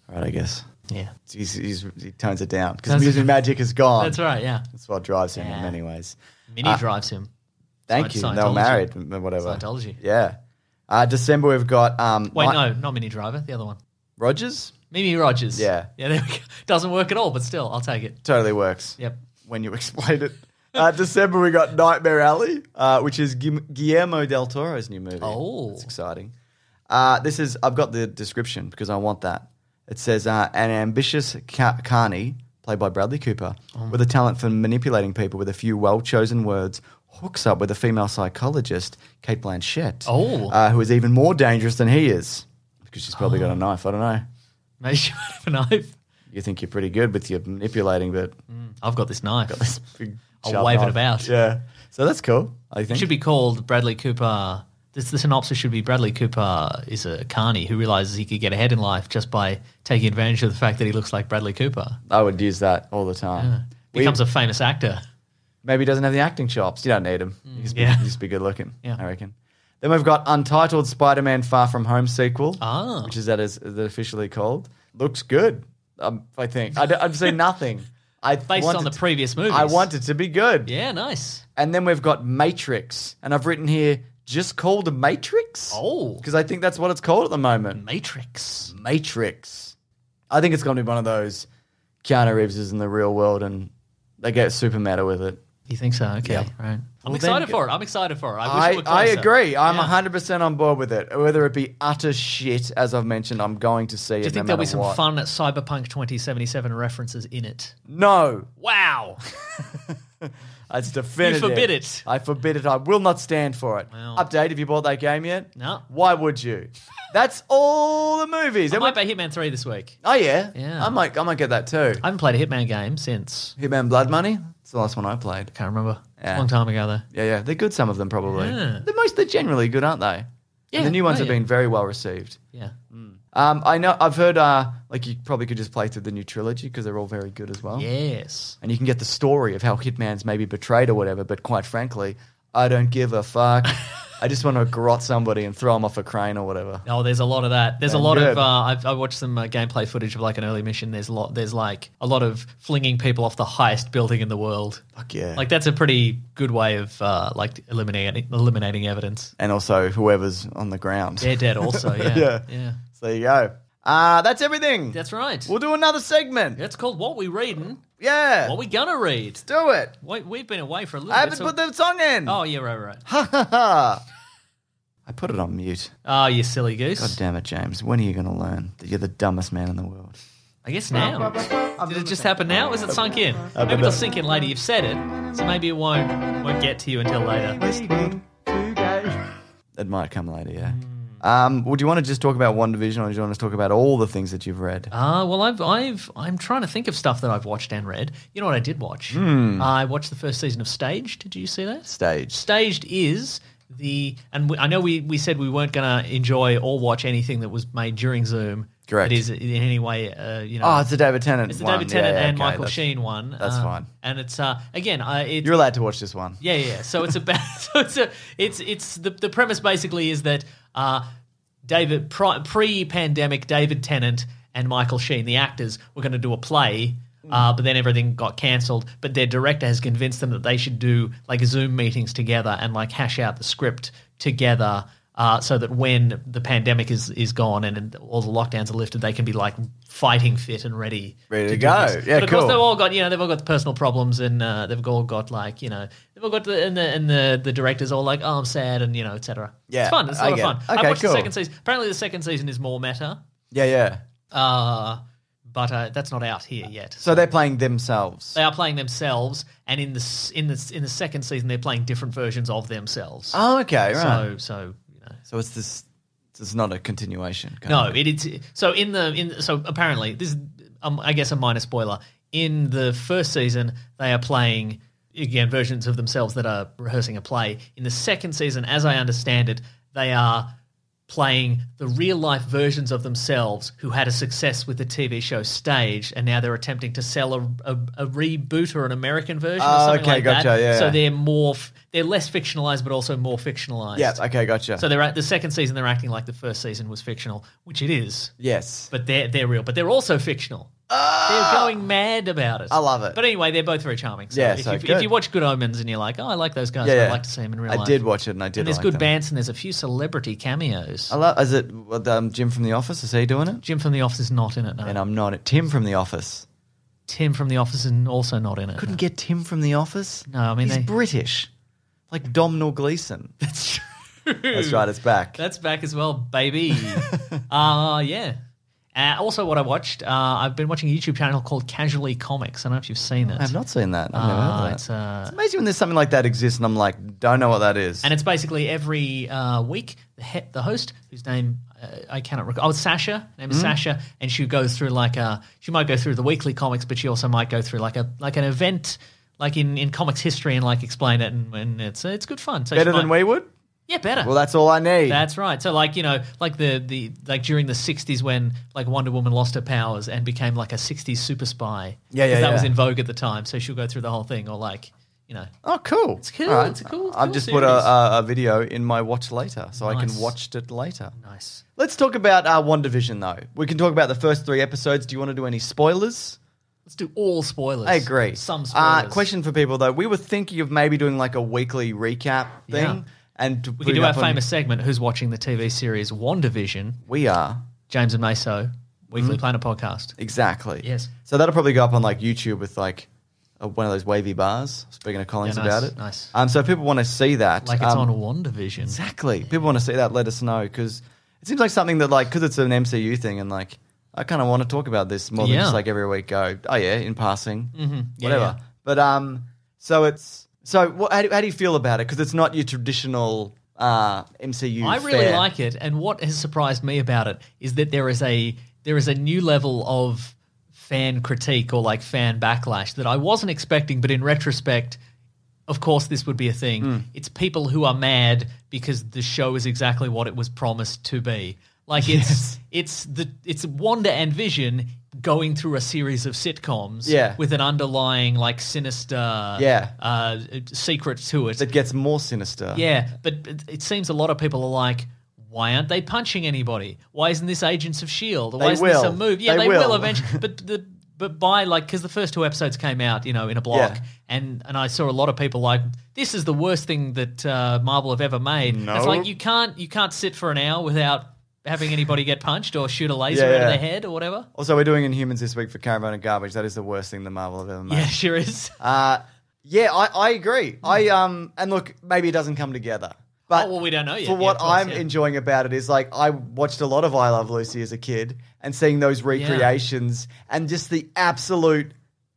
Speaker 1: All right. I guess.
Speaker 3: Yeah,
Speaker 1: He's, he's, he tones it down because
Speaker 3: That's-
Speaker 1: music magic is gone.
Speaker 3: that's right. Yeah,
Speaker 1: That's what drives him
Speaker 3: Yeah.
Speaker 1: in many ways. Uh,
Speaker 3: Minnie drives him.
Speaker 1: Thank
Speaker 3: Scient-
Speaker 1: you. They're
Speaker 3: Scientology.
Speaker 1: married, m- whatever.
Speaker 3: Scientology.
Speaker 1: Yeah. Uh, December, we've got um,
Speaker 3: Wait,
Speaker 1: Mi-
Speaker 3: no, not Minnie Driver. The other one,
Speaker 1: Rogers.
Speaker 3: Mimi Rogers.
Speaker 1: Yeah.
Speaker 3: yeah. There we go. Doesn't work at all, but still, I'll take it.
Speaker 1: Totally works.
Speaker 3: Yep.
Speaker 1: When you explain it. Uh, December, we got Nightmare Alley, uh, which is Guim- Guillermo del Toro's new movie.
Speaker 3: Oh.
Speaker 1: It's exciting. Uh, this is, I've got the description because I want that. It says uh, an ambitious ca- carney, played by Bradley Cooper,
Speaker 3: Oh.
Speaker 1: with a talent for manipulating people with a few well chosen words, hooks up with a female psychologist, Kate Blanchett,
Speaker 3: Oh.
Speaker 1: uh, who is even more dangerous than he is because she's probably got a knife. I don't know.
Speaker 3: Maybe she might have a knife. Hmm,
Speaker 1: You think you're pretty good with your manipulating, but
Speaker 3: I've got this knife.
Speaker 1: big
Speaker 3: I'll
Speaker 1: sharp
Speaker 3: wave it
Speaker 1: knife.
Speaker 3: about.
Speaker 1: Yeah. So that's cool. I
Speaker 3: It
Speaker 1: think.
Speaker 3: should be called Bradley Cooper. This, the synopsis should be Bradley Cooper is a carny who realizes he could get ahead in life just by taking advantage of the fact that he looks like Bradley Cooper.
Speaker 1: I would use that all the time. We-
Speaker 3: Becomes a famous actor.
Speaker 1: maybe he doesn't have the acting chops. You don't need him. You just,
Speaker 3: yeah.
Speaker 1: be, you just be good looking.
Speaker 3: Yeah.
Speaker 1: I reckon. Then we've got Untitled Spider-Man: Far From Home sequel,
Speaker 3: Ah.
Speaker 1: which is that is that officially called. Looks good. Um, I think I, have seen nothing. I
Speaker 3: Based
Speaker 1: want
Speaker 3: on
Speaker 1: it
Speaker 3: the
Speaker 1: to-
Speaker 3: previous movies.
Speaker 1: I want it to be good.
Speaker 3: Yeah, nice.
Speaker 1: And then we've got Matrix, and I've written here just called Matrix.
Speaker 3: Oh.
Speaker 1: because I think that's what it's called at the moment.
Speaker 3: Matrix.
Speaker 1: Matrix. I think it's going to be one of those Keanu Reeves is in the real world and they get super meta with it.
Speaker 3: You think so? Okay,
Speaker 1: Yeah.
Speaker 3: right. I'm
Speaker 1: Well,
Speaker 3: excited
Speaker 1: then-
Speaker 3: for it. I'm excited for it. I wish it
Speaker 1: I,
Speaker 3: were
Speaker 1: I
Speaker 3: closer.
Speaker 1: agree. I'm
Speaker 3: Yeah.
Speaker 1: 100% on board with it. Whether it be utter shit, as I've mentioned, I'm going to see it.
Speaker 3: Do you think
Speaker 1: no
Speaker 3: there'll be
Speaker 1: matter
Speaker 3: some
Speaker 1: what.
Speaker 3: fun Cyberpunk 2077 references in it?
Speaker 1: No.
Speaker 3: Wow.
Speaker 1: It's definitive.
Speaker 3: forbid it.
Speaker 1: I forbid it. I will not stand for it. Update, have you bought that game yet?
Speaker 3: No.
Speaker 1: Why would you? That's all the movies.
Speaker 3: I might play Hitman 3 this week.
Speaker 1: oh, yeah?
Speaker 3: Yeah.
Speaker 1: I might, I might get that too.
Speaker 3: I haven't played a Hitman game since.
Speaker 1: Hitman Blood Money? It's the last one I played.
Speaker 3: Can't remember.
Speaker 1: Yeah.
Speaker 3: Long time ago, though.
Speaker 1: Yeah, yeah. They're good, some of them probably.
Speaker 3: Yeah.
Speaker 1: They're most they're generally good, aren't they?
Speaker 3: Yeah,
Speaker 1: And the new ones
Speaker 3: oh,
Speaker 1: have
Speaker 3: yeah.
Speaker 1: been very well received.
Speaker 3: Yeah.
Speaker 1: Um, I know I've heard uh, like you probably could just play through the new trilogy because they're all very good as well.
Speaker 3: Yes.
Speaker 1: And you can get the story of how Hitman's maybe betrayed or whatever, but quite frankly, I don't give a fuck. I just want to grot somebody and throw them off a crane or whatever.
Speaker 3: Oh, there's a lot of that. There's a
Speaker 1: Damn
Speaker 3: lot of.
Speaker 1: good.
Speaker 3: Uh, I've, I watched some uh, gameplay footage of like an early mission. There's a lot. There's like a lot of flinging people off the highest building in the world.
Speaker 1: Fuck yeah.
Speaker 3: Like that's a pretty good way of uh, like eliminating eliminating evidence.
Speaker 1: and also whoever's on the ground.
Speaker 3: They're dead, also. Yeah.
Speaker 1: Yeah. So there you go. Uh, that's everything.
Speaker 3: That's right.
Speaker 1: we'll do another segment.
Speaker 3: That's called what we reading.
Speaker 1: Yeah.
Speaker 3: What we gonna read?
Speaker 1: do it.
Speaker 3: Wait, we've been away for a little
Speaker 1: I
Speaker 3: bit.
Speaker 1: haven't
Speaker 3: so-
Speaker 1: put the song in.
Speaker 3: oh yeah, right, right.
Speaker 1: I put it on mute.
Speaker 3: Oh, you silly
Speaker 1: God
Speaker 3: goose.
Speaker 1: damn it, James. When are you going to learn that you're the dumbest man in the world?
Speaker 3: I guess now. Did it just happen now? Is it sunk in? Maybe it'll sink in later. You've said it, so maybe it won't won't get to you until later.
Speaker 1: It might come later, yeah. Um, well, do you want to just talk about one division, or do you want to talk about all the things that you've read?
Speaker 3: Uh, well, I've, I've, I'm trying to think of stuff that I've watched and read. You know what I did watch?
Speaker 1: Hmm.
Speaker 3: I watched the first season of Staged. Did you see that?
Speaker 1: Stage.
Speaker 3: Staged is the, and we, I know we, we said we weren't going to enjoy or watch anything that was made during Zoom.
Speaker 1: Correct.
Speaker 3: It is in any way, uh, you know.
Speaker 1: Oh, it's the David Tennant.
Speaker 3: it's the
Speaker 1: one.
Speaker 3: David
Speaker 1: Yeah,
Speaker 3: Tennant
Speaker 1: yeah,
Speaker 3: and
Speaker 1: okay,
Speaker 3: Michael
Speaker 1: that's-
Speaker 3: Sheen one.
Speaker 1: that's
Speaker 3: uh,
Speaker 1: fine.
Speaker 3: And it's uh, again, uh, it's
Speaker 1: You're allowed to watch this one.
Speaker 3: yeah, yeah. So it's about so it's a, it's it's the the premise basically is that uh, David pre pandemic David Tennant and Michael Sheen, the actors, were going to do a play.
Speaker 1: Mm.
Speaker 3: Uh, but then everything got cancelled. But their director has convinced them that they should do like Zoom meetings together and like hash out the script together uh, so that when the pandemic is is gone and, and all the lockdowns are lifted, they can be like fighting fit and ready,
Speaker 1: Ready to
Speaker 3: do
Speaker 1: go.
Speaker 3: this.
Speaker 1: Yeah,
Speaker 3: but of course
Speaker 1: cool.
Speaker 3: they've all got you know they've all got the personal problems and uh, they've all got like you know they've all got the and the and the, the directors all like oh I'm sad and you know etc.
Speaker 1: Yeah,
Speaker 3: it's fun. It's a
Speaker 1: I
Speaker 3: lot of
Speaker 1: get
Speaker 3: fun.
Speaker 1: it. Okay,
Speaker 3: I watched
Speaker 1: cool.
Speaker 3: the second season. Apparently, the second season is more meta.
Speaker 1: Yeah, yeah.
Speaker 3: Uh, but uh, that's not out here yet.
Speaker 1: So they're playing themselves.
Speaker 3: They are playing themselves, and in the s- in the s- in the second season, they're playing different versions of themselves.
Speaker 1: Oh, okay, right.
Speaker 3: So so you know.
Speaker 1: So, it's this. It's not a continuation. kind
Speaker 3: No,
Speaker 1: of.
Speaker 3: it is. So in the in so apparently this is um, I guess a minor spoiler. In the first season, they are playing again versions of themselves that are rehearsing a play. In the second season, as I understand it, they are playing the real life versions of themselves who had a success with the TV show Staged, and now they're attempting to sell a, a, a reboot or an American version
Speaker 1: Oh,
Speaker 3: or something
Speaker 1: okay,
Speaker 3: like that.
Speaker 1: gotcha, yeah,
Speaker 3: So
Speaker 1: yeah.
Speaker 3: they're more f- they're less fictionalized, but also more fictionalized.
Speaker 1: Yeah. Okay. Gotcha.
Speaker 3: So they're at the second season. They're acting like the first season was fictional, which it is.
Speaker 1: yes.
Speaker 3: But they're they're real. But they're also fictional. They're going mad about it.
Speaker 1: Ah! I love it.
Speaker 3: But anyway, they're both very charming. So
Speaker 1: Yeah,
Speaker 3: if,
Speaker 1: so
Speaker 3: you, if
Speaker 1: good.
Speaker 3: you watch Good Omens and you're like, oh, I like those guys,
Speaker 1: yeah, yeah.
Speaker 3: I'd like to see them in real
Speaker 1: I
Speaker 3: life.
Speaker 1: did watch it, and I did.
Speaker 3: And there's
Speaker 1: like
Speaker 3: good
Speaker 1: them.
Speaker 3: bands and there's a few celebrity cameos.
Speaker 1: I love. Is it what, um, Jim from The Office? Is he doing it?
Speaker 3: Jim from The Office is not in it. No.
Speaker 1: And I'm not. Tim from The Office.
Speaker 3: Tim from The Office is also not in it.
Speaker 1: Couldn't get Tim from The Office.
Speaker 3: No, I mean,
Speaker 1: he's
Speaker 3: they-
Speaker 1: British, like Domhnall Gleeson.
Speaker 3: That's true.
Speaker 1: That's right. It's back.
Speaker 3: That's back as well, baby. uh, yeah. Uh, also, what I watched, uh, I've been watching a YouTube channel called Casually Comics. I don't know if you've seen it.
Speaker 1: I've not seen that. I've never heard
Speaker 3: Uh,
Speaker 1: of that.
Speaker 3: it's, uh,
Speaker 1: It's amazing when there's something like that exists, and I'm like, don't know what that is.
Speaker 3: and it's basically every uh, week the he- the host, whose name uh, I cannot recall, oh, it's Sasha. Her
Speaker 1: Mm-hmm.
Speaker 3: name is Sasha, and she goes through like a she might go through the weekly comics, but she also might go through like a like an event. Like in, in comics history and like explain it and, and it's it's good fun. So she
Speaker 1: Better than
Speaker 3: might-
Speaker 1: we would.
Speaker 3: yeah better.
Speaker 1: Well, that's all I need.
Speaker 3: That's right. So like you know, like the the like during the '60s when like Wonder Woman lost her powers and became like a '60s super spy.
Speaker 1: Yeah, yeah,
Speaker 3: 'Cause That
Speaker 1: yeah.
Speaker 3: was in vogue at the time, so she'll go through the whole thing, or like you know,
Speaker 1: oh, cool. It's
Speaker 3: cool, it's a cool- it's a
Speaker 1: I've
Speaker 3: cool
Speaker 1: just put a,
Speaker 3: series.
Speaker 1: a, a video in my watch later, so I
Speaker 3: Nice.
Speaker 1: can watch it later.
Speaker 3: nice.
Speaker 1: Let's talk about uh, WandaVision, though. We can talk about the first three episodes. Do you want to do any spoilers?
Speaker 3: Let's do all spoilers.
Speaker 1: I agree.
Speaker 3: Some
Speaker 1: Uh,
Speaker 3: spoilers.
Speaker 1: question for people, though. We were thinking of maybe doing like a weekly recap thing.
Speaker 3: Yeah.
Speaker 1: And to
Speaker 3: We
Speaker 1: put
Speaker 3: can
Speaker 1: it
Speaker 3: do our
Speaker 1: up on-
Speaker 3: famous segment. Who's watching the TV series WandaVision?
Speaker 1: We are.
Speaker 3: James and Meso, Weekly
Speaker 1: Hmm.
Speaker 3: Planet podcast.
Speaker 1: Exactly.
Speaker 3: Yes.
Speaker 1: So that'll probably go up on like YouTube with like uh, one of those wavy bars. Speaking of Collins
Speaker 3: Yeah, nice,
Speaker 1: about it,
Speaker 3: nice.
Speaker 1: Um, so if people want to see that,
Speaker 3: Like it's
Speaker 1: um,
Speaker 3: on WandaVision.
Speaker 1: exactly. People want to see that. Let us know because it seems like something that like because it's an MCU thing and like I kind of want to talk about this more
Speaker 3: Yeah.
Speaker 1: than just like every week. Go, oh yeah, in passing, mm-hmm.
Speaker 3: Yeah,
Speaker 1: whatever.
Speaker 3: yeah.
Speaker 1: But um, so it's so what, how, do, how do you feel about it? Because it's not your traditional uh MCU.
Speaker 3: I really
Speaker 1: fare.
Speaker 3: like it, and what has surprised me about it is that there is a there is a new level of fan critique or like fan backlash that I wasn't expecting, but in retrospect, of course, this would be a thing.
Speaker 1: Hmm.
Speaker 3: It's people who are mad because the show is exactly what it was promised to be. Like it's it's the it's Wanda and Vision going through a series of sitcoms
Speaker 1: Yeah.
Speaker 3: with an underlying like sinister
Speaker 1: Yeah.
Speaker 3: uh, secret to it
Speaker 1: It gets more sinister.
Speaker 3: yeah, but it- it seems a lot of people are like, why aren't they punching anybody? Why isn't this Agents of Shield? E Why
Speaker 1: They
Speaker 3: isn't this a
Speaker 1: will.
Speaker 3: move? Yeah, they,
Speaker 1: They
Speaker 3: will.
Speaker 1: will.
Speaker 3: eventually. But the but by like because the first two episodes came out, you know, in a block,
Speaker 1: Yeah.
Speaker 3: and and I saw a lot of people like, this is the worst thing that uh, Marvel have ever made. And It's like you can't you can't sit for an hour without having anybody get punched or shoot a laser
Speaker 1: Yeah,
Speaker 3: out of
Speaker 1: yeah.
Speaker 3: their head or whatever.
Speaker 1: Also, we're doing Inhumans this week for Caravan of Garbage. That is the worst thing that Marvel have ever made.
Speaker 3: Yeah, sure is.
Speaker 1: Uh, yeah, I, I agree. I um and look, maybe it doesn't come together. But
Speaker 3: Hmm. Oh, well, we don't know yet.
Speaker 1: For
Speaker 3: Yeah,
Speaker 1: what
Speaker 3: of course,
Speaker 1: I'm
Speaker 3: yeah.
Speaker 1: enjoying about it is like I watched a lot of I Love Lucy as a kid and seeing those recreations and just the absolute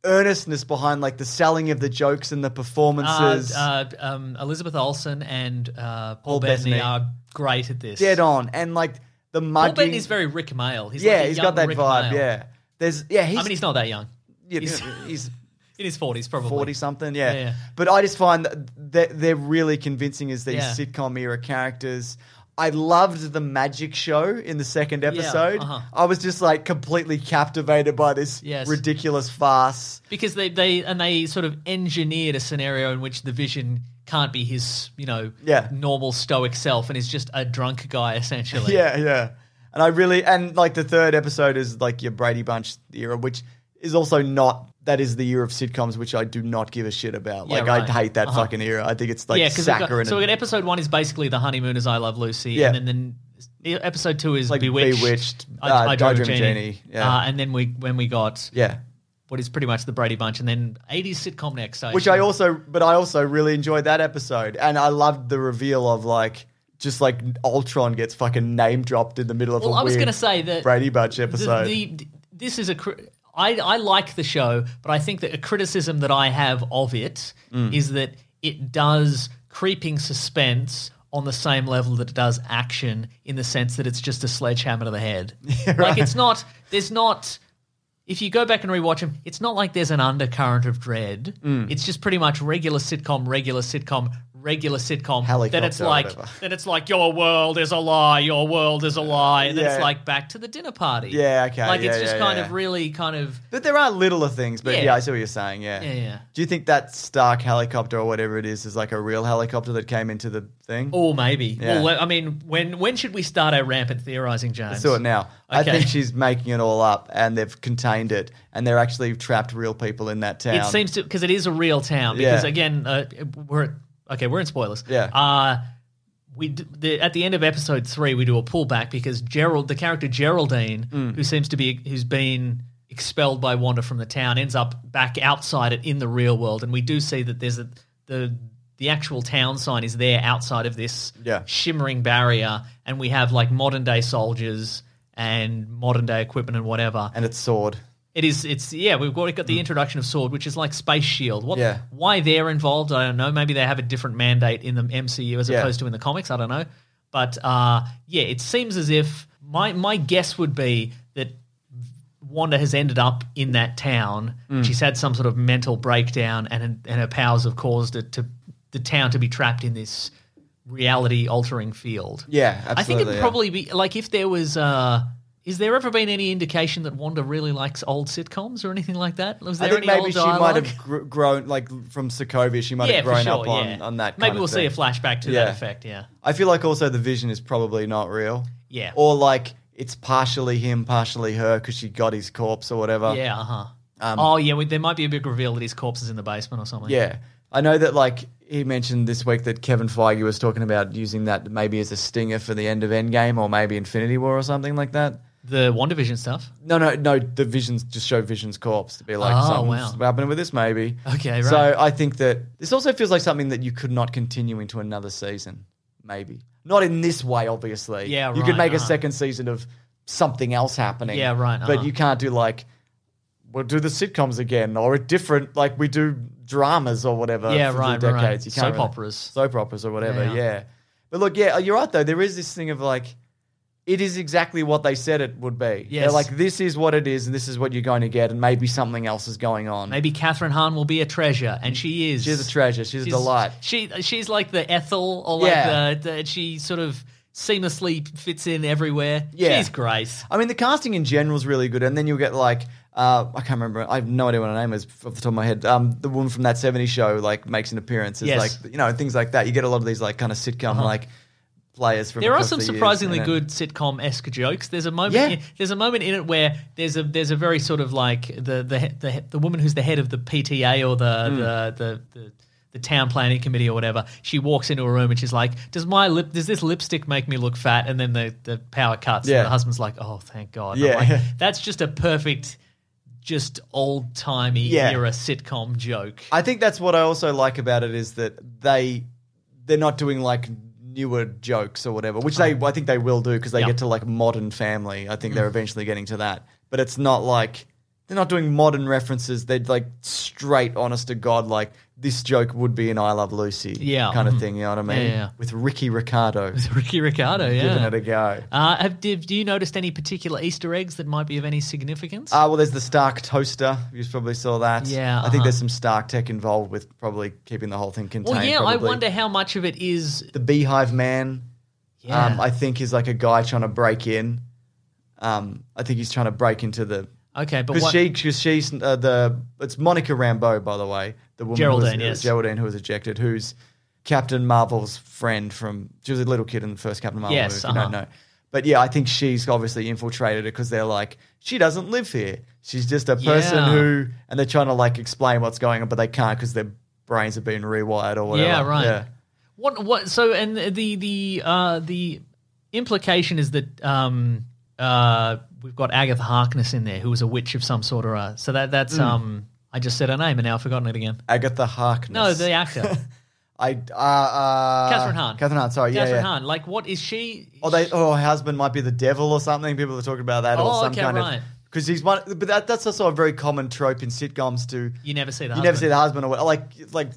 Speaker 1: earnestness behind like the selling of the jokes and the
Speaker 3: Uh,
Speaker 1: performances.
Speaker 3: uh, um, Elizabeth Olsen and uh, Paul,
Speaker 1: Paul
Speaker 3: Bettany,
Speaker 1: Bettany.
Speaker 3: are great at this.
Speaker 1: dead on and like the
Speaker 3: Paul
Speaker 1: mugging.
Speaker 3: Bettany's very Rick Mail. He's
Speaker 1: yeah,
Speaker 3: like a
Speaker 1: he's
Speaker 3: young
Speaker 1: got that
Speaker 3: Rick
Speaker 1: vibe.
Speaker 3: Mail.
Speaker 1: Yeah, there's yeah. He's,
Speaker 3: I mean, he's not that young.
Speaker 1: yeah,
Speaker 3: he's-
Speaker 1: he's
Speaker 3: In his forties, probably.
Speaker 1: 40 something. Yeah.
Speaker 3: Yeah, yeah.
Speaker 1: But I just find that they're, they're really convincing as these
Speaker 3: Yeah.
Speaker 1: sitcom era characters. I loved the magic show in the second episode.
Speaker 3: uh-huh.
Speaker 1: I was just like completely captivated by this
Speaker 3: Yes.
Speaker 1: ridiculous farce.
Speaker 3: Because they, they and they sort of engineered a scenario in which the Vision can't be his, you know,
Speaker 1: Yeah.
Speaker 3: normal stoic self, and is just a drunk guy essentially.
Speaker 1: Yeah, yeah. And I really and like the third episode is like your Brady Bunch era, which is also not. That is the year of sitcoms, which I do not give a shit about.
Speaker 3: Yeah,
Speaker 1: Like
Speaker 3: right.
Speaker 1: I hate that
Speaker 3: Uh-huh.
Speaker 1: fucking era. I think it's like
Speaker 3: yeah, because
Speaker 1: saccharine.
Speaker 3: so we
Speaker 1: and-
Speaker 3: got episode one is basically the honeymooners. I love Lucy.
Speaker 1: Yeah.
Speaker 3: and then, then episode two is
Speaker 1: Like
Speaker 3: Bewitched.
Speaker 1: Bewitched,
Speaker 3: I,
Speaker 1: uh,
Speaker 3: I Dream
Speaker 1: I
Speaker 3: of
Speaker 1: Dream of
Speaker 3: Jeannie.
Speaker 1: Jeannie, yeah.
Speaker 3: Uh, and then we when we got
Speaker 1: yeah,
Speaker 3: what is pretty much the Brady Bunch, and then eighties sitcom next. So
Speaker 1: which I also, but I also really enjoyed that episode, and I loved the reveal of like just like Ultron gets fucking name dropped in the middle of
Speaker 3: Well,
Speaker 1: a
Speaker 3: I was
Speaker 1: weird
Speaker 3: going to say that
Speaker 1: Brady Bunch
Speaker 3: the-
Speaker 1: episode.
Speaker 3: The, this is a. cri- I, I like the show, but I think that a criticism that I have of it is
Speaker 1: Mm.
Speaker 3: that it does creeping suspense on the same level that it does action in the sense that it's just a sledgehammer to the head. Like it's not. There's not. If you go back and rewatch them, it's not like there's an undercurrent of dread.
Speaker 1: Mm.
Speaker 3: It's just pretty much regular sitcom, regular sitcom, regular sitcom. then it's
Speaker 1: Helicopter or
Speaker 3: like
Speaker 1: whatever.
Speaker 3: then it's like your world is a lie, your world is a lie, and then it's
Speaker 1: Yeah.
Speaker 3: like back to the dinner party.
Speaker 1: Yeah, okay,
Speaker 3: Like it's
Speaker 1: yeah,
Speaker 3: just
Speaker 1: yeah,
Speaker 3: kind
Speaker 1: yeah.
Speaker 3: of really kind of
Speaker 1: But there are littler things, but
Speaker 3: Yeah.
Speaker 1: yeah. I see what you're saying. Yeah.
Speaker 3: Yeah, yeah.
Speaker 1: Do you think that Stark helicopter or whatever it is is like a real helicopter that came into the thing?
Speaker 3: oh maybe.
Speaker 1: Yeah.
Speaker 3: Well, I mean, when when should we start our rampant theorizing, James?
Speaker 1: Let's do it now. I
Speaker 3: Okay.
Speaker 1: think she's making it all up, and they've contained it, and they're actually trapped real people in that town.
Speaker 3: It seems to because it is a real town. Because
Speaker 1: Yeah.
Speaker 3: again, uh, we're okay. We're in spoilers.
Speaker 1: Yeah.
Speaker 3: Uh, we d- the, at the end of episode three, we do a pullback because Gerald, the character Geraldine,
Speaker 1: Mm.
Speaker 3: who seems to be who's been expelled by Wanda from the town, ends up back outside it in the real world, and we do see that there's a, the the actual town sign is there outside of this
Speaker 1: Yeah.
Speaker 3: shimmering barrier, and we have like modern day soldiers and modern day equipment and whatever.
Speaker 1: and it's sword.
Speaker 3: It is. It's yeah. We've got, got the introduction of Sword, which is like Space Shield. What?
Speaker 1: Hmm. Yeah.
Speaker 3: Why they're involved? I don't know. Maybe they have a different mandate in the MCU as
Speaker 1: Yeah.
Speaker 3: opposed to in the comics. I don't know. But uh, yeah, it seems as if my my guess would be that Wanda has ended up in that town.
Speaker 1: Hmm.
Speaker 3: She's had some sort of mental breakdown, and and her powers have caused it to the town to be trapped in this reality altering field.
Speaker 1: Yeah,
Speaker 3: I think
Speaker 1: absolutely.
Speaker 3: it'd
Speaker 1: yeah.
Speaker 3: probably be like if there was. Uh, is there ever been any indication that Wanda really likes old sitcoms or anything like that? Was there
Speaker 1: I think
Speaker 3: any
Speaker 1: maybe
Speaker 3: old
Speaker 1: she
Speaker 3: dialogue?
Speaker 1: might have gr- grown like from Sokovia. She might
Speaker 3: yeah,
Speaker 1: have grown
Speaker 3: for sure,
Speaker 1: up on,
Speaker 3: yeah.
Speaker 1: on that.
Speaker 3: Maybe
Speaker 1: kind of
Speaker 3: we'll see a
Speaker 1: thing.
Speaker 3: flashback to
Speaker 1: Yeah.
Speaker 3: that effect. Yeah,
Speaker 1: I feel like also the vision is probably not real.
Speaker 3: Yeah.
Speaker 1: Or like it's partially him, partially her because she got his corpse or whatever.
Speaker 3: yeah, uh huh. oh yeah, we, there might be a big reveal that his corpse is in the basement or something.
Speaker 1: um, Yeah. I know that like he mentioned this week that Kevin Feige was talking about using that maybe as a stinger for the end of Endgame or maybe Infinity War or something like that.
Speaker 3: the WandaVision stuff.
Speaker 1: No, no, no. The visions just show Vision's corpse to be like,
Speaker 3: Oh,
Speaker 1: something's
Speaker 3: wow.
Speaker 1: happening with this, maybe.
Speaker 3: Okay, right.
Speaker 1: So I think that this also feels like something that you could not continue into another season, maybe. Not in this way, obviously.
Speaker 3: Yeah,
Speaker 1: You could
Speaker 3: right,
Speaker 1: make a
Speaker 3: uh-huh.
Speaker 1: second season of something else happening.
Speaker 3: Yeah, right,
Speaker 1: But
Speaker 3: uh-huh.
Speaker 1: you can't do like, we'll do the sitcoms again or a different, like we do dramas or whatever.
Speaker 3: Yeah,
Speaker 1: for
Speaker 3: right,
Speaker 1: The
Speaker 3: right, right.
Speaker 1: decades. You can't
Speaker 3: Soap
Speaker 1: really-
Speaker 3: operas.
Speaker 1: Soap operas or whatever,
Speaker 3: Yeah.
Speaker 1: yeah. But look, yeah, you're right, though. There is this thing of like, it is exactly what they said it would be.
Speaker 3: Yes.
Speaker 1: They're like, this is what it is, and this is what you're going to get, and maybe something else is going on.
Speaker 3: Maybe Catherine Hahn will be a treasure, and she is.
Speaker 1: She's a treasure. She's, a delight.
Speaker 3: She she's like the Ethel, or like
Speaker 1: Yeah.
Speaker 3: the, the she sort of seamlessly fits in everywhere.
Speaker 1: Yeah.
Speaker 3: she's Grace.
Speaker 1: I mean, the casting in general is really good, and then you'll get like, uh, I can't remember. I have no idea what her name is off the top of my head. Um, the woman from that '70s show like makes an appearance. It's
Speaker 3: Yes. Uh-huh.
Speaker 1: like you know things like that. You get a lot of these like kind of sitcom like players from.
Speaker 3: There are
Speaker 1: across
Speaker 3: some
Speaker 1: the years,
Speaker 3: surprisingly
Speaker 1: and then-
Speaker 3: good sitcom esque jokes. There's a moment.
Speaker 1: Yeah.
Speaker 3: In, there's a moment in it where there's a there's a very sort of like the the he- the, he- the woman who's the head of the PTA or the
Speaker 1: Hmm.
Speaker 3: the, the the the town planning committee or whatever. She walks into a room and she's like, "Does my lip does this lipstick make me look fat?" And then the the power cuts.
Speaker 1: Yeah.
Speaker 3: And the husband's like, "Oh, thank God." And
Speaker 1: Yeah.
Speaker 3: I'm like, that's just a perfect, just old timey
Speaker 1: Yeah.
Speaker 3: era sitcom joke.
Speaker 1: I think that's what I also like about it is that they they're not doing like newer jokes or whatever, which they I think they will do because they
Speaker 3: Yeah. Mm.
Speaker 1: get to like Modern Family. I think they're eventually getting to that, but it's not like they're not doing modern references. They're like straight, honest to god, like this joke would be an I Love Lucy,
Speaker 3: Yeah.
Speaker 1: kind of
Speaker 3: Mhm.
Speaker 1: thing. You know what I mean?
Speaker 3: Yeah, yeah.
Speaker 1: With Ricky Ricardo
Speaker 3: Ricky Ricardo, yeah.
Speaker 1: giving it a go.
Speaker 3: Uh, have, did, do you noticed any particular Easter eggs that might be of any significance?
Speaker 1: Ah, well, there's the Stark toaster. You probably saw that.
Speaker 3: Yeah,
Speaker 1: I think
Speaker 3: uh-huh.
Speaker 1: there's some Stark tech involved with probably keeping the whole thing contained.
Speaker 3: well, yeah, I
Speaker 1: probably.
Speaker 3: wonder how much of it is.
Speaker 1: the Beehive Man.
Speaker 3: Yeah.
Speaker 1: Um, I think is like a guy trying to break in. Um, I think he's trying to break into the
Speaker 3: Okay, but
Speaker 1: because
Speaker 3: what,
Speaker 1: she because she's uh, the it's Monica Rambeau by the way the woman
Speaker 3: Geraldine,
Speaker 1: who was, uh,
Speaker 3: yes.
Speaker 1: Geraldine who was ejected who's Captain Marvel's friend from she was a little kid in the first Captain Marvel
Speaker 3: Yes,
Speaker 1: movie if you
Speaker 3: uh-huh.
Speaker 1: don't know But yeah, I think she's obviously infiltrated it because they're like, she doesn't live here. She's just a person
Speaker 3: Yeah.
Speaker 1: who, and they're trying to like explain what's going on, but they can't because their brains have been rewired or whatever.
Speaker 3: Yeah, right. What what so and the the uh the implication is that um uh we've got Agatha Harkness in there who was a witch of some sort or uh so that that's
Speaker 1: Hmm.
Speaker 3: um I just said her name and now I've forgotten it again.
Speaker 1: Agatha Harkness.
Speaker 3: No, the actor.
Speaker 1: I uh, uh
Speaker 3: Catherine Hahn.
Speaker 1: Catherine Hahn. Sorry, yeah,
Speaker 3: Catherine
Speaker 1: yeah.
Speaker 3: Hahn. Like what is she
Speaker 1: Or they, or her husband might be the devil or something. People are talking about that or
Speaker 3: Oh,
Speaker 1: some
Speaker 3: okay,
Speaker 1: kind
Speaker 3: right.
Speaker 1: of because he's one. But that, that's also a very common trope in sitcoms to you
Speaker 3: you never see the
Speaker 1: never see
Speaker 3: husband.
Speaker 1: the husband or what- like like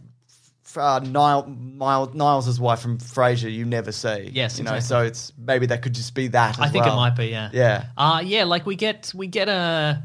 Speaker 1: uh, Niall, Niall Niles' wife from Frasier. You never see.
Speaker 3: Yes,
Speaker 1: you know.
Speaker 3: exactly.
Speaker 1: So it's maybe that could just be that.
Speaker 3: I
Speaker 1: as
Speaker 3: think it
Speaker 1: well.
Speaker 3: might be, yeah.
Speaker 1: Yeah.
Speaker 3: Uh yeah, like we get we get a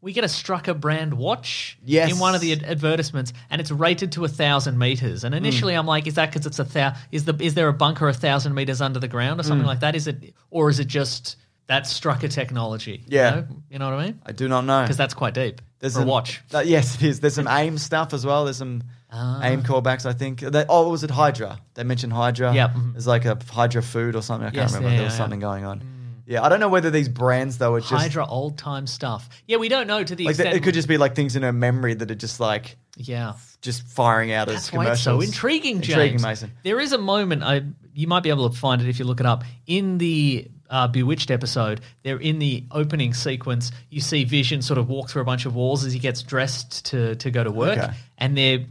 Speaker 3: we get a Strucker brand watch
Speaker 1: Yes. Hmm.
Speaker 3: in one of the ad- advertisements, and it's rated to a thousand meters. And initially, I'm like, is that because it's a thou? Is the is there a bunker a thousand meters under the ground or something
Speaker 1: Hmm.
Speaker 3: like that? Is it or is it just that Strucker technology? You
Speaker 1: Yeah.
Speaker 3: know? you know what I mean?
Speaker 1: I do not know.
Speaker 3: Because that's quite deep.
Speaker 1: There's
Speaker 3: for a
Speaker 1: an-
Speaker 3: watch. Ah.
Speaker 1: that- yes, it is. There's some AIM stuff as well. There's some AIM callbacks, I think. They, oh, was it Hydra? They mentioned Hydra.
Speaker 3: Yep. Mhm.
Speaker 1: There's like a Hydra food or something. I
Speaker 3: Yes,
Speaker 1: can't remember.
Speaker 3: yeah,
Speaker 1: there was
Speaker 3: yeah, Mm.
Speaker 1: something going on. Yeah, I don't know whether these brands, though, are just.
Speaker 3: Hydra old time stuff. Yeah, we don't know to the
Speaker 1: like
Speaker 3: extent.
Speaker 1: It could just be like things in her memory that are just like
Speaker 3: yeah.
Speaker 1: just firing out as
Speaker 3: That's why it's
Speaker 1: commercials.
Speaker 3: so intriguing, James.
Speaker 1: Intriguing, Mason.
Speaker 3: There is a moment I you might be able to find it if you look it up in the uh, Bewitched episode. There, in the opening sequence, you see Vision sort of walk through a bunch of walls as he gets dressed to to go to work,
Speaker 1: Okay.
Speaker 3: and they're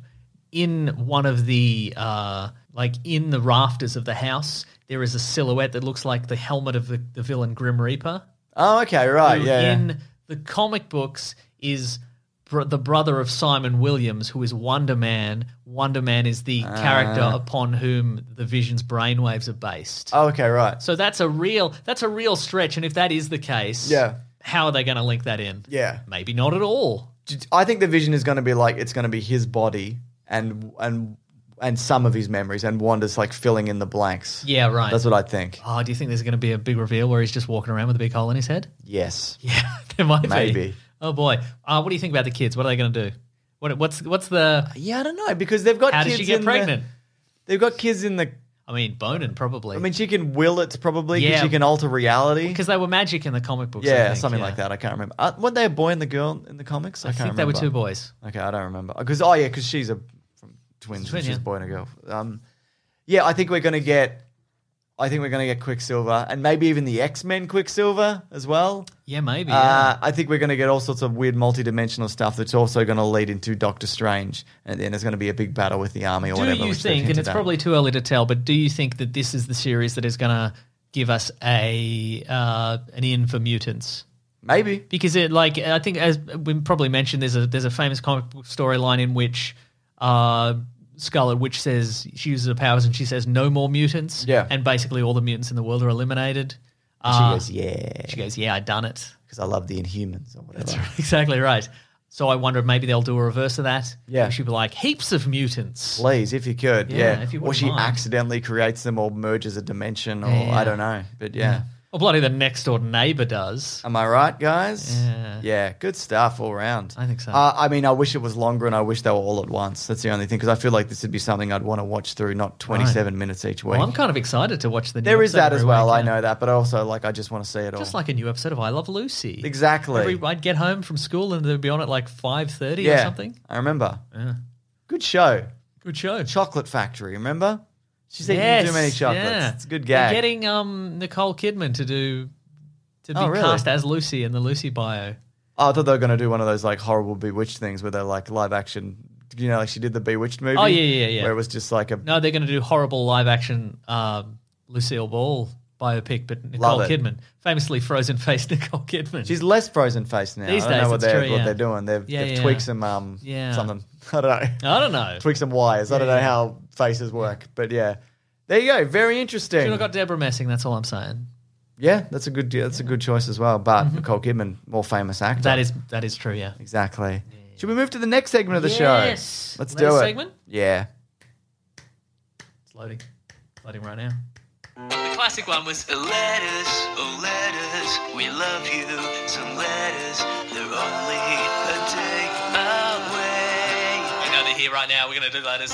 Speaker 3: in one of the uh, like in the rafters of the house. There is a silhouette that looks like the helmet of the, the villain Grim Reaper
Speaker 1: Oh, okay, right.
Speaker 3: who
Speaker 1: Yeah. yeah.
Speaker 3: in the comic books is br- the brother of Simon Williams, who is Wonder Man. Wonder Man is the
Speaker 1: Ah.
Speaker 3: character upon whom the Vision's brainwaves are based.
Speaker 1: Oh, okay, right.
Speaker 3: So that's a real that's a real stretch. And if that is the case,
Speaker 1: Yeah.
Speaker 3: how are they going to link that in?
Speaker 1: Yeah.
Speaker 3: maybe not at all.
Speaker 1: I think the vision is going to be like it's going to be his body and and and some of his memories and Wanda's like filling in the blanks.
Speaker 3: Yeah, right.
Speaker 1: That's what I think.
Speaker 3: Oh, do you think there's going to be a big reveal where he's just walking around with a big hole in his head?
Speaker 1: Yes.
Speaker 3: Yeah, there might be.
Speaker 1: Maybe.
Speaker 3: Oh boy. Uh, what do you think about the kids? What are they going to do? What, what's what's the?
Speaker 1: Yeah, I don't know because they've got
Speaker 3: How
Speaker 1: kids
Speaker 3: did she get
Speaker 1: in
Speaker 3: pregnant?
Speaker 1: The, they've got kids in the.
Speaker 3: I mean, Bonin probably.
Speaker 1: I mean, she can will it probably because
Speaker 3: Yeah.
Speaker 1: she can alter reality.
Speaker 3: because they were magic in the comic books. I
Speaker 1: yeah,
Speaker 3: think,
Speaker 1: something
Speaker 3: yeah.
Speaker 1: like that. I can't remember. Uh, weren't they a boy and the girl in the comics? I,
Speaker 3: I,
Speaker 1: can't
Speaker 3: think they were
Speaker 1: remember.
Speaker 3: two boys.
Speaker 1: Okay, I don't remember. Because oh yeah, because she's a from twins.
Speaker 3: twin,
Speaker 1: and she's
Speaker 3: yeah.
Speaker 1: a boy and a girl. Um, yeah, I think we're gonna get. I think we're gonna get Quicksilver and maybe even the X Men Quicksilver as well.
Speaker 3: Yeah, maybe.
Speaker 1: Uh, I think we're going to get all sorts of weird multi-dimensional stuff that's also going to lead into Doctor Strange, and then there's going to be a big battle with the army or
Speaker 3: yeah.
Speaker 1: whatever.
Speaker 3: do you
Speaker 1: which they've
Speaker 3: think, and
Speaker 1: hinted
Speaker 3: it's
Speaker 1: at.
Speaker 3: probably too early to tell, but do you think that this is the series that is going to give us a uh, an in for mutants?
Speaker 1: maybe
Speaker 3: Because it, like, I think as we probably mentioned, there's a there's a famous comic book storyline in which uh, Scarlet Witch says she uses her powers and she says no more mutants.
Speaker 1: Yeah.
Speaker 3: and basically all the mutants in the world are eliminated.
Speaker 1: she
Speaker 3: Uh,
Speaker 1: goes, yeah,
Speaker 3: she goes, yeah, I done it.
Speaker 1: because I love the Inhumans or whatever.
Speaker 3: Exactly right. So I wonder if maybe they'll do a reverse of that.
Speaker 1: Yeah.
Speaker 3: We should be like heaps of mutants.
Speaker 1: Please, if you could,
Speaker 3: Yeah,
Speaker 1: yeah.
Speaker 3: if you
Speaker 1: or
Speaker 3: wouldn't
Speaker 1: she
Speaker 3: mind.
Speaker 1: accidentally creates them or merges a dimension, or
Speaker 3: Yeah.
Speaker 1: I don't know. But yeah.
Speaker 3: Or bloody the next door neighbor does.
Speaker 1: Am I right, guys?
Speaker 3: Yeah.
Speaker 1: good stuff all round.
Speaker 3: I think so.
Speaker 1: Uh, I mean, I wish it was longer and I wish they were all at once. That's the only thing because I feel like this would be something I'd want to watch through, not 27 minutes each week.
Speaker 3: Well, I'm kind of excited to watch the. New
Speaker 1: there is
Speaker 3: episode
Speaker 1: that as
Speaker 3: every
Speaker 1: well.
Speaker 3: week,
Speaker 1: I
Speaker 3: yeah.
Speaker 1: know that, but also like I just want to see it all.
Speaker 3: Just like a new episode of I Love Lucy.
Speaker 1: exactly.
Speaker 3: Every, I'd get home from school and they'd be on at like five thirty or
Speaker 1: yeah,
Speaker 3: something.
Speaker 1: I remember. Good show.
Speaker 3: Good show.
Speaker 1: Chocolate Factory. Remember? She's eating
Speaker 3: Yes,
Speaker 1: too many chocolates.
Speaker 3: yeah.
Speaker 1: It's a good
Speaker 3: They're
Speaker 1: gag.
Speaker 3: Getting um Nicole Kidman to do to be
Speaker 1: Oh, really?
Speaker 3: cast as Lucy in the Lucy bio.
Speaker 1: Oh, I thought they were going to do one of those like horrible Bewitched things where they're like live action. You know, like she did the Bewitched movie.
Speaker 3: Oh, yeah, yeah, yeah.
Speaker 1: Where it was just like a
Speaker 3: No, they're going to do horrible live action um, Lucille Ball biopic, but Nicole
Speaker 1: Love it.
Speaker 3: Kidman, famously frozen faced Nicole Kidman.
Speaker 1: She's less frozen faced now.
Speaker 3: These
Speaker 1: I don't
Speaker 3: days,
Speaker 1: know what
Speaker 3: it's
Speaker 1: they're
Speaker 3: true,
Speaker 1: what
Speaker 3: yeah.
Speaker 1: they're doing. They've,
Speaker 3: Yeah,
Speaker 1: they've
Speaker 3: yeah.
Speaker 1: tweaked some um
Speaker 3: Yeah.
Speaker 1: something. I don't know.
Speaker 3: I don't know.
Speaker 1: tweaked some wires. I don't know how faces work, but yeah, there you go. Very
Speaker 3: Should
Speaker 1: interesting.
Speaker 3: have got Deborah Messing. That's all I'm saying.
Speaker 1: yeah, that's a good that's a good choice as well. But Nicole Kidman, more famous actor.
Speaker 3: Mm-hmm. That is that is true. Yeah.
Speaker 1: exactly. Should we move to the next segment of the show?
Speaker 3: Yes.
Speaker 1: Let's
Speaker 3: Another
Speaker 1: do it.
Speaker 3: segment?
Speaker 1: Yeah.
Speaker 3: It's loading. It's loading right now.
Speaker 4: The classic one was letters, oh letters, we love you. Some letters, they're only a day away.
Speaker 3: I know they're here right now. We're gonna do letters.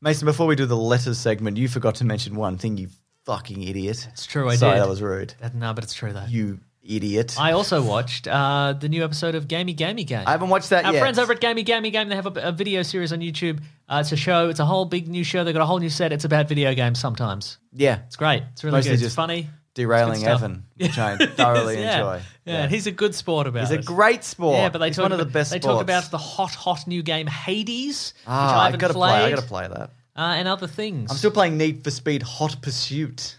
Speaker 1: Mason, before we do the letters segment, you forgot to mention one thing you fucking idiot. It's
Speaker 3: true, I
Speaker 1: Sorry,
Speaker 3: did.
Speaker 1: that was rude.
Speaker 3: That- No, but it's true though.
Speaker 1: You idiot. I,
Speaker 3: I also watched uh, the new episode of Gamey Gamey Game.
Speaker 1: haven't watched that
Speaker 3: Our
Speaker 1: yet.
Speaker 3: friends over at Gamey Gamey Game, they have a, a video series on YouTube. Uh, it's a show. It's a whole big new show. They've got a whole new set. It's about video games sometimes.
Speaker 1: yeah,
Speaker 3: It's great. It's really
Speaker 1: Mostly
Speaker 3: good. It's
Speaker 1: just
Speaker 3: funny.
Speaker 1: derailing
Speaker 3: stuff.
Speaker 1: Evan, which I thoroughly
Speaker 3: yeah.
Speaker 1: enjoy.
Speaker 3: Yeah. and he's a good sport about
Speaker 1: He's
Speaker 3: it.
Speaker 1: a great sport.
Speaker 3: Yeah, but they
Speaker 1: He's
Speaker 3: talk
Speaker 1: one of the
Speaker 3: about,
Speaker 1: best
Speaker 3: They
Speaker 1: sports.
Speaker 3: talk about the hot, hot new game Hades, which
Speaker 1: ah,
Speaker 3: I
Speaker 1: I
Speaker 3: haven't
Speaker 1: gotta
Speaker 3: played,
Speaker 1: play. I gotta play that.
Speaker 3: Uh, and other things.
Speaker 1: I'm still playing Need for Speed Hot Pursuit.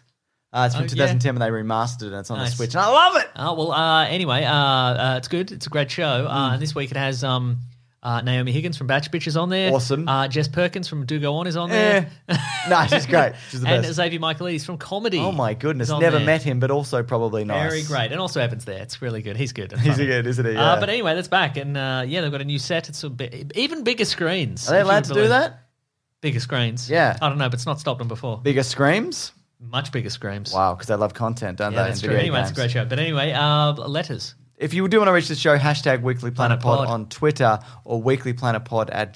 Speaker 1: Uh, it's from
Speaker 3: Oh, yeah.
Speaker 1: 2010 when they remastered it. and It's on
Speaker 3: Nice.
Speaker 1: the Switch, and I love it.
Speaker 3: Oh well. Uh, anyway, uh, uh, it's good. It's a great show. Uh,
Speaker 1: Hmm.
Speaker 3: and this week it has um, uh, Naomi Higgins from Batch Bitches on there.
Speaker 1: Awesome.
Speaker 3: Uh, Jess Perkins from Do Go On is on there.
Speaker 1: no, she's great. She's the
Speaker 3: and
Speaker 1: best.
Speaker 3: Xavier Michaelis from Comedy.
Speaker 1: Oh my goodness,
Speaker 3: is on
Speaker 1: never
Speaker 3: there.
Speaker 1: met him, but also probably nice.
Speaker 3: Very great. And also Evan's there. It's really good. He's good. and
Speaker 1: He's
Speaker 3: funny.
Speaker 1: good, isn't he?
Speaker 3: Uh,
Speaker 1: Yeah.
Speaker 3: but anyway, that's back, and uh, yeah, they've got a new set. It's a bit, even bigger screens.
Speaker 1: Are they
Speaker 3: if you
Speaker 1: allowed
Speaker 3: would
Speaker 1: to do
Speaker 3: believe.
Speaker 1: that?
Speaker 3: Bigger screens.
Speaker 1: Yeah.
Speaker 3: I don't know, but it's not stopped them before.
Speaker 1: Bigger screams?
Speaker 3: Much bigger screams.
Speaker 1: Wow, because they love content, don't
Speaker 3: Yeah,
Speaker 1: they?
Speaker 3: that's
Speaker 1: in
Speaker 3: true.
Speaker 1: video
Speaker 3: Anyway, it's a
Speaker 1: games?
Speaker 3: great show. But anyway, uh, letters.
Speaker 1: If you do want to reach the show, hashtag Weekly Planet Pod
Speaker 3: Planet Pod.
Speaker 1: on Twitter or weeklyplanetpod at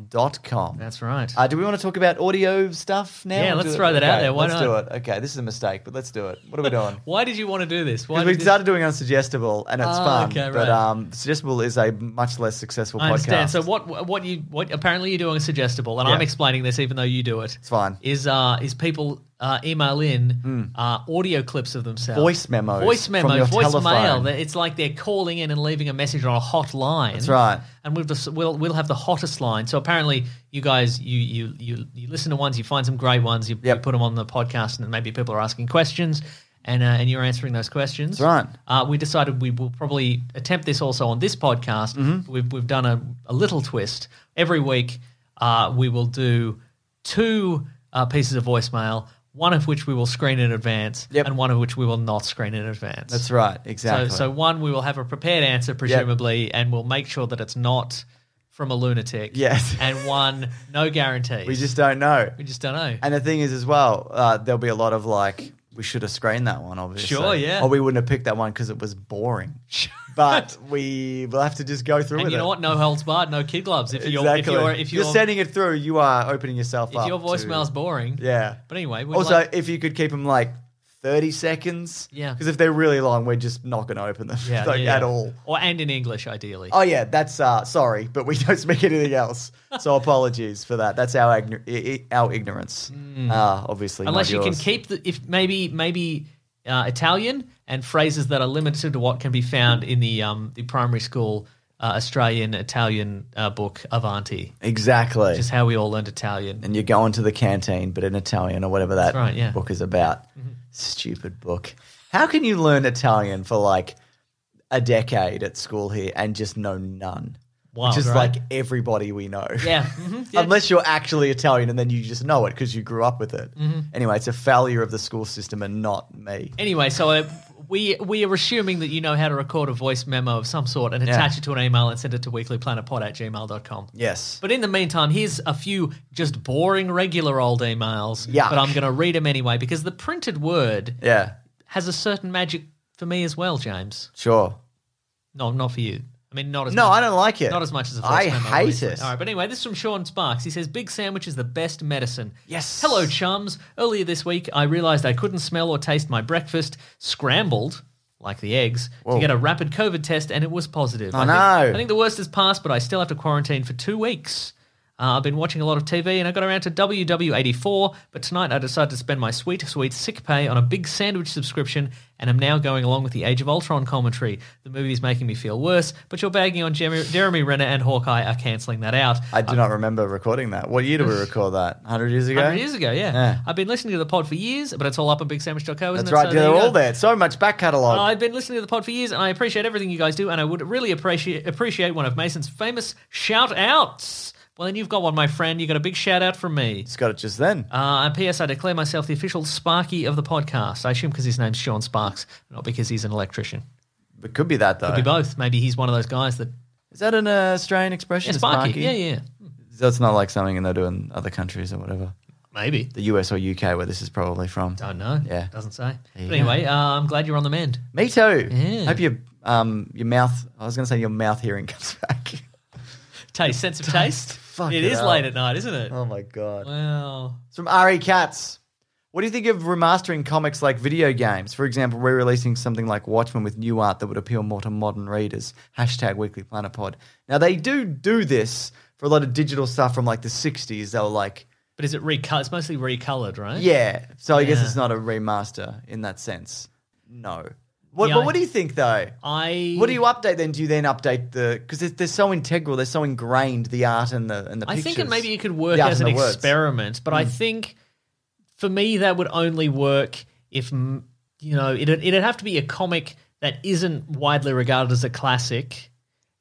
Speaker 1: gmail.com.
Speaker 3: That's right.
Speaker 1: Uh, do we want to talk about audio stuff now?
Speaker 3: Yeah,
Speaker 1: Or
Speaker 3: let's
Speaker 1: do-
Speaker 3: throw that out
Speaker 1: okay,
Speaker 3: there. Why
Speaker 1: let's
Speaker 3: not?
Speaker 1: do it. Okay, this is a mistake, but let's do it. What are we doing?
Speaker 3: Why did you want to do this? Why
Speaker 1: Because we
Speaker 3: did this-
Speaker 1: started doing Unsuggestible, and it's
Speaker 3: Oh,
Speaker 1: fun.
Speaker 3: okay,
Speaker 1: But
Speaker 3: right.
Speaker 1: um, Suggestible is a much less successful
Speaker 3: I understand.
Speaker 1: podcast.
Speaker 3: So what what you what apparently you're doing is suggestible, and
Speaker 1: Yeah.
Speaker 3: I'm explaining this even though you do it.
Speaker 1: it's fine. Hmm.
Speaker 3: Is uh is people uh, email in uh, audio clips of themselves,
Speaker 1: Voice memos
Speaker 3: voice
Speaker 1: from
Speaker 3: memos,
Speaker 1: your
Speaker 3: voice
Speaker 1: telephone.
Speaker 3: mail. That It's like they're calling in and leaving a message on a hot line.
Speaker 1: That's right.
Speaker 3: And we'll just, we'll we'll have the hottest line. So apparently, you guys, you you you you listen to ones, you find some great ones, you,
Speaker 1: Yep.
Speaker 3: you put them on the podcast, and then maybe people are asking questions. And, uh, and you're answering those questions.
Speaker 1: That's right.
Speaker 3: Uh, we decided we will probably attempt this also on this podcast.
Speaker 1: Mm-hmm.
Speaker 3: We've, we've done a, a little twist. Every week, uh, we will do two uh, pieces of voicemail, one of which we will screen in advance,
Speaker 1: Yep.
Speaker 3: and one of which we will not screen in advance.
Speaker 1: That's right, exactly.
Speaker 3: So, so one, we will have a prepared answer, presumably, and we'll make sure that it's not from a lunatic.
Speaker 1: Yes.
Speaker 3: And one, no guarantees.
Speaker 1: we just don't know.
Speaker 3: we just don't know.
Speaker 1: And the thing is, as well, uh, there'll be a lot of like, we should have screened that one, obviously.
Speaker 3: Sure, yeah.
Speaker 1: Or we wouldn't have picked that one because it was boring. But we will have to just go through
Speaker 3: And
Speaker 1: with
Speaker 3: you
Speaker 1: it.
Speaker 3: know what? No holds barred, no kid gloves. If you're if
Speaker 1: exactly.
Speaker 3: you're if you're,
Speaker 1: sending it through, you are opening yourself
Speaker 3: if
Speaker 1: up.
Speaker 3: your
Speaker 1: to-
Speaker 3: voicemail's boring,
Speaker 1: Yeah.
Speaker 3: But anyway, we'd
Speaker 1: also,
Speaker 3: like-
Speaker 1: if you could keep them like 30 seconds.
Speaker 3: Yeah.
Speaker 1: Because if they're really long, we're just not going to open them
Speaker 3: yeah,
Speaker 1: like,
Speaker 3: yeah,
Speaker 1: at
Speaker 3: yeah.
Speaker 1: all.
Speaker 3: or and in English, ideally.
Speaker 1: Oh, yeah, that's uh, sorry, but we don't speak anything else. So apologies for that. That's our, igno- i- i- our ignorance, uh, obviously.
Speaker 3: Hmm. Unless
Speaker 1: not
Speaker 3: you can
Speaker 1: yours.
Speaker 3: keep the if maybe maybe uh, Italian and phrases that are limited to what can be found in the um the primary school uh, Australian Italian uh, book Avanti,
Speaker 1: Exactly.
Speaker 3: which is how we all learned Italian.
Speaker 1: and you go into the canteen, but in Italian or whatever that
Speaker 3: right, yeah. Mm-hmm.
Speaker 1: book is about. Stupid book. How can you learn Italian for like a decade at school here and just know none?
Speaker 3: Wild,
Speaker 1: Which is
Speaker 3: right?
Speaker 1: like everybody we know.
Speaker 3: Yeah, mhm, yeah.
Speaker 1: Unless you're actually Italian and then you just know it because you grew up with it.
Speaker 3: Mm-hmm.
Speaker 1: Anyway, it's a failure of the school system and not me.
Speaker 3: Anyway, so uh, we we are assuming that you know how to record a voice memo of some sort and attach it to an email and send it to weeklyplanetpod at gmail.com.
Speaker 1: Yes.
Speaker 3: But in the meantime, here's a few just boring regular old emails.
Speaker 1: Yuck.
Speaker 3: But I'm going to read them anyway because the printed word
Speaker 1: yeah,
Speaker 3: has a certain magic for me as well, James.
Speaker 1: sure.
Speaker 3: No, not for you. I mean, not as
Speaker 1: No,
Speaker 3: much.
Speaker 1: I don't like it.
Speaker 3: Not as much as a voice
Speaker 1: I
Speaker 3: memo,
Speaker 1: hate
Speaker 3: obviously.
Speaker 1: it.
Speaker 3: All right, but anyway, this is from Sean Sparks. He says, "Big sandwich is the best medicine."
Speaker 1: Yes.
Speaker 3: Hello, chums. Earlier this week, I realised I couldn't smell or taste my breakfast. Scrambled, like the eggs, to get a rapid COVID test, and it was positive.
Speaker 1: Oh,
Speaker 3: I
Speaker 1: no.
Speaker 3: Think, I think the worst is past, but I still have to quarantine for two weeks. Uh, I've been watching a lot of TV and I got around to WW84, but tonight I decided to spend my sweet, sweet sick pay on a big sandwich subscription and I'm now going along with the Age of Ultron commentary. The movie's making me feel worse, but your bagging on Jeremy, Jeremy Renner and Hawkeye are cancelling that out.
Speaker 1: I do not remember recording that. What year did we record that? 100 years ago?
Speaker 3: 100 years ago, yeah.
Speaker 1: Yeah.
Speaker 3: I've been listening to the pod for years, but it's all up on bigsandwich.co, isn't
Speaker 1: That's
Speaker 3: it?
Speaker 1: right.
Speaker 3: So
Speaker 1: they're
Speaker 3: you
Speaker 1: all
Speaker 3: go. Oh,
Speaker 1: there. So much back catalogue.
Speaker 3: Uh, I've been listening to the pod for years, and I appreciate everything you guys do, and I would really appreciate appreciate one of Mason's famous shout outs. Well, then you've got one, my friend. You got a big shout out from me.
Speaker 1: Just got it just then.
Speaker 3: Uh, and P.S. I declare myself the official Sparky of the podcast. I assume because his name's Sean Sparks, not because he's an electrician.
Speaker 1: It could be that though.
Speaker 3: Could be both. Maybe he's one of those guys that
Speaker 1: Oh. Is that an uh, Australian expression?
Speaker 3: yeah, Sparky. Yeah, yeah.
Speaker 1: That's not like something they do in other countries or whatever.
Speaker 3: Maybe.
Speaker 1: The US or UK, where this is probably from.
Speaker 3: Don't know.
Speaker 1: Yeah.
Speaker 3: Doesn't say. But anyway, uh, I'm glad you're on the mend.
Speaker 1: Me too.
Speaker 3: Yeah.
Speaker 1: Hope your um your mouth. I was going to say your mouth hearing comes back.
Speaker 3: Taste, sense of taste.
Speaker 1: fuck
Speaker 3: it
Speaker 1: it
Speaker 3: is
Speaker 1: up.
Speaker 3: late at night, isn't it?
Speaker 1: oh my god.
Speaker 3: Wow.
Speaker 1: It's from Re Katz. What do you think of remastering comics like video games? For example, re-releasing something like Watchmen with new art that would appeal more to modern readers. Hashtag Weekly Planet Pod. Now they do do this for a lot of digital stuff from like the '60s. They were like,
Speaker 3: But is it recut? It's mostly recolored, right?
Speaker 1: yeah. So I guess
Speaker 3: Yeah.
Speaker 1: it's not a remaster in that sense. No. What,
Speaker 3: Yeah,
Speaker 1: but
Speaker 3: I-
Speaker 1: what do you think though?
Speaker 3: I.
Speaker 1: What do you update then? Do you then update the because they're so integral, they're so ingrained the art and the and the.
Speaker 3: I
Speaker 1: Pictures.
Speaker 3: think it maybe it could work
Speaker 1: The art
Speaker 3: as an
Speaker 1: and the words. Hmm.
Speaker 3: experiment, but I think for me that would only work if mm, you know it'd, it'd have to be a comic that isn't widely regarded as a classic.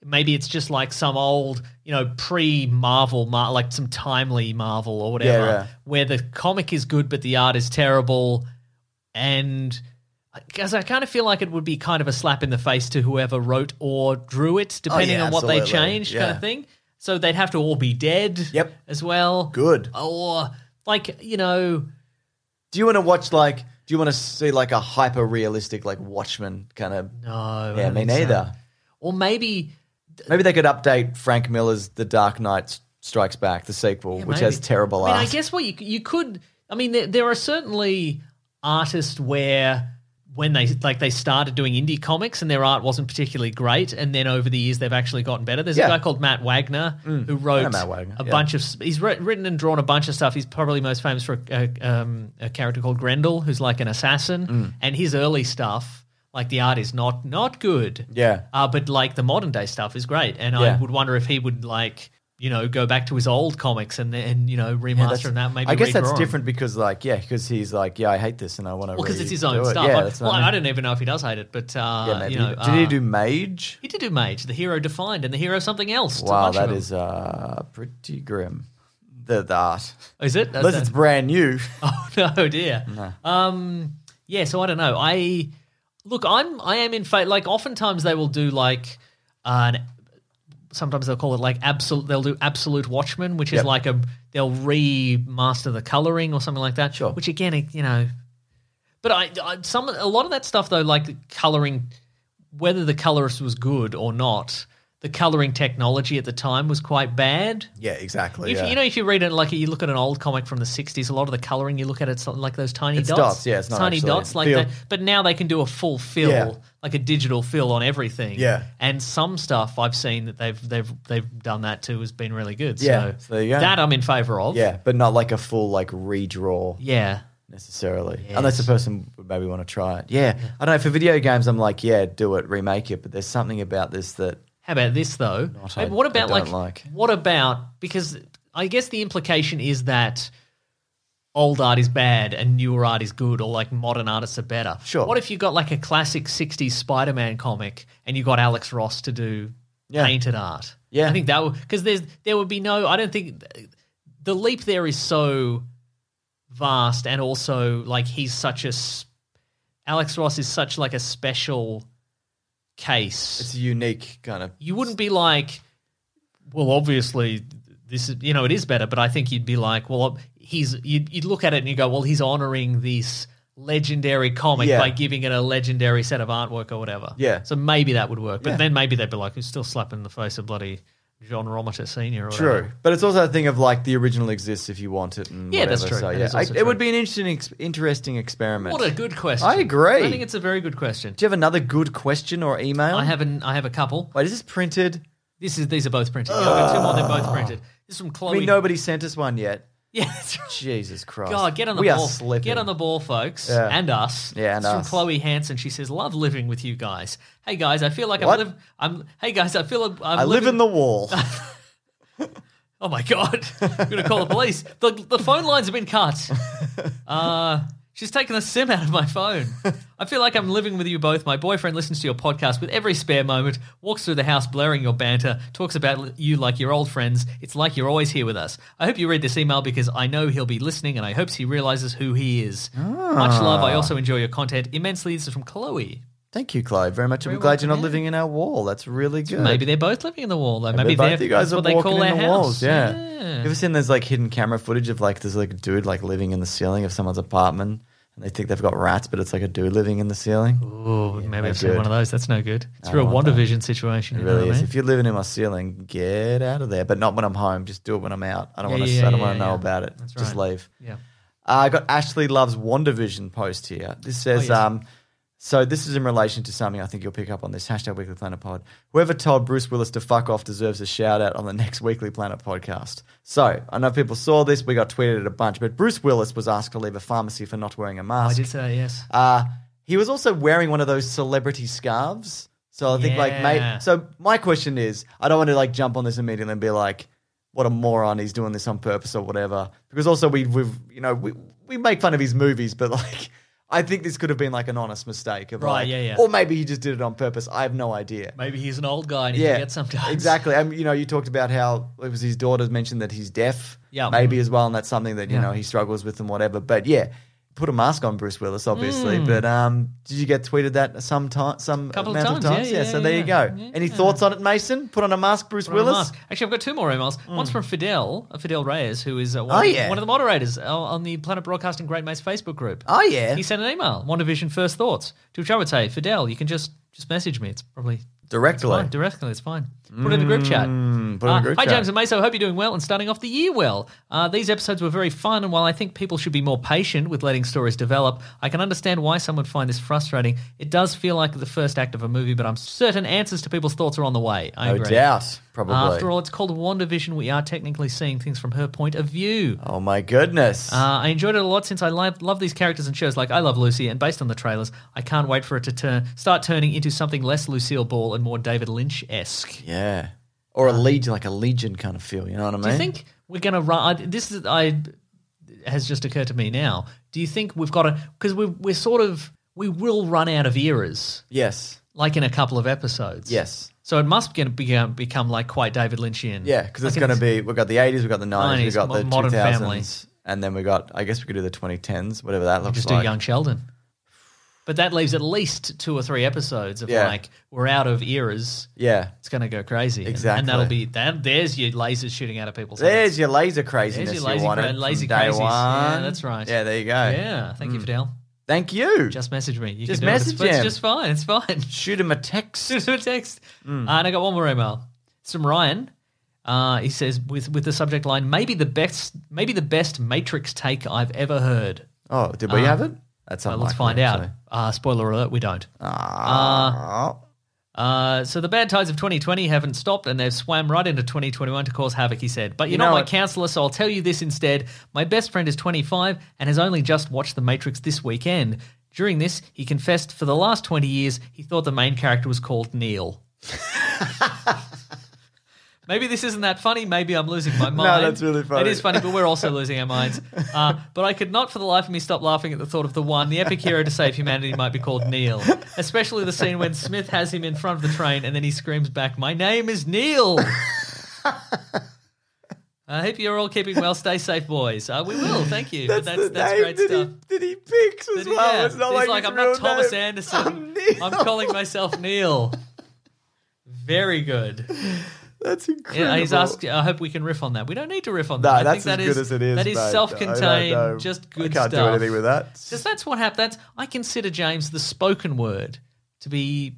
Speaker 3: Maybe it's just like some old, you know, pre-Marvel, Mar- like some timely Marvel or whatever,
Speaker 1: yeah.
Speaker 3: where the comic is good but the art is terrible, and because I kind of feel like it would be kind of a slap in the face to whoever wrote or drew it, depending
Speaker 1: Oh, yeah,
Speaker 3: on what they
Speaker 1: absolutely.
Speaker 3: changed,
Speaker 1: Yeah.
Speaker 3: kind of thing. So they'd have to all be dead.
Speaker 1: Yep.
Speaker 3: As well.
Speaker 1: Good.
Speaker 3: Or like you know,
Speaker 1: Do you want to watch like? Do you want to see like a hyper realistic like Watchmen kind of?
Speaker 3: no. I
Speaker 1: yeah,
Speaker 3: don't
Speaker 1: me
Speaker 3: think so.
Speaker 1: neither.
Speaker 3: Or maybe
Speaker 1: Maybe they could update Frank Miller's The Dark Knight Strikes Back, the sequel, which
Speaker 3: maybe.
Speaker 1: has terrible
Speaker 3: I mean,
Speaker 1: art.
Speaker 3: I guess what you you could. I mean, there, there are certainly artists where when they like they started doing indie comics and their art wasn't particularly great, and then over the years they've actually gotten better. There's
Speaker 1: Yeah. Mm.
Speaker 3: a guy called Matt Wagner who
Speaker 1: I know
Speaker 3: wrote
Speaker 1: Matt Wagner,
Speaker 3: a
Speaker 1: yeah.
Speaker 3: bunch of. He's writ- written and drawn a bunch of stuff. He's probably most famous for a, a, um, a character called Grendel, who's like an assassin,
Speaker 1: Mm.
Speaker 3: and his early stuff. Like the art is not not good,
Speaker 1: Yeah.
Speaker 3: Uh, but like the modern day stuff is great, and
Speaker 1: Yeah.
Speaker 3: I would wonder if he would like you know go back to his old comics and and you know
Speaker 1: Yeah,
Speaker 3: remaster
Speaker 1: that's-
Speaker 3: and that maybe.
Speaker 1: I guess that's
Speaker 3: redraw 'em.
Speaker 1: different because like yeah, because he's like yeah, I hate this and I want to.
Speaker 3: Well, because it's his own stuff.
Speaker 1: Yeah,
Speaker 3: I,
Speaker 1: that's what
Speaker 3: well,
Speaker 1: I,
Speaker 3: I
Speaker 1: mean.
Speaker 3: don't even know if he does hate it, but uh,
Speaker 1: Yeah, maybe.
Speaker 3: you know,
Speaker 1: Did he
Speaker 3: uh,
Speaker 1: do Mage?
Speaker 3: He did do Mage, the hero defined, and the hero something else.
Speaker 1: Wow,
Speaker 3: to a bunch of
Speaker 1: that
Speaker 3: them.
Speaker 1: is uh, pretty grim. The, the art,
Speaker 3: Is it? That's
Speaker 1: unless it's brand new.
Speaker 3: Oh no, dear. Um, yeah. So I don't know. I look. I'm. I am in fact. Like oftentimes they will do like uh, an. Sometimes they'll call it like absolute. They'll do absolute Watchmen, which is
Speaker 1: Yep.
Speaker 3: like a. They'll remaster the coloring or something like that.
Speaker 1: Sure.
Speaker 3: Which again, it- you know. But I, I some a lot of that stuff though, like coloring, whether the colorist was good or not, the coloring technology at the time was quite bad.
Speaker 1: yeah, exactly.
Speaker 3: If, You know, if you read it like you look at an old comic from the '60s, a lot of the coloring you look at it's like those tiny
Speaker 1: It's
Speaker 3: dots.
Speaker 1: dots, yeah, it's not
Speaker 3: tiny
Speaker 1: actually
Speaker 3: dots like
Speaker 1: filled.
Speaker 3: that. But now they can do a full fill,
Speaker 1: Yeah.
Speaker 3: like a digital fill on everything.
Speaker 1: Yeah.
Speaker 3: and some stuff I've seen that they've they've they've done that too has been really good.
Speaker 1: Yeah,
Speaker 3: so,
Speaker 1: so there you go.
Speaker 3: that I'm in favor of.
Speaker 1: Yeah, but not like a full like redraw
Speaker 3: yeah.
Speaker 1: necessarily, unless the person would maybe want to try it. Yeah. I don't know. For video games, I'm like, yeah, do it, remake it. But there's something about this that
Speaker 3: How about this though?
Speaker 1: I-
Speaker 3: Hey, what
Speaker 1: I
Speaker 3: about
Speaker 1: don't
Speaker 3: like,
Speaker 1: like.
Speaker 3: what about because I guess the implication is that old art is bad and newer art is good, or like modern artists are better.
Speaker 1: Sure.
Speaker 3: What if you got like a classic '60s Spider-Man comic and you got Alex Ross to do
Speaker 1: Yeah.
Speaker 3: painted art?
Speaker 1: Yeah.
Speaker 3: I think that would because there's there would be no. I don't think the leap there is so vast, and also like he's such a s- Alex Ross is such like a special case
Speaker 1: it's a unique kind of.
Speaker 3: you wouldn't be like, well, obviously this is you know it is better, but I think you'd be like, well, he's you'd, you'd look at it and you go, well, he's honoring this legendary comic
Speaker 1: Yeah.
Speaker 3: by giving it a legendary set of artwork or whatever.
Speaker 1: Yeah.
Speaker 3: So maybe that would work, but
Speaker 1: Yeah.
Speaker 3: then maybe they'd be like, it's still slapping in the face of bloody John Romita Senior. Or
Speaker 1: True,
Speaker 3: whatever.
Speaker 1: but it's also a thing of like the original exists if you want it, and
Speaker 3: Yeah,
Speaker 1: whatever.
Speaker 3: that's true.
Speaker 1: So,
Speaker 3: That
Speaker 1: yeah,
Speaker 3: is
Speaker 1: I,
Speaker 3: also
Speaker 1: it would
Speaker 3: true.
Speaker 1: be an interesting, ex- interesting experiment.
Speaker 3: What a good question.
Speaker 1: I agree.
Speaker 3: I think it's a very good question.
Speaker 1: Do you have another good question or email?
Speaker 3: I have an I have a couple.
Speaker 1: Wait, is this printed?
Speaker 3: This is these are both printed. Yeah, I've got two more. They're both printed. This is from
Speaker 1: I
Speaker 3: Chloe.
Speaker 1: mean, nobody sent us one yet.
Speaker 3: Yeah, that's right.
Speaker 1: Jesus Christ!
Speaker 3: God, get on the
Speaker 1: we
Speaker 3: ball.
Speaker 1: Are slipping.
Speaker 3: Get on the ball, folks.
Speaker 1: Yeah.
Speaker 3: And us.
Speaker 1: Yeah, and
Speaker 3: it's
Speaker 1: us.
Speaker 3: from Chloe Hansen. She says, Love living with you guys. Hey guys, I feel like
Speaker 1: What?
Speaker 3: I'm live I'm hey guys, I feel I'm, I'm
Speaker 1: I live
Speaker 3: living-
Speaker 1: in the wall.
Speaker 3: Oh my god. I'm gonna call the police. The the phone lines have been cut. Uh She's taken the SIM out of my phone. I feel like I'm living with you both. My boyfriend listens to your podcast with every spare moment, walks through the house blaring your banter, talks about l- you like your old friends. It's like you're always here with us. I hope you read this email because I know he'll be listening and I hope he realizes who he is. Much
Speaker 1: Ah.
Speaker 3: love. I also enjoy your content immensely. This is from Chloe.
Speaker 1: Thank you, Chloe, very much. I'm
Speaker 3: Very
Speaker 1: glad you're not
Speaker 3: welcome, yeah.
Speaker 1: living in our wall. That's really good.
Speaker 3: Maybe they're both living in the wall, though.
Speaker 1: Maybe
Speaker 3: Maybe
Speaker 1: both
Speaker 3: they're,
Speaker 1: you guys
Speaker 3: that's
Speaker 1: are
Speaker 3: what they
Speaker 1: walking
Speaker 3: call
Speaker 1: in
Speaker 3: their
Speaker 1: the
Speaker 3: house.
Speaker 1: walls. Yeah. You
Speaker 3: yeah.
Speaker 1: ever seen those like hidden camera footage of like there's like a dude like living in the ceiling of someone's apartment and they think they've got rats, but it's like a dude living in the ceiling.
Speaker 3: Oh, maybe I've seen
Speaker 1: good.
Speaker 3: one of those. That's no good. It's a real WandaVision situation.
Speaker 1: It
Speaker 3: you know
Speaker 1: really
Speaker 3: what I
Speaker 1: is.
Speaker 3: mean?
Speaker 1: If you're living in my ceiling, get out of there. But not when I'm home. Just do it when I'm out. I don't
Speaker 3: Yeah,
Speaker 1: want to.
Speaker 3: yeah,
Speaker 1: I don't
Speaker 3: yeah,
Speaker 1: want to know
Speaker 3: yeah.
Speaker 1: about it.
Speaker 3: That's
Speaker 1: Just
Speaker 3: right.
Speaker 1: leave.
Speaker 3: Yeah.
Speaker 1: Uh, I got Ashley loves WandaVision post here. This says, um, so this is in relation to something I think you'll pick up on this hashtag Weekly Planet Pod. Whoever told Bruce Willis to fuck off deserves a shout out on the next Weekly Planet podcast. So I know people saw this. We got tweeted it a bunch, but Bruce Willis was asked to leave a pharmacy for not wearing a mask.
Speaker 3: I did say yes.
Speaker 1: Uh, he was also wearing one of those celebrity scarves. So I think, like,
Speaker 3: Yeah.
Speaker 1: mate. So my question is, I don't want to like jump on this immediately and be like, "What a moron! He's doing this on purpose or whatever." Because also we we you know we we make fun of his movies, but like. I think this could have been like an honest mistake of
Speaker 3: Right,
Speaker 1: like,
Speaker 3: yeah, yeah.
Speaker 1: or maybe he just did it on purpose. I have no idea.
Speaker 3: Maybe he's an old guy and he
Speaker 1: Yeah,
Speaker 3: forgets sometimes.
Speaker 1: exactly. I mean, you know, you talked about how it was his daughters mentioned that he's deaf,
Speaker 3: Yeah. Mm-hmm.
Speaker 1: maybe as well, and that's something that you
Speaker 3: Yeah.
Speaker 1: know he struggles with and whatever. But yeah, put a mask on, Bruce Willis, obviously. But um, did you get tweeted that some time, some
Speaker 3: Mm. Couple of
Speaker 1: amount
Speaker 3: times, yeah, yeah,
Speaker 1: so
Speaker 3: yeah,
Speaker 1: there
Speaker 3: yeah.
Speaker 1: you go. Any thoughts on it, Mason? Put on a mask, Bruce
Speaker 3: Put on a
Speaker 1: Willis. Hmm.
Speaker 3: mask. Actually, I've got two more emails. One's from Fidel, uh, Fidel Reyes, who is uh, one
Speaker 1: Oh, yeah.
Speaker 3: one of the moderators uh, on the Planet Broadcasting Great Mates Facebook group.
Speaker 1: Oh yeah,
Speaker 3: He sent an email, WandaVision First Thoughts, to which I would say, Fidel, you can just, just message me. It's probably
Speaker 1: directly.
Speaker 3: fine. Directly, it's fine. Put it in the group chat.
Speaker 1: put it in
Speaker 3: Uh,
Speaker 1: the group
Speaker 3: hi,
Speaker 1: chat.
Speaker 3: James and Meso. Hope you're doing well and starting off the year well. Uh, these episodes were very fun, and while I think people should be more patient with letting stories develop, I can understand why some would find this frustrating. It does feel like the first act of a movie, but I'm certain answers to people's thoughts are on the way. I
Speaker 1: No
Speaker 3: agree. Uh,
Speaker 1: doubt, probably.
Speaker 3: After all, it's called WandaVision. We are technically seeing things from her point of view.
Speaker 1: oh my goodness.
Speaker 3: Uh, I enjoyed it a lot since I love, love these characters and shows like I Love Lucy, and based on the trailers, I can't wait for it to turn start turning into something less Lucille Ball and more David Lynch esque.
Speaker 1: yeah, or a legion, like a legion kind of feel. You know what I mean?
Speaker 3: uh, Do you think we're going to run? I, this is I has just occurred to me now. Do you think we've got to? Because we we're sort of we will run out of eras,
Speaker 1: Yes.
Speaker 3: like in a couple of episodes.
Speaker 1: Yes.
Speaker 3: So it must get, become, become like quite David Lynchian.
Speaker 1: Yeah, because it's
Speaker 3: Like
Speaker 1: going to be we've got the eighties, we've got the nineties, we've got
Speaker 3: 90s, mo-
Speaker 1: the two
Speaker 3: modern
Speaker 1: thousands, and then we got I guess we could do the twenty tens, whatever that looks
Speaker 3: just
Speaker 1: like.
Speaker 3: do Young Sheldon. But that leaves at least two or three episodes of
Speaker 1: Yeah.
Speaker 3: like we're out of eras.
Speaker 1: Yeah,
Speaker 3: It's going to go crazy. And-
Speaker 1: Exactly.
Speaker 3: And that'll be that. There's your lasers shooting out of people's
Speaker 1: there's
Speaker 3: heads.
Speaker 1: your laser craziness
Speaker 3: There's your
Speaker 1: you
Speaker 3: lazy
Speaker 1: wanted
Speaker 3: cra-
Speaker 1: from
Speaker 3: lazy
Speaker 1: day
Speaker 3: crazies.
Speaker 1: one.
Speaker 3: Yeah, that's right.
Speaker 1: Yeah, there you go.
Speaker 3: Yeah. Thank you,
Speaker 1: Mm.
Speaker 3: Fidel.
Speaker 1: Thank you. Just
Speaker 3: Just message me. You
Speaker 1: Just
Speaker 3: can do it. It's-
Speaker 1: message
Speaker 3: It's,
Speaker 1: him.
Speaker 3: just fine. It's fine.
Speaker 1: shoot him a text. Hmm.
Speaker 3: Just a text. Uh, and I got one more email. It's from Ryan. Uh, he says with with the subject line, maybe the best, maybe the best Matrix take I've ever heard.
Speaker 1: Oh, did we have it? That's
Speaker 3: Ah. Well,
Speaker 1: unlikely.
Speaker 3: let's find
Speaker 1: actually.
Speaker 3: out. Uh, spoiler alert: we don't.
Speaker 1: Ah.
Speaker 3: Uh, so the bad tides of 2020 haven't stopped and they've swam right into 2021 to cause havoc, he said. But you're
Speaker 1: You
Speaker 3: not
Speaker 1: know
Speaker 3: my
Speaker 1: what?
Speaker 3: counselor, so I'll tell you this instead. My best friend is 25 and has only just watched The Matrix this weekend. During this, he confessed for the last 20 years he thought the main character was called Neil. Maybe this isn't that funny. Maybe I'm losing my mind.
Speaker 1: that's really funny.
Speaker 3: It is funny, but we're also losing our minds. Uh, but I could not for the life of me stop laughing at the thought of the one, the epic hero to save humanity might be called Neil. Especially the scene when Smith has him in front of the train and then he screams back, My name is Neil. I hope you're all keeping well. Stay safe, boys. Uh, we will. Thank you. But
Speaker 1: That's,
Speaker 3: that's,
Speaker 1: the
Speaker 3: that's
Speaker 1: name
Speaker 3: great
Speaker 1: that,
Speaker 3: stuff.
Speaker 1: He, that he picks as
Speaker 3: But
Speaker 1: well.
Speaker 3: yeah,
Speaker 1: It's not
Speaker 3: he's
Speaker 1: like,
Speaker 3: like,
Speaker 1: his
Speaker 3: I'm not
Speaker 1: real
Speaker 3: Thomas
Speaker 1: name.
Speaker 3: Anderson.
Speaker 1: Neil.
Speaker 3: I'm calling myself Neil. Very good.
Speaker 1: That's incredible.
Speaker 3: Yeah, he's asked. I hope we can riff on that. We don't need to riff on
Speaker 1: No,
Speaker 3: that. I
Speaker 1: that's
Speaker 3: think that
Speaker 1: as
Speaker 3: is
Speaker 1: good as it is.
Speaker 3: That is
Speaker 1: mate. I don't know.
Speaker 3: self-contained, just good
Speaker 1: I can't
Speaker 3: stuff.
Speaker 1: do anything with that.
Speaker 3: 'Cause that's what happened. That's I consider James the spoken word to be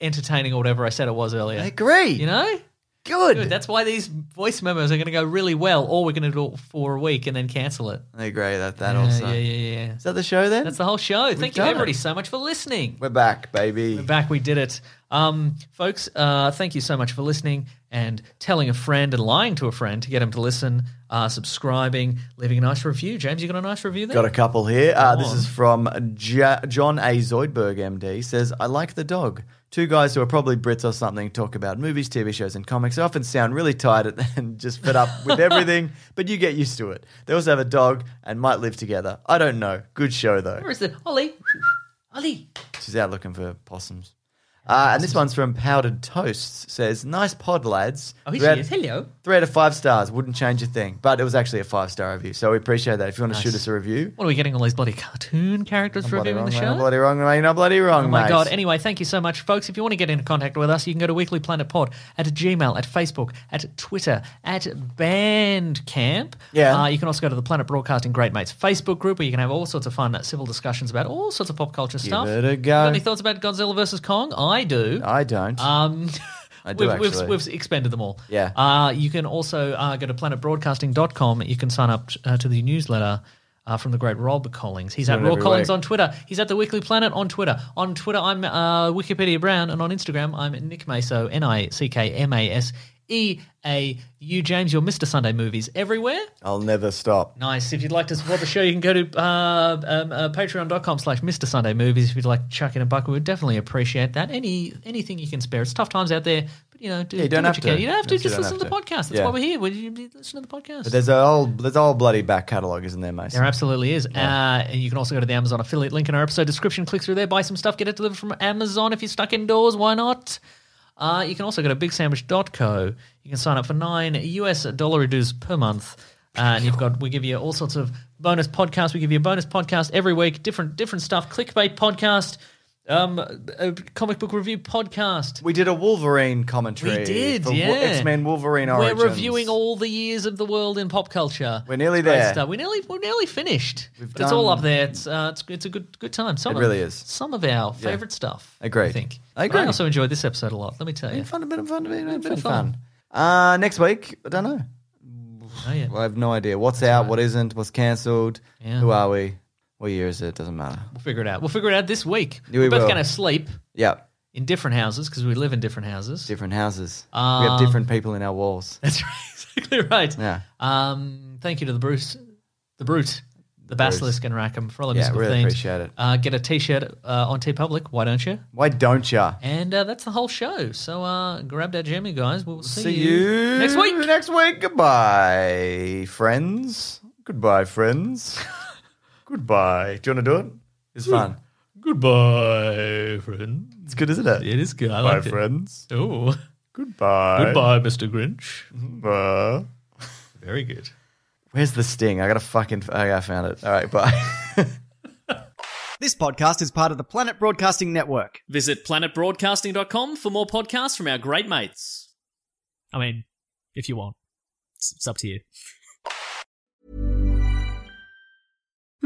Speaker 3: entertaining or whatever I said it was earlier.
Speaker 1: I agree.
Speaker 3: You know,
Speaker 1: good.
Speaker 3: good. That's why these voice memos are going to go really well, or we're going to do it for a week and then cancel it.
Speaker 1: I agree that that
Speaker 3: Yeah,
Speaker 1: also.
Speaker 3: yeah, yeah, yeah.
Speaker 1: Is that the show then?
Speaker 3: That's the whole show. Thank you,
Speaker 1: done it.
Speaker 3: everybody, so much for listening.
Speaker 1: We're back, baby.
Speaker 3: We're back. We did it. Um, folks, uh, thank you so much for listening and telling a friend and lying to a friend to get him to listen, uh, subscribing, leaving a nice review. James, you got a nice review there?
Speaker 1: Got a couple here. Uh,
Speaker 3: Go
Speaker 1: this
Speaker 3: on.
Speaker 1: is from J- John A. Zoidberg, MD. Says, I like the dog. Two guys who are probably Brits or something talk about movies, TV shows, and comics. They often sound really tired and just fed up with everything, but you get used to it. They also have a dog and might live together. I don't know. Good show, though.
Speaker 3: Where is it? Ollie. Ollie.
Speaker 1: She's out looking for possums. Uh, and this one's from Powdered Toasts. Says, nice pod, lads.
Speaker 3: Oh, here
Speaker 1: You had-
Speaker 3: she is. Hello.
Speaker 1: Three out of five stars. Wouldn't change a thing. But it was actually a five star review. So we appreciate that. If you want to shoot us a review,
Speaker 3: What are we getting all these bloody cartoon characters
Speaker 1: bloody
Speaker 3: reviewing
Speaker 1: wrong,
Speaker 3: the
Speaker 1: mate.
Speaker 3: show?
Speaker 1: I'm bloody wrong, mate. I'm bloody wrong,
Speaker 3: Oh my
Speaker 1: mate.
Speaker 3: God. Anyway, thank you so much, folks. If you want to get into contact with us, you can go to Weekly Planet Pod at Gmail, at Facebook, at Twitter, at Bandcamp.
Speaker 1: Yeah.
Speaker 3: Uh, you can also go to the Planet Broadcasting Great Mates Facebook group where you can have all sorts of fun uh, civil discussions about all sorts of pop culture stuff.
Speaker 1: it a
Speaker 3: You
Speaker 1: go.
Speaker 3: got any thoughts about Godzilla versus Kong? I do.
Speaker 1: I don't.
Speaker 3: Um,
Speaker 1: I do
Speaker 3: we've, we've,
Speaker 1: actually.
Speaker 3: we've expended them all.
Speaker 1: Yeah.
Speaker 3: Uh, you can also uh, go to planetbroadcasting.com. You can sign up uh, to the newsletter. uh, from the great Rob Collings. He's at
Speaker 1: it
Speaker 3: Raw
Speaker 1: every
Speaker 3: Collings
Speaker 1: week.
Speaker 3: on Twitter. He's at the Weekly Planet on Twitter. On Twitter, I'm uh, Wikipedia Brown, and on Instagram, I'm Nick Maso, N I C K M A S E A U. James, your Mr. Sunday movies everywhere.
Speaker 1: I'll never stop.
Speaker 3: Nice. If you'd like to support the show, you can go to uh, um, uh, patreon.com slash Mr. Sunday Movies. If you'd like to chuck in a buck, we would definitely appreciate that. Any Anything you can spare. It's tough times out there, but, you know, do,
Speaker 1: you don't
Speaker 3: do what
Speaker 1: have
Speaker 3: you
Speaker 1: to.
Speaker 3: can. You don't have to.
Speaker 1: You
Speaker 3: Just
Speaker 1: don't
Speaker 3: listen to the
Speaker 1: have to.
Speaker 3: podcast. That's
Speaker 1: Yeah.
Speaker 3: why we're here. We- you Listen to the podcast.
Speaker 1: But there's a whole there's a whole bloody back catalogue, isn't there, Mason?
Speaker 3: There absolutely is. Uh, and you can also go to the Amazon affiliate link in our episode description. Click through there, buy some stuff, get it delivered from Amazon if you're stuck indoors. Why not? Uh, you can also go to bigsandwich.co. You can sign up for nine US dollar dues per month. Uh, and you've got we give you all sorts of bonus podcasts. We give you a bonus podcast every week, different different stuff. Clickbait podcast, um, a comic book review podcast.
Speaker 1: We did a Wolverine commentary.
Speaker 3: We did,
Speaker 1: for
Speaker 3: yeah.
Speaker 1: X Men Wolverine
Speaker 3: We're
Speaker 1: Origins.
Speaker 3: reviewing all the years of the world in pop culture.
Speaker 1: We're nearly
Speaker 3: Great
Speaker 1: there.
Speaker 3: stuff. We're nearly we're nearly finished.
Speaker 1: We've
Speaker 3: but it's all
Speaker 1: done-
Speaker 3: up there. It's uh, it's it's a good good time. Some
Speaker 1: It
Speaker 3: of-
Speaker 1: really is.
Speaker 3: Some of our favorite stuff.
Speaker 1: Agreed.
Speaker 3: I think.
Speaker 1: I
Speaker 3: But I
Speaker 1: agree.
Speaker 3: also enjoyed this episode a lot. Let me tell you.
Speaker 1: Bit fun, a bit of fun, a bit, a bit of
Speaker 3: fun.
Speaker 1: fun. Uh, next week, I don't know.
Speaker 3: Oh, yeah.
Speaker 1: I have no idea what's out, what isn't, what's cancelled.
Speaker 3: Yeah.
Speaker 1: Who are we? What year is it? Doesn't matter.
Speaker 3: We'll figure it out. We'll figure it out this week.
Speaker 1: Yeah, we
Speaker 3: We're both
Speaker 1: will.
Speaker 3: going to sleep
Speaker 1: Yeah,
Speaker 3: in different houses because we live in different houses.
Speaker 1: different houses. we have different
Speaker 3: Um,
Speaker 1: people in our walls.
Speaker 3: That's right. Exactly right.
Speaker 1: Yeah.
Speaker 3: Um, thank you to the Bruce, the Brute, the Basilisk and Rackham for all the
Speaker 1: Yeah,
Speaker 3: musical
Speaker 1: really
Speaker 3: themes.
Speaker 1: appreciate it.
Speaker 3: Uh, get a T-shirt uh, on T Public. Why don't you?
Speaker 1: Why don't ya?
Speaker 3: And uh, that's the whole show. So uh, grab that gem, you guys. We'll see,
Speaker 1: See you
Speaker 3: next week.
Speaker 1: Next week. Goodbye, friends. Goodbye, friends. Goodbye. Do you want to do it? It's fun.
Speaker 3: Goodbye, friend.
Speaker 1: It's good, isn't it?
Speaker 3: It is good. I
Speaker 1: Bye,
Speaker 3: liked it.
Speaker 1: friends.
Speaker 3: Oh,
Speaker 1: Goodbye.
Speaker 3: goodbye, Mr. Grinch.
Speaker 1: Goodbye.
Speaker 3: Mm-hmm. Very good.
Speaker 1: Where's the sting? I gotta fucking. Okay, I found it. All right, bye.
Speaker 6: This podcast is part of the Planet Broadcasting Network.
Speaker 2: Visit planetbroadcasting.com for more podcasts from our great mates.
Speaker 7: I mean, if you want, it's, it's up to you.